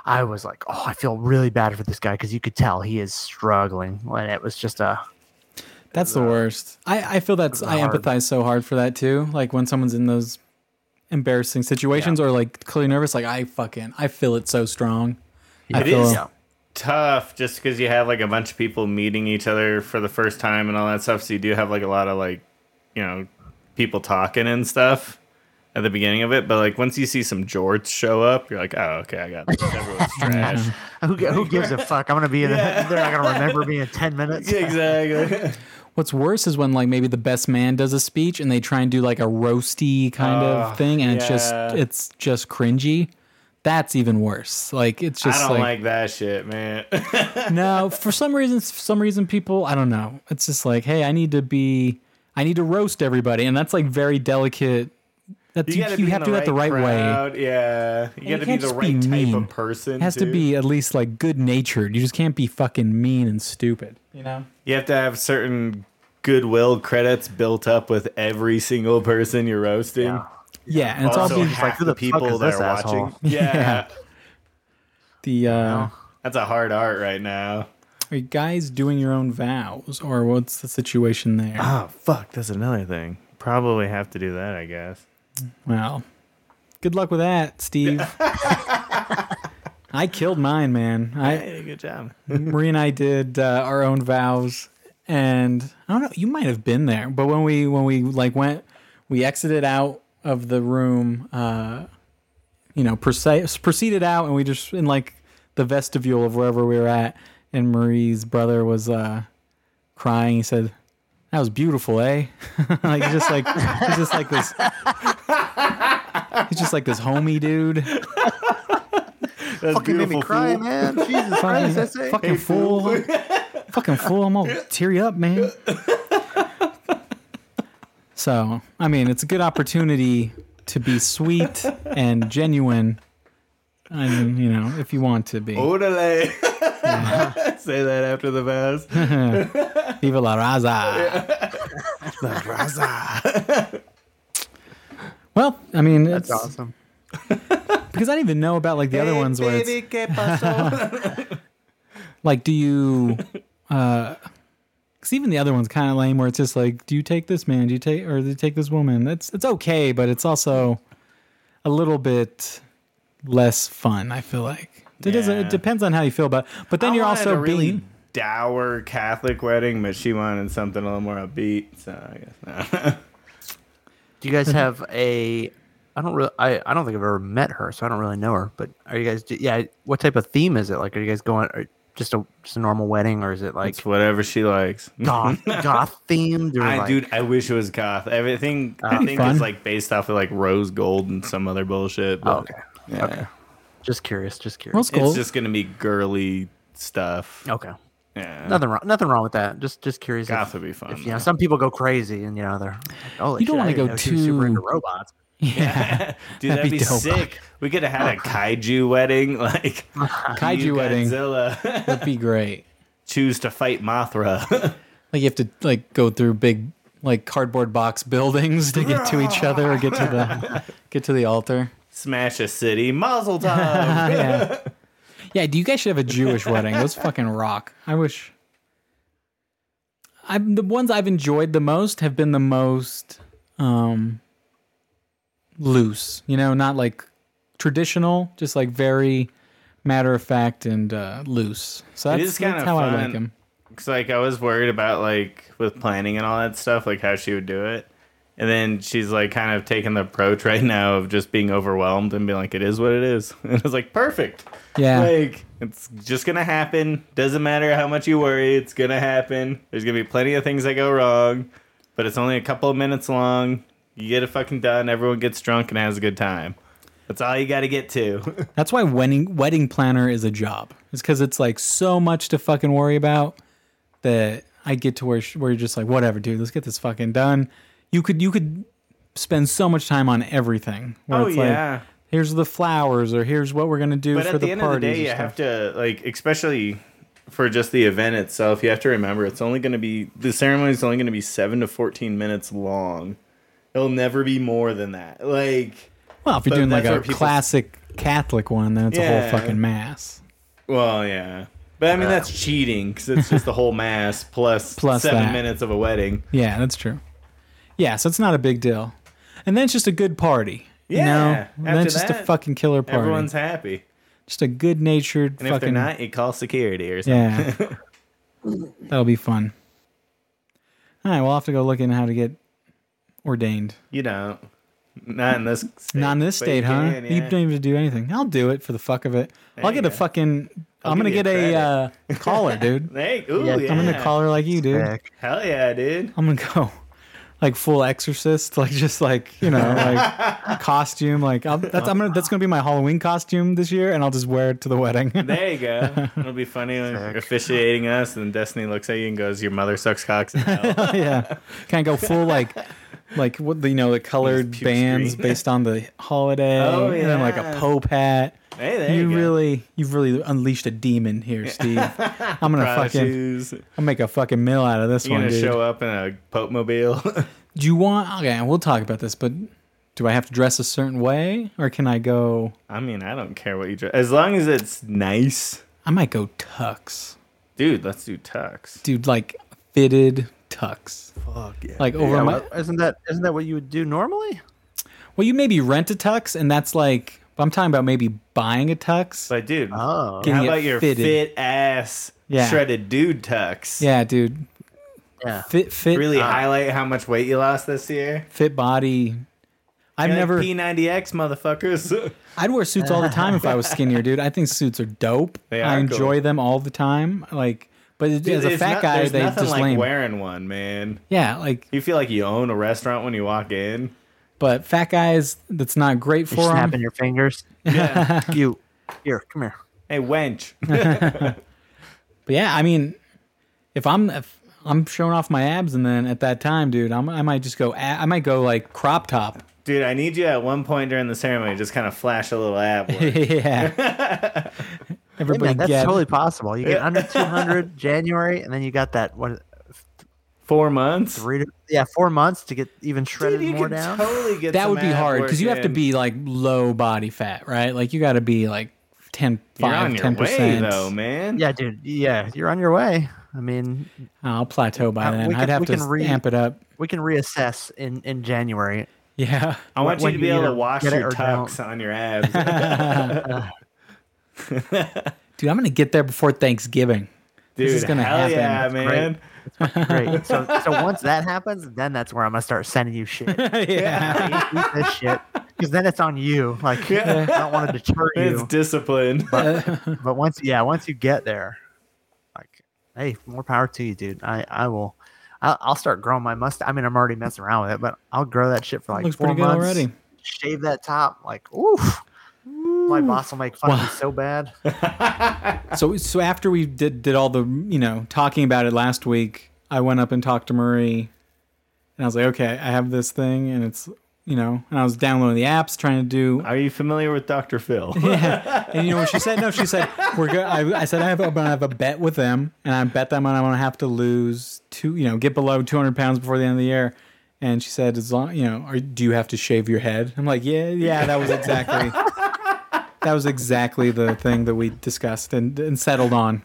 C: I was like, oh, I feel really bad for this guy because you could tell he is struggling. And it was just a
A: That's the worst. I, I feel that's I
C: hard.
A: empathize so hard for that too. Like when someone's in those embarrassing situations or like clearly nervous, like I fucking I feel it so strong. I
B: It
A: feel
B: is.
C: yeah,
B: Tough, just because you have like a bunch of people meeting each other for the first time and all that stuff. So you do have like a lot of like, you know, people talking and stuff at the beginning of it. But like once you see some jorts show up, you're like, oh okay, I got this. Everyone's trash.
C: who, gi- who gives a fuck? I'm gonna be in. A, they're not gonna remember me in ten minutes.
B: Yeah, exactly.
A: What's worse is when like maybe the best man does a speech and they try and do like a roasty kind
B: Oh,
A: of thing and it's just
B: yeah.
A: it's just cringy. That's even worse. Like it's just
B: I don't like,
A: like
B: that shit, man.
A: no for some reason for some reason people i don't know it's just like hey i need to be i need to roast everybody and that's like very delicate that's you,
B: gotta
A: you
B: be
A: have
B: in
A: to do that the right way
B: crowd, Yeah, you got
A: you
B: to be
A: can't
B: the
A: just
B: right
A: be
B: type
A: mean.
B: of person.
A: it has to
B: too.
A: be at least like good natured you just can't be fucking mean and stupid you know
B: You have to have certain goodwill credits built up with every single person you're roasting.
C: Yeah.
A: Yeah, and it's all
B: also
A: the,
C: these, like,
B: half
C: who
B: the
C: the fuck
B: people
C: is
B: that
C: this
B: are
C: asshole?
B: watching. Yeah,
A: the uh,
C: Wow.
B: that's a hard art right now.
A: are you guys doing your own vows, or what's the situation there?
B: Oh fuck, that's another thing. Probably have to do that, I guess.
A: Well, good luck with that, Steve. I killed mine, man. I
B: Hey, good job.
A: Marie and I did uh, our own vows, and I don't know. You might have been there, but when we when we like went, we exited out of the room. Uh, you know, proce- proceeded out, and we just in like the vestibule of wherever we were at. And Marie's brother was uh, crying. He said, "That was beautiful, eh?" like he's just like he's just like this. He's just like this homie dude.
B: That's
C: Fucking made me
B: beautiful,
C: cry,
B: fool.
C: man. Jesus Christ,
A: Fucking,
C: that's it.
A: Uh, fucking fool. fucking fool. I'm all teary up, man. so, I mean, it's a good opportunity to be sweet and genuine. I mean, you know, if you want to be.
B: Orale. Say that after the vows.
A: Viva la raza. Well, I mean,
C: That's
A: it's,
C: awesome.
A: because I didn't even know about like the other ones where it's like do you uh 'cause even the other one's kind of lame where it's just like do you take this man do you take or do you take this woman that's it's okay but it's also a little bit less fun i feel like it doesn't
B: Yeah.
A: it depends on how you feel about but then
B: I
A: you're
B: wanted
A: also
B: a really
A: being
B: dour Catholic wedding, but she wanted something a little more upbeat. So I guess not.
C: Do you guys
A: Mm-hmm.
C: have a? I don't really. I, I don't think I've ever met her, so I don't really know her. But are you guys? do- Yeah. What type of theme is it? Like, are you guys going or just a just a normal wedding, or is it like
B: it's whatever she likes.
C: goth goth themed? Or
B: I
C: like,
B: dude, I wish it was goth. Everything I
A: That'd be
B: think
A: fun.
B: is like based off of like rose gold and some other bullshit. But
C: Oh, okay. Okay. Just curious. Just
A: well,
C: curious.
A: it's cool
B: It's just gonna be girly stuff.
C: Okay.
B: Yeah.
C: Nothing wrong. Nothing wrong with that. Just just curious.
B: Goth
C: If,
B: would be fun.
C: if, you know,
B: though.
C: some people go crazy, and you know they're. Like, Holy
A: You don't
C: shit,
A: wanna
C: I didn't
A: go
C: know she was super into
A: too-
C: robots.
B: Dude, that'd,
A: That'd
B: be,
A: be dope.
B: sick. We could have had a kaiju wedding, like you,
A: kaiju wedding
B: Godzilla.
A: would be great
B: Choose to fight Mothra.
A: like you have to like go through big like cardboard box buildings to get to each other or get to the get to the altar
B: Smash a city. Mazel tov.
A: yeah. Yeah, do you guys should have a Jewish wedding? Those fucking rock. I wish. I'm the ones I've enjoyed the most have been the most um loose, you know, not like traditional, just like very matter of fact and uh loose. So
B: It
A: that's,
B: is kinda
A: that's how I
B: fun.
A: like them.
B: Cause like I was worried about like with planning and all that stuff, like how she would do it. And then she's like kind of taking the approach right now of just being overwhelmed and being like, it is what it is. And it's like, perfect.
A: Yeah.
B: Like, it's just going to happen. Doesn't matter how much you worry, it's going to happen. There's going to be plenty of things that go wrong, but it's only a couple of minutes long. You get it fucking done. Everyone gets drunk and has a good time. That's all you got to get to.
A: That's why wedding wedding planner is a job. It's because it's like so much to fucking worry about that I get to where sh- where you're just like, whatever, dude, let's get this fucking done. You could you could spend so much time on everything. where
B: Oh,
A: it's like,
B: yeah.
A: here's the flowers, or here's what we're gonna do
B: but
A: for
B: at the, end of the
A: parties
B: day,
A: or
B: you
A: stuff.
B: have to, like, especially for just the event itself, you have to remember it's only going to be, the ceremony is only going to be seven to 14 minutes long. It'll never be more than that. Like,
A: well, if you're
B: but
A: doing like
B: that's
A: a
B: where people-
A: classic Catholic one, then it's a
B: Yeah.
A: whole fucking mass.
B: Well, yeah. But I mean, that's cheating because it's just the whole mass plus,
A: Plus
B: seven
A: that.
B: minutes of a wedding.
A: Yeah, that's true. Yeah, so it's not a big deal, and then it's just a good party.
B: Yeah,
A: you know? and then
B: after
A: it's just a
B: that,
A: fucking killer party.
B: Everyone's happy.
A: just a good natured
B: And
A: fucking.
B: if they're not, you call security or something.
A: Yeah. That'll be fun. All right, we'll have to go look in how to get ordained.
B: You don't. Not in this state.
A: Not in this
B: but
A: state,
B: you
A: huh?
B: can,
A: You
B: yeah.
A: don't even do anything. I'll do it for the fuck of it. I'll
B: you
A: get a
B: go.
A: fucking. i
B: give
A: am gonna
B: you a
A: get a uh, caller, dude.
B: Hey, ooh, yeah.
C: Yeah,
A: I'm gonna call her like you, dude.
C: Heck.
B: Hell yeah, dude.
A: I'm gonna go like full exorcist, like just like you know, like costume. Like I'll, that's I'm gonna that's gonna be my Halloween costume this year, and I'll just wear it to the wedding.
B: There you go. It'll be funny when you're officiating us, and Destiny looks at you and goes, "Your mother sucks cocks." in hell."
A: yeah. Can I go full like like what the- you know the colored
B: puke
A: bands
B: screen.
A: based on the holiday
B: Oh,
A: and then, like a
B: yeah.
A: pope hat.
B: hey, there you,
A: You
B: go.
A: really you've really unleashed a demon here, Steve. I'm gonna
B: Prada
A: fucking
B: shoes.
A: I'll make a fucking meal out of this
B: You're
A: one,
B: gonna
A: dude.
B: show up in a Pope mobile.
A: Do you want okay, we'll talk about this, but Do I have to dress a certain way, or can I go?
B: I mean, I don't care what you dress. As long as it's nice.
A: I might go tux,
B: Dude, let's do tux.
A: dude. Like fitted tux,
B: Fuck yeah.
A: like over
C: Yeah,
A: my.
C: well, isn't that isn't that what you would do normally?
A: Well, you maybe rent a tux, and that's like I'm talking about maybe buying a tux.
B: But dude,
C: Oh,
A: Getting
B: how
A: it
B: about your
A: fitted.
B: fit ass
A: Yeah.
B: shredded dude tux?
A: Yeah, Uh, dude.
C: yeah.
A: Fit, fit,
B: Really highlight how much weight you lost this year.
A: fit body. I've
B: You're like
A: never.
B: P90X motherfuckers.
A: I'd wear suits all the time if I was skinnier, dude. I think suits are dope.
B: They
A: I
B: are
A: enjoy
B: cool.
A: them all the time. Like, but it- as a
B: It's
A: fat
B: not-
A: guy,
B: there's
A: they
B: nothing
A: just
B: like
A: lame.
B: wearing one, man.
A: yeah, like,
B: You feel like you own a restaurant when you walk in.
A: but fat guys, that's not great
C: You're
A: for
C: snapping
A: them.
C: your fingers.
B: Yeah.
C: you here, come here.
B: hey, wench.
A: But yeah, I mean, if I'm if I'm showing off my abs, and then at that time, dude, I'm, I might just go. a- I might go like crop top.
B: Dude, I need you at one point during the ceremony. Just kind of flash a little ab. work.
A: yeah.
C: Hey,
A: Everybody
C: man, that's
A: get it.
C: totally possible. You get under 200 January, and then you got that what
B: Four months.
C: three to yeah four months to get even shredded
B: Dude, you
C: more
B: can
C: down.
B: totally get
A: that
B: some
A: would be
B: ab
A: hard
B: work
A: because you have to
B: in.
A: be like low body fat, right? Like you got to be like 10,
B: You're
A: 5,
B: on your
A: 10
B: way
A: percent.
B: though, man.
C: yeah, dude. Yeah, you're on your way. I mean,
A: Oh, I'll plateau by
C: Uh,
A: then.
C: we
A: I'd
C: can-
A: have
C: we
A: to
C: can re-
A: amp it up.
C: we can reassess in in January.
A: Yeah,
B: I want you
C: when
B: to be
C: you
B: able
C: either
B: to wash
C: get it
B: your
C: or don't.
B: tucks on your abs.
A: dude, I'm gonna get there before Thanksgiving.
B: Dude,
A: is gonna
B: hell
A: happen.
B: yeah,
A: That's
B: man.
C: Great. So so once that happens, then that's where I'm gonna start sending you shit.
A: yeah,
C: Eat- eat this shit because then it's on you. Like I don't want to deter
B: It's
C: you,
B: discipline.
C: but once yeah, once you get there, like hey, more power to you, dude. I I will. I'll, I'll start growing my mustache. I mean, I'm already messing around with it, but I'll grow that shit for like
A: Looks
C: four
A: pretty good
C: months.
A: already.
C: Shave that top, like oof. My boss will make fun of me so bad.
A: so so after we did did all the you know talking about it last week, I went up and talked to Marie, and I was like, okay, I have this thing, and it's you know, and I was downloading the apps, trying to do
B: Are you familiar with Dr. Phil?
A: And you know what she said? No, she said we're good. I, I said I have, I'm gonna have a bet with them, and I bet them I'm gonna have to lose two, you know, get below 200 pounds before the end of the year. And she said, as long, you know, are, do you have to shave your head? I'm like, yeah, yeah, that was exactly, that was exactly the thing that we discussed and, and settled on.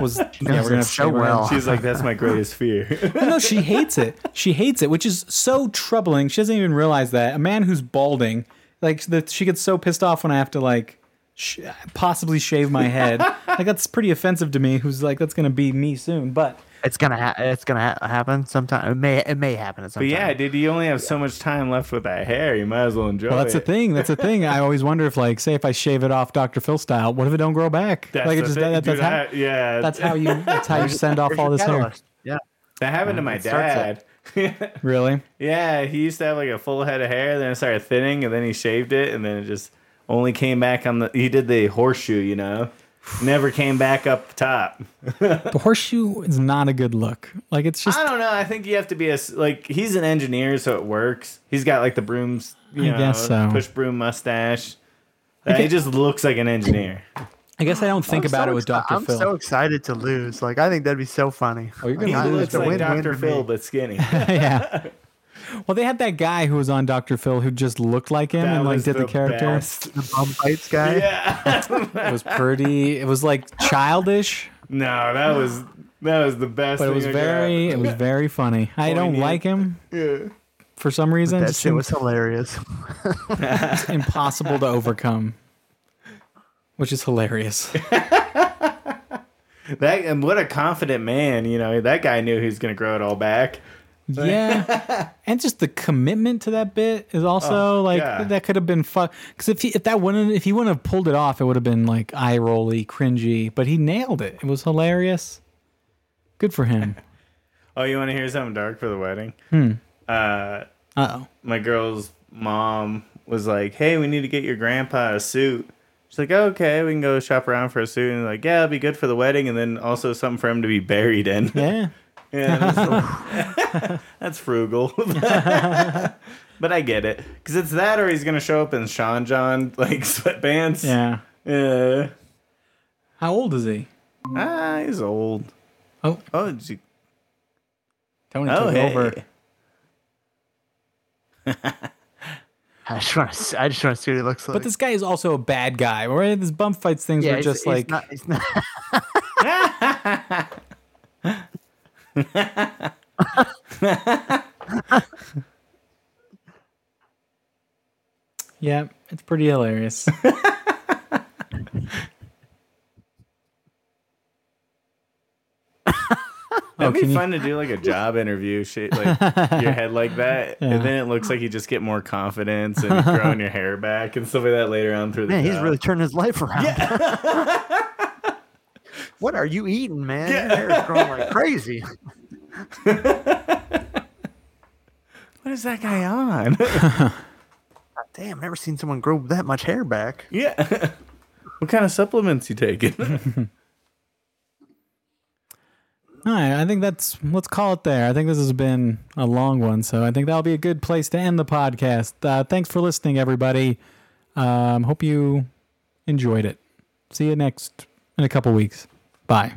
A: Was yeah, we're gonna have to
C: so
A: shave our heads.
C: well.
B: She's like, that's my greatest fear.
A: No, she hates it. She hates it, which is so troubling. She doesn't even realize that a man who's balding, like that, she gets so pissed off when I have to like sh- possibly shave my head. like that's pretty offensive to me. Who's like that's gonna be me soon, but.
C: It's gonna ha- it's gonna ha- happen sometime. It may it may happen at some
B: but
C: time.
B: yeah, dude, you only have so much time left with that hair. You might as well enjoy
A: Well, that's
B: it.
A: the thing. That's the thing. I always wonder if, like, say, if I shave it off, Dr. Phil style, what if it don't grow back?
B: That's
A: like, it
B: the
A: just
B: thing,
A: that, that's,
B: dude,
A: how,
B: I- yeah,
A: that's how you that's how you send off
C: There's
A: all
C: your
A: this hair.
C: catalyst. Yeah.
B: that happened to my dad.
C: starts
A: Really?
B: yeah, he used to have like a full head of hair, then it started thinning, and then he shaved it, and then it just only came back on the. He did the horseshoe, you know, never came back up the top.
A: The horseshoe is not a good look. Like, it's just
B: I don't know. I think you have to be a s- like he's an engineer, so it works. He's got like the brooms, you know,
A: guess so.
B: push broom mustache. Uh, he just looks like an engineer.
A: I guess I don't think
C: I'm
A: about
C: so
A: it with
C: exci-
A: Dr.
C: I'm
A: Phil.
C: so excited to lose. Like I think that'd be so funny. Oh,
A: you're gonna
B: He
A: lose,
B: looks
A: it's a
B: like
C: win-win
B: Dr.
C: to
B: Phil,
C: me.
B: but skinny.
A: yeah. Well, they had that guy who was on Dr. Phil who just looked like him
B: That
A: and like
B: was
A: did the, character.
B: best.
C: The bum fights guy.
B: Yeah.
A: It was pretty. It was like childish,
B: no, that was that was the best.
A: but it
B: thing
A: was
B: I got.
A: very. It was very funny. I
B: Well,
A: don't
B: we need-
A: like him
B: Yeah.
A: for some reason.
C: That
A: Just
C: shit was hilarious.
A: seems impossible to overcome, which is hilarious.
B: That and what a confident man, you know. That guy knew he was gonna grow it all back.
A: yeah, and just the commitment to that bit is also like
B: yeah.
A: that could have been fun. Because if he, if that wouldn't if he wouldn't have pulled it off, it would have been like eye rolly, cringy. But he nailed it. It was hilarious. Good for him.
B: Oh, you want to hear something dark for the wedding? Uh,
A: Uh oh.
B: my girl's mom was like, "Hey, we need to get your grandpa a suit." She's like, "Okay, we can go shop around for a suit." And like, "Yeah, it'll be good for the wedding, and then also something for him to be buried in."
A: Yeah.
B: Yeah, that's- that's frugal. but I get it because it's that, or he's gonna show up in Sean John like sweatpants.
A: Yeah.
B: yeah.
A: How old is he?
B: Ah, he's old.
A: Oh.
B: oh, did you-
A: Tony
B: oh,
A: took
B: hey.
A: over.
C: I just want to. I just want to see what he looks like.
A: But this guy is also a bad guy. Right? These bump fights things were
C: he's-
A: just
C: he's
A: like
C: not- he's not-
A: yeah, it's pretty hilarious.
C: Oh,
B: That'd
A: can
B: be
A: you-
B: fun to do like a job interview, shit like your head like that, and then it looks like you just get more confidence and you're growing your hair back and stuff like that later on through the.
C: man, he's
B: job.
C: really turned his life around. what are you eating, man? Your hair is growing like crazy.
B: What is that guy on?
C: Damn, never seen someone grow that much hair back.
B: yeah. what kind of supplements you taking?
A: All right, I think that's let's call it there. I think this has been a long one, so I think that'll be a good place to end the podcast. Uh, thanks for listening, everybody. Um, hope you enjoyed it. See you next in a couple weeks. Bye.